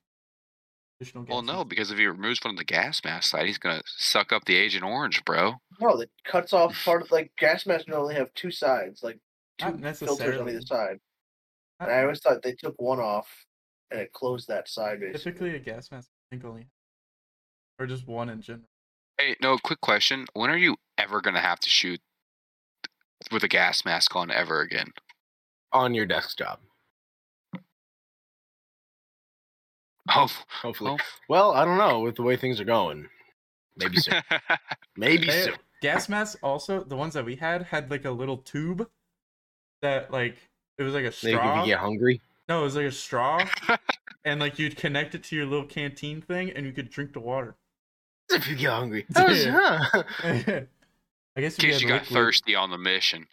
[SPEAKER 7] traditional
[SPEAKER 2] (laughs) well,
[SPEAKER 7] games
[SPEAKER 2] no,
[SPEAKER 7] is.
[SPEAKER 2] because if he removes one of the gas mask side, he's gonna suck up the Agent Orange, bro.
[SPEAKER 6] No, that
[SPEAKER 7] (laughs)
[SPEAKER 6] cuts off part of like gas masks. You only have two sides, like two
[SPEAKER 7] Not
[SPEAKER 6] filters on
[SPEAKER 7] necessarily.
[SPEAKER 6] either side.
[SPEAKER 7] Not
[SPEAKER 6] And I always thought they took one off and it closed that side basically.
[SPEAKER 7] typically a gas mask. I think only, or just one in general.
[SPEAKER 2] Hey, no, quick question. When are you ever gonna have to shoot with a gas mask on ever again?
[SPEAKER 5] (laughs)
[SPEAKER 2] (laughs)
[SPEAKER 5] on your desktop,
[SPEAKER 2] Oh,
[SPEAKER 5] hopefully.
[SPEAKER 2] well,
[SPEAKER 5] Well, I don't know with the way things are going. Maybe
[SPEAKER 2] (laughs)
[SPEAKER 5] soon. Maybe
[SPEAKER 7] They-
[SPEAKER 5] soon.
[SPEAKER 7] gas masks also the ones that we had had like a little tube that like it was like a
[SPEAKER 5] Maybe if
[SPEAKER 7] straw.
[SPEAKER 5] you get hungry.
[SPEAKER 7] No, it was like
[SPEAKER 2] (laughs)
[SPEAKER 7] a straw, and like you'd connect it to your little canteen thing, and you could drink the water.
[SPEAKER 5] If you get
[SPEAKER 2] (laughs)
[SPEAKER 5] hungry.
[SPEAKER 7] Yeah.
[SPEAKER 5] Huh.
[SPEAKER 7] (laughs) I guess
[SPEAKER 2] in
[SPEAKER 7] if you
[SPEAKER 2] case
[SPEAKER 7] had
[SPEAKER 2] you got
[SPEAKER 7] liquid-
[SPEAKER 2] thirsty on the mission.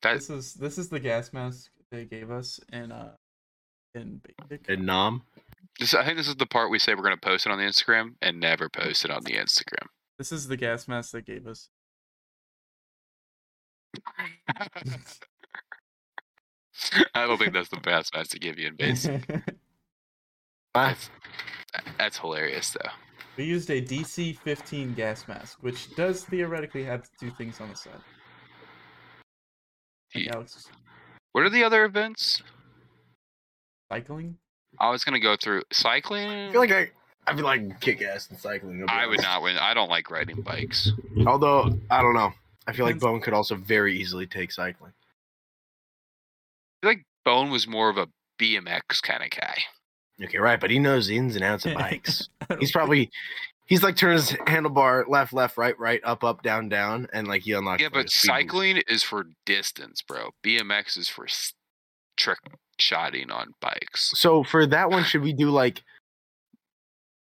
[SPEAKER 2] That
[SPEAKER 7] This is this is the gas mask they gave us in uh in basic.
[SPEAKER 5] (laughs) And nom.
[SPEAKER 2] This, I think this is the part we say we're going to post it on the Instagram and never post it on
[SPEAKER 5] (laughs)
[SPEAKER 2] the Instagram. (laughs)
[SPEAKER 7] This is the gas mask they gave us.
[SPEAKER 2] I don't think that's the best match
[SPEAKER 5] (laughs)
[SPEAKER 2] to give you in
[SPEAKER 7] (laughs)
[SPEAKER 2] base.
[SPEAKER 5] Ah,
[SPEAKER 2] That's hilarious, though.
[SPEAKER 7] we used a DC fifteen gas mask, which does theoretically have two things on the side. Like
[SPEAKER 2] Yeah.
[SPEAKER 7] Alex,
[SPEAKER 2] What are the other events?
[SPEAKER 7] cycling. (laughs)
[SPEAKER 2] I was going to go through cycling. I,
[SPEAKER 5] I feel like I, I'd be like kick ass in cycling. I'll be
[SPEAKER 2] would
[SPEAKER 5] honest.
[SPEAKER 2] not win. I don't like riding bikes.
[SPEAKER 5] (laughs) Although, I don't know. I feel like
[SPEAKER 7] Depends-
[SPEAKER 5] Bowen could also very easily take cycling.
[SPEAKER 2] I feel like Bone was more of a BMX kind of guy.
[SPEAKER 5] Okay, right, but he knows the ins and
[SPEAKER 2] (laughs)
[SPEAKER 5] outs of bikes.
[SPEAKER 7] I don't
[SPEAKER 5] he's
[SPEAKER 7] think-
[SPEAKER 5] probably he's like turns handlebar left, left, right, right, up, up, down, down, and like he unlocks.
[SPEAKER 2] Yeah,
[SPEAKER 5] like,
[SPEAKER 2] but
[SPEAKER 5] a speed boost.
[SPEAKER 2] cycling is for distance, bro. BMX is for s- trick shotting on bikes.
[SPEAKER 5] So for that one, should we do like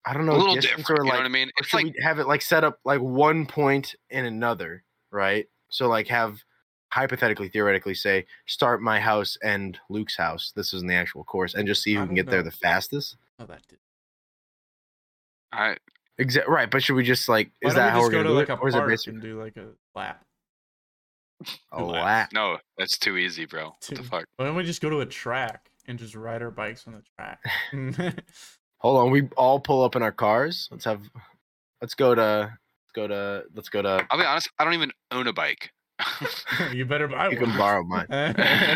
[SPEAKER 5] I don't know,
[SPEAKER 2] a little
[SPEAKER 5] distance
[SPEAKER 2] different.
[SPEAKER 5] or
[SPEAKER 2] you know
[SPEAKER 5] like
[SPEAKER 2] what I mean?
[SPEAKER 5] or
[SPEAKER 2] It's
[SPEAKER 5] should
[SPEAKER 2] like
[SPEAKER 5] we have it like set up like one point and another, right? So like have hypothetically, theoretically, say start my house and Luke's house. This isn't the actual course, and just see
[SPEAKER 7] I
[SPEAKER 5] who can
[SPEAKER 7] don't
[SPEAKER 5] get there
[SPEAKER 7] know.
[SPEAKER 5] the fastest.
[SPEAKER 7] Oh, that did.
[SPEAKER 2] I,
[SPEAKER 5] Exact right, but should we just like
[SPEAKER 7] Why
[SPEAKER 5] is
[SPEAKER 7] don't
[SPEAKER 5] that
[SPEAKER 7] we
[SPEAKER 5] how
[SPEAKER 7] just
[SPEAKER 5] we're
[SPEAKER 7] go
[SPEAKER 5] gonna
[SPEAKER 7] to
[SPEAKER 5] do
[SPEAKER 7] like
[SPEAKER 5] it,
[SPEAKER 7] a
[SPEAKER 5] or is it
[SPEAKER 7] park
[SPEAKER 5] basically
[SPEAKER 7] and do like a lap?
[SPEAKER 5] a
[SPEAKER 2] Relax.
[SPEAKER 5] lap?
[SPEAKER 2] no, that's too easy, bro. What the
[SPEAKER 7] Too-
[SPEAKER 2] fuck?
[SPEAKER 7] Why don't we just go to a track and just ride our bikes on the
[SPEAKER 5] (laughs)
[SPEAKER 7] track? (laughs)
[SPEAKER 5] Hold on, we all pull up in our cars. Let's have, let's go to, let's go to, let's go to.
[SPEAKER 2] I'll be honest, I don't even own
[SPEAKER 5] (laughs)
[SPEAKER 2] a bike. (laughs)
[SPEAKER 7] you better buy
[SPEAKER 5] You
[SPEAKER 7] one. (laughs)
[SPEAKER 5] can borrow mine.
[SPEAKER 2] Can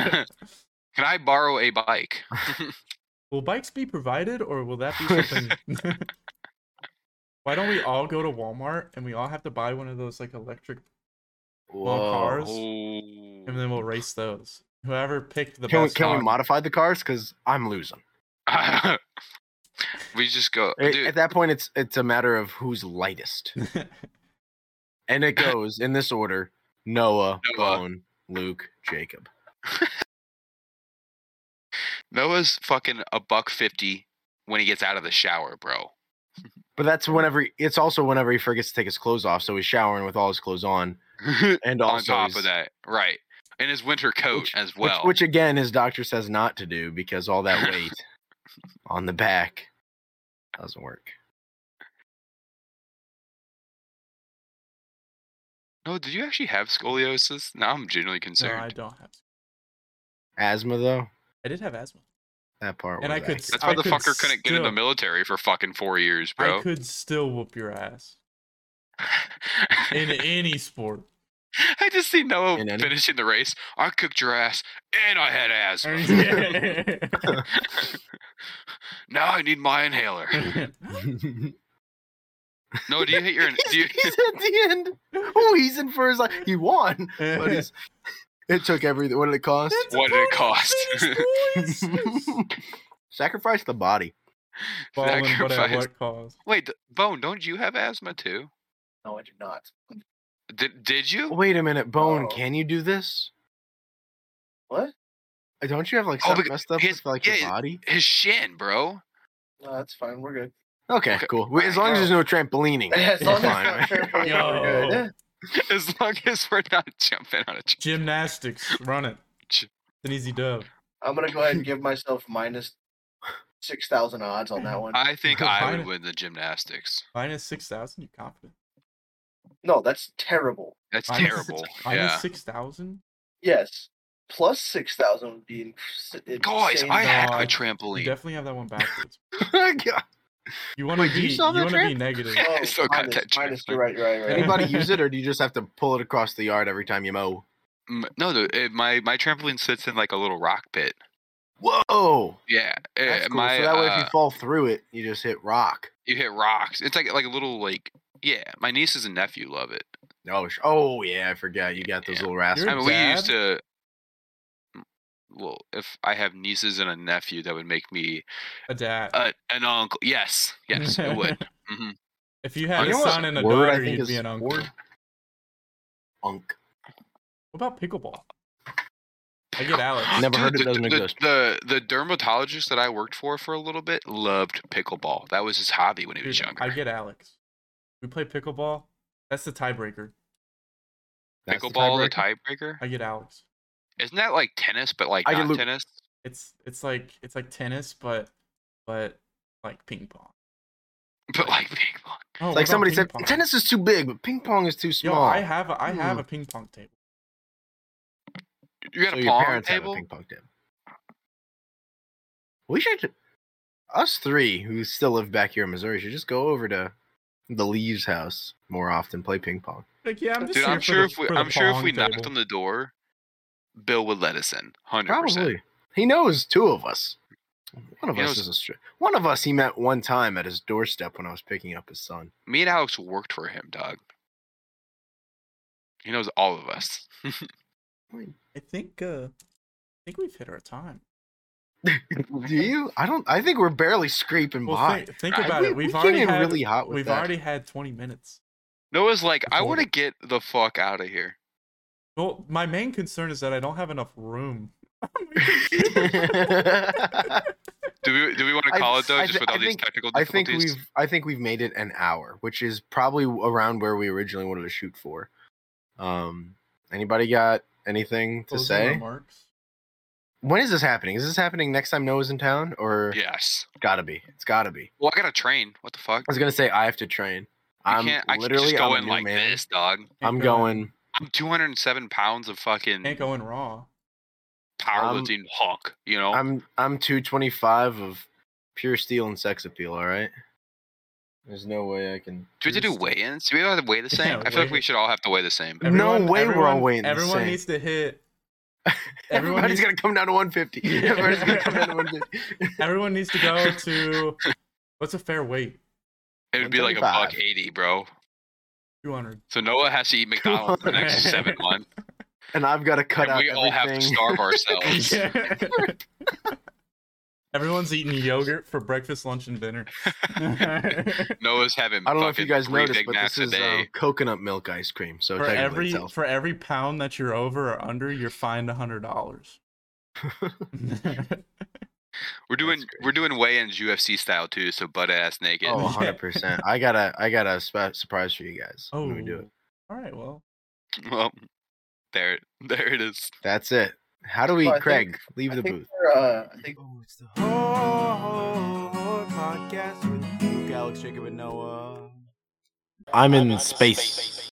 [SPEAKER 2] I borrow a
[SPEAKER 5] (laughs)
[SPEAKER 2] bike?
[SPEAKER 7] (laughs)
[SPEAKER 2] (laughs)
[SPEAKER 7] will bikes be provided, or will that be something? Why don't we all go to Walmart and we all have to buy one of those like electric long cars, and then we'll race those. Whoever picked the
[SPEAKER 5] Can we,
[SPEAKER 7] best
[SPEAKER 5] can we
[SPEAKER 7] car-
[SPEAKER 5] modify the cars? Because I'm losing.
[SPEAKER 2] Oh. (laughs) we just go.
[SPEAKER 5] It-
[SPEAKER 2] dude,
[SPEAKER 5] At that point, it's it's a matter of who's lightest,
[SPEAKER 7] (laughs)
[SPEAKER 5] and
[SPEAKER 2] (laughs)
[SPEAKER 5] it goes in this order: Noah,
[SPEAKER 2] Noah.
[SPEAKER 5] Bone, Luke, Jacob.
[SPEAKER 2] Noah's fucking a buck fifty when he gets out of the shower,
[SPEAKER 5] (laughs)
[SPEAKER 2] bro.
[SPEAKER 5] But that's whenever he- it's also whenever he forgets to take his clothes off, so he's showering with all his clothes on, and also
[SPEAKER 2] On top
[SPEAKER 5] he's-
[SPEAKER 2] of that, right? And his winter coat
[SPEAKER 5] Which-
[SPEAKER 2] as
[SPEAKER 5] which-
[SPEAKER 2] well.
[SPEAKER 5] which again his doctor says not to do because all that
[SPEAKER 2] (laughs)
[SPEAKER 5] weight on the back doesn't work.
[SPEAKER 2] no, Oh, did you actually have scoliosis? Now I'm genuinely
[SPEAKER 7] No, I
[SPEAKER 2] concerned.
[SPEAKER 7] don't have.
[SPEAKER 5] Asthma though,
[SPEAKER 7] I did have asthma,
[SPEAKER 5] that part.
[SPEAKER 7] and
[SPEAKER 5] was
[SPEAKER 7] I could.
[SPEAKER 5] accurate.
[SPEAKER 2] That's why
[SPEAKER 7] I
[SPEAKER 2] the
[SPEAKER 7] could
[SPEAKER 2] fucker couldn't get in the
[SPEAKER 7] still-
[SPEAKER 2] military for fucking four years, bro.
[SPEAKER 7] I could still whoop your
[SPEAKER 2] (laughs)
[SPEAKER 7] ass in any sport.
[SPEAKER 2] I just see Noah
[SPEAKER 5] In any-
[SPEAKER 2] finishing the race. I cooked your ass and I had asthma.
[SPEAKER 7] yeah,
[SPEAKER 2] now I need my
[SPEAKER 7] (laughs)
[SPEAKER 2] inhaler. No, do you hit your?
[SPEAKER 5] he's,
[SPEAKER 2] Do you,
[SPEAKER 5] he's at the
[SPEAKER 2] (laughs)
[SPEAKER 5] end. Oh, he's in first. Like he won, (laughs) but he's. It took everything. What did it cost?
[SPEAKER 2] (laughs) what did it cost? (laughs)
[SPEAKER 5] (laughs) Sacrifice the body.
[SPEAKER 7] Fallen, but at
[SPEAKER 2] Sacrifice.
[SPEAKER 7] what cost?
[SPEAKER 2] Wait, th- Bone, don't you have asthma too?
[SPEAKER 6] No, I do not.
[SPEAKER 2] Did did you?
[SPEAKER 5] Wait a minute, Bone.
[SPEAKER 6] Oh.
[SPEAKER 5] Can you do this?
[SPEAKER 6] What?
[SPEAKER 5] Uh, Don't you have like
[SPEAKER 2] Oh,
[SPEAKER 5] stuff
[SPEAKER 2] because
[SPEAKER 5] messed up
[SPEAKER 2] his-
[SPEAKER 5] with like
[SPEAKER 2] yeah,
[SPEAKER 5] your body?
[SPEAKER 2] His shin, bro. (laughs)
[SPEAKER 6] No, that's fine. We're good.
[SPEAKER 5] Okay,
[SPEAKER 2] okay.
[SPEAKER 5] cool. As long as there's no trampolining,
[SPEAKER 6] As long as
[SPEAKER 5] (laughs) it's fine. (laughs)
[SPEAKER 6] it's not trampoline, we're
[SPEAKER 7] (laughs) Yo.
[SPEAKER 6] good.
[SPEAKER 2] As long as we're not jumping on a
[SPEAKER 7] (laughs)
[SPEAKER 2] ch-
[SPEAKER 7] Gymnastics, run it. It's an easy dub.
[SPEAKER 6] I'm gonna go ahead and give myself minus six thousand odds on
[SPEAKER 5] (laughs)
[SPEAKER 6] that one.
[SPEAKER 2] I think I
[SPEAKER 7] Fine.
[SPEAKER 2] would win the gymnastics.
[SPEAKER 7] Minus six thousand. You confident?
[SPEAKER 6] No, that's terrible.
[SPEAKER 2] That's
[SPEAKER 7] Minus six- (laughs)
[SPEAKER 2] terrible.
[SPEAKER 7] Minus
[SPEAKER 2] Yeah.
[SPEAKER 7] six thousand.
[SPEAKER 6] Yes, plus six thousand would be ins- insane.
[SPEAKER 2] Guys, I have
[SPEAKER 7] dog.
[SPEAKER 2] a
[SPEAKER 7] You trampoline. You definitely have
[SPEAKER 5] (laughs)
[SPEAKER 7] that one backwards.
[SPEAKER 5] Oh, God.
[SPEAKER 7] You want to
[SPEAKER 5] Wait, do
[SPEAKER 7] be?
[SPEAKER 5] you
[SPEAKER 7] You
[SPEAKER 5] still have that
[SPEAKER 7] want to be
[SPEAKER 5] trap?
[SPEAKER 7] negative?
[SPEAKER 2] I
[SPEAKER 5] (laughs)
[SPEAKER 6] Oh,
[SPEAKER 2] still got
[SPEAKER 6] minus,
[SPEAKER 2] that
[SPEAKER 6] minus,
[SPEAKER 2] trampoline.
[SPEAKER 6] you're right, you're right, you're right.
[SPEAKER 5] Anybody use it, or do you just have to pull it across the yard every time you mow? (laughs)
[SPEAKER 2] M- No, the, it, my my trampoline sits in like a little rock pit.
[SPEAKER 5] Whoa!
[SPEAKER 2] Yeah,
[SPEAKER 5] That's
[SPEAKER 2] eh,
[SPEAKER 5] cool.
[SPEAKER 2] my
[SPEAKER 5] so that way, if
[SPEAKER 2] uh,
[SPEAKER 5] you fall through it, you just hit rock.
[SPEAKER 2] you hit rocks. It's like like a little like yeah. My nieces and nephew love it.
[SPEAKER 5] Oh, sh- oh yeah, I forgot you got those
[SPEAKER 2] Yeah.
[SPEAKER 5] little
[SPEAKER 7] Your
[SPEAKER 2] I
[SPEAKER 5] rascals.
[SPEAKER 2] mean, we used
[SPEAKER 7] dad-
[SPEAKER 2] to. Well, if I have nieces and a nephew, that would make me
[SPEAKER 7] A dad.
[SPEAKER 5] Uh,
[SPEAKER 2] a, an uncle.
[SPEAKER 5] (laughs)
[SPEAKER 2] Yes, yes, it would. hmm
[SPEAKER 7] if you had
[SPEAKER 2] You
[SPEAKER 7] a
[SPEAKER 2] know what
[SPEAKER 7] son and a
[SPEAKER 5] word I
[SPEAKER 7] daughter,
[SPEAKER 5] think
[SPEAKER 7] you'd
[SPEAKER 5] is
[SPEAKER 7] be an uncle.
[SPEAKER 5] word? Unk.
[SPEAKER 7] What about pickleball?
[SPEAKER 5] (gasps)
[SPEAKER 7] I get Alex.
[SPEAKER 5] Oh,
[SPEAKER 2] (gasps)
[SPEAKER 5] Never heard it,
[SPEAKER 2] the,
[SPEAKER 5] doesn't
[SPEAKER 2] the,
[SPEAKER 5] exist.
[SPEAKER 2] The, the dermatologist that I worked for for a little bit loved pickleball. That was his hobby when he was
[SPEAKER 7] Dude,
[SPEAKER 2] younger.
[SPEAKER 7] I get Alex. We play pickleball. That's the tiebreaker.
[SPEAKER 5] That's the
[SPEAKER 2] pickleball, the
[SPEAKER 5] tiebreaker?
[SPEAKER 2] tiebreaker.
[SPEAKER 7] I get Alex.
[SPEAKER 2] Isn't that like tennis, but like
[SPEAKER 5] I get
[SPEAKER 2] not
[SPEAKER 5] Luke.
[SPEAKER 2] tennis?
[SPEAKER 7] It's it's like it's like tennis, but but like ping pong.
[SPEAKER 2] (laughs) But like ping pong.
[SPEAKER 7] Oh, what
[SPEAKER 5] Like
[SPEAKER 7] about
[SPEAKER 5] somebody
[SPEAKER 7] ping
[SPEAKER 5] said,
[SPEAKER 7] pong?
[SPEAKER 5] tennis is too big, but ping pong is too
[SPEAKER 7] Yo,
[SPEAKER 5] small.
[SPEAKER 7] I have a, I have a ping pong table.
[SPEAKER 2] You got
[SPEAKER 5] so
[SPEAKER 2] a
[SPEAKER 5] your
[SPEAKER 2] pong
[SPEAKER 5] parents have
[SPEAKER 2] table?
[SPEAKER 5] a ping pong table. We should, us three who still live back here in Missouri, should just go over to the Leaves' house more often, play ping pong.
[SPEAKER 7] Like yeah, I'm just
[SPEAKER 2] Dude,
[SPEAKER 7] here
[SPEAKER 2] I'm
[SPEAKER 7] for
[SPEAKER 2] sure
[SPEAKER 7] the-
[SPEAKER 2] if we
[SPEAKER 7] for the
[SPEAKER 2] I'm sure if
[SPEAKER 7] pong
[SPEAKER 2] we knocked
[SPEAKER 7] table.
[SPEAKER 2] on the door, Bill would let us in. Hundred percent.
[SPEAKER 5] Probably. He knows two of us. One of
[SPEAKER 2] He
[SPEAKER 5] us
[SPEAKER 2] knows-
[SPEAKER 5] is a str- one of us he met one time at his doorstep when I was picking up his son.
[SPEAKER 2] Me and Alex worked for him, dog. He knows all of
[SPEAKER 5] (laughs)
[SPEAKER 2] us.
[SPEAKER 7] I think uh, I think we've hit our time.
[SPEAKER 5] Do you? I don't I think we're barely scraping
[SPEAKER 7] Well,
[SPEAKER 5] by.
[SPEAKER 7] think, think
[SPEAKER 2] I-
[SPEAKER 7] about
[SPEAKER 5] we,
[SPEAKER 7] it. We've
[SPEAKER 5] we came
[SPEAKER 7] already
[SPEAKER 5] in
[SPEAKER 7] had
[SPEAKER 5] really hot with
[SPEAKER 7] we've
[SPEAKER 5] that.
[SPEAKER 7] already had 20 minutes.
[SPEAKER 2] Noah's like, I
[SPEAKER 7] Before-
[SPEAKER 2] want to get the fuck out of here.
[SPEAKER 7] Well, my main concern is that I don't have enough room. (laughs)
[SPEAKER 5] (laughs)
[SPEAKER 2] Do we do we want
[SPEAKER 5] I-
[SPEAKER 2] to call it though,
[SPEAKER 5] I
[SPEAKER 2] just
[SPEAKER 5] th-
[SPEAKER 2] with
[SPEAKER 5] I
[SPEAKER 2] all these
[SPEAKER 5] think-
[SPEAKER 2] technical
[SPEAKER 5] I think
[SPEAKER 2] difficulties?
[SPEAKER 5] we've I think we've made it an hour, which is probably around where we originally wanted to shoot for. Um anybody got anything to
[SPEAKER 7] Closing
[SPEAKER 5] say?
[SPEAKER 7] remarks.
[SPEAKER 5] When is this happening? Is this happening next time Noah's in town or
[SPEAKER 2] Yes.
[SPEAKER 5] gotta be. It's gotta be.
[SPEAKER 2] Well, I got to train. What the fuck?
[SPEAKER 5] I was gonna say I have to train.
[SPEAKER 2] You
[SPEAKER 5] I'm
[SPEAKER 2] can't, I
[SPEAKER 5] literally
[SPEAKER 2] just
[SPEAKER 5] I'm
[SPEAKER 2] go
[SPEAKER 5] a
[SPEAKER 2] in
[SPEAKER 5] new
[SPEAKER 2] like
[SPEAKER 5] man.
[SPEAKER 2] this, dog.
[SPEAKER 7] Can't
[SPEAKER 5] I'm
[SPEAKER 7] go in-
[SPEAKER 5] going.
[SPEAKER 2] I'm 207 pounds of fucking
[SPEAKER 7] Can't go in raw.
[SPEAKER 2] powerlifting hunk. You know,
[SPEAKER 5] I'm I'm 225 of pure steel and sex appeal. All right. There's no way I can.
[SPEAKER 2] do we have to do
[SPEAKER 7] Just-
[SPEAKER 2] weigh-ins? Do we all have to
[SPEAKER 5] (laughs)
[SPEAKER 2] weigh the
[SPEAKER 7] Yeah,
[SPEAKER 2] same? I feel like
[SPEAKER 7] weigh-
[SPEAKER 2] we should all have to weigh the same.
[SPEAKER 5] no way we're all
[SPEAKER 7] everyone-
[SPEAKER 5] weighing the
[SPEAKER 7] Everyone
[SPEAKER 5] same.
[SPEAKER 7] needs
[SPEAKER 5] (laughs)
[SPEAKER 7] to hit. Everyone
[SPEAKER 5] Everybody's
[SPEAKER 7] needs,
[SPEAKER 5] gonna come down to 150.
[SPEAKER 7] (laughs) Yeah.
[SPEAKER 5] Everybody's gonna come down to 150.
[SPEAKER 7] everyone needs
[SPEAKER 5] (laughs)
[SPEAKER 7] to go to what's a fair weight?
[SPEAKER 2] It would be like a buck
[SPEAKER 5] 135.
[SPEAKER 2] eighty, bro.
[SPEAKER 5] (laughs)
[SPEAKER 7] 200.
[SPEAKER 2] So Noah has to eat McDonald's for the next seven months,
[SPEAKER 5] and I've got to cut
[SPEAKER 2] and
[SPEAKER 5] out
[SPEAKER 2] we all have to
[SPEAKER 5] everything. (laughs)
[SPEAKER 2] starve ourselves.
[SPEAKER 7] (laughs) Everyone's eating yogurt for breakfast, lunch, and
[SPEAKER 5] (laughs)
[SPEAKER 7] dinner. (laughs)
[SPEAKER 2] Noah's having.
[SPEAKER 5] I don't know if you
[SPEAKER 2] fucking
[SPEAKER 5] guys
[SPEAKER 2] three
[SPEAKER 5] noticed,
[SPEAKER 2] Big
[SPEAKER 5] but
[SPEAKER 2] Macs
[SPEAKER 5] this is
[SPEAKER 2] a
[SPEAKER 5] uh,
[SPEAKER 2] day.
[SPEAKER 5] coconut milk ice cream. So
[SPEAKER 7] for
[SPEAKER 5] technically
[SPEAKER 7] every
[SPEAKER 5] it's healthy.
[SPEAKER 7] for every pound that you're over or under, you're fined
[SPEAKER 5] (laughs)
[SPEAKER 7] hundred dollars. (laughs)
[SPEAKER 2] We're doing
[SPEAKER 5] That's
[SPEAKER 2] we're doing weigh-ins UFC style too, so butt ass naked. (laughs)
[SPEAKER 5] Oh, 100 percent. I got a I got a sp- surprise for you guys
[SPEAKER 7] oh,
[SPEAKER 5] when we do it.
[SPEAKER 7] all right. Well,
[SPEAKER 2] Well, there there it is.
[SPEAKER 5] That's it. How do we,
[SPEAKER 6] Well, I think-
[SPEAKER 5] Craig? leave
[SPEAKER 6] I
[SPEAKER 5] the
[SPEAKER 6] think
[SPEAKER 5] booth.
[SPEAKER 6] we're, uh, I think
[SPEAKER 8] Oh, it's the Ho Ho Podcast with Luke, Alex, Jacob, and Noah.
[SPEAKER 9] I'm in space.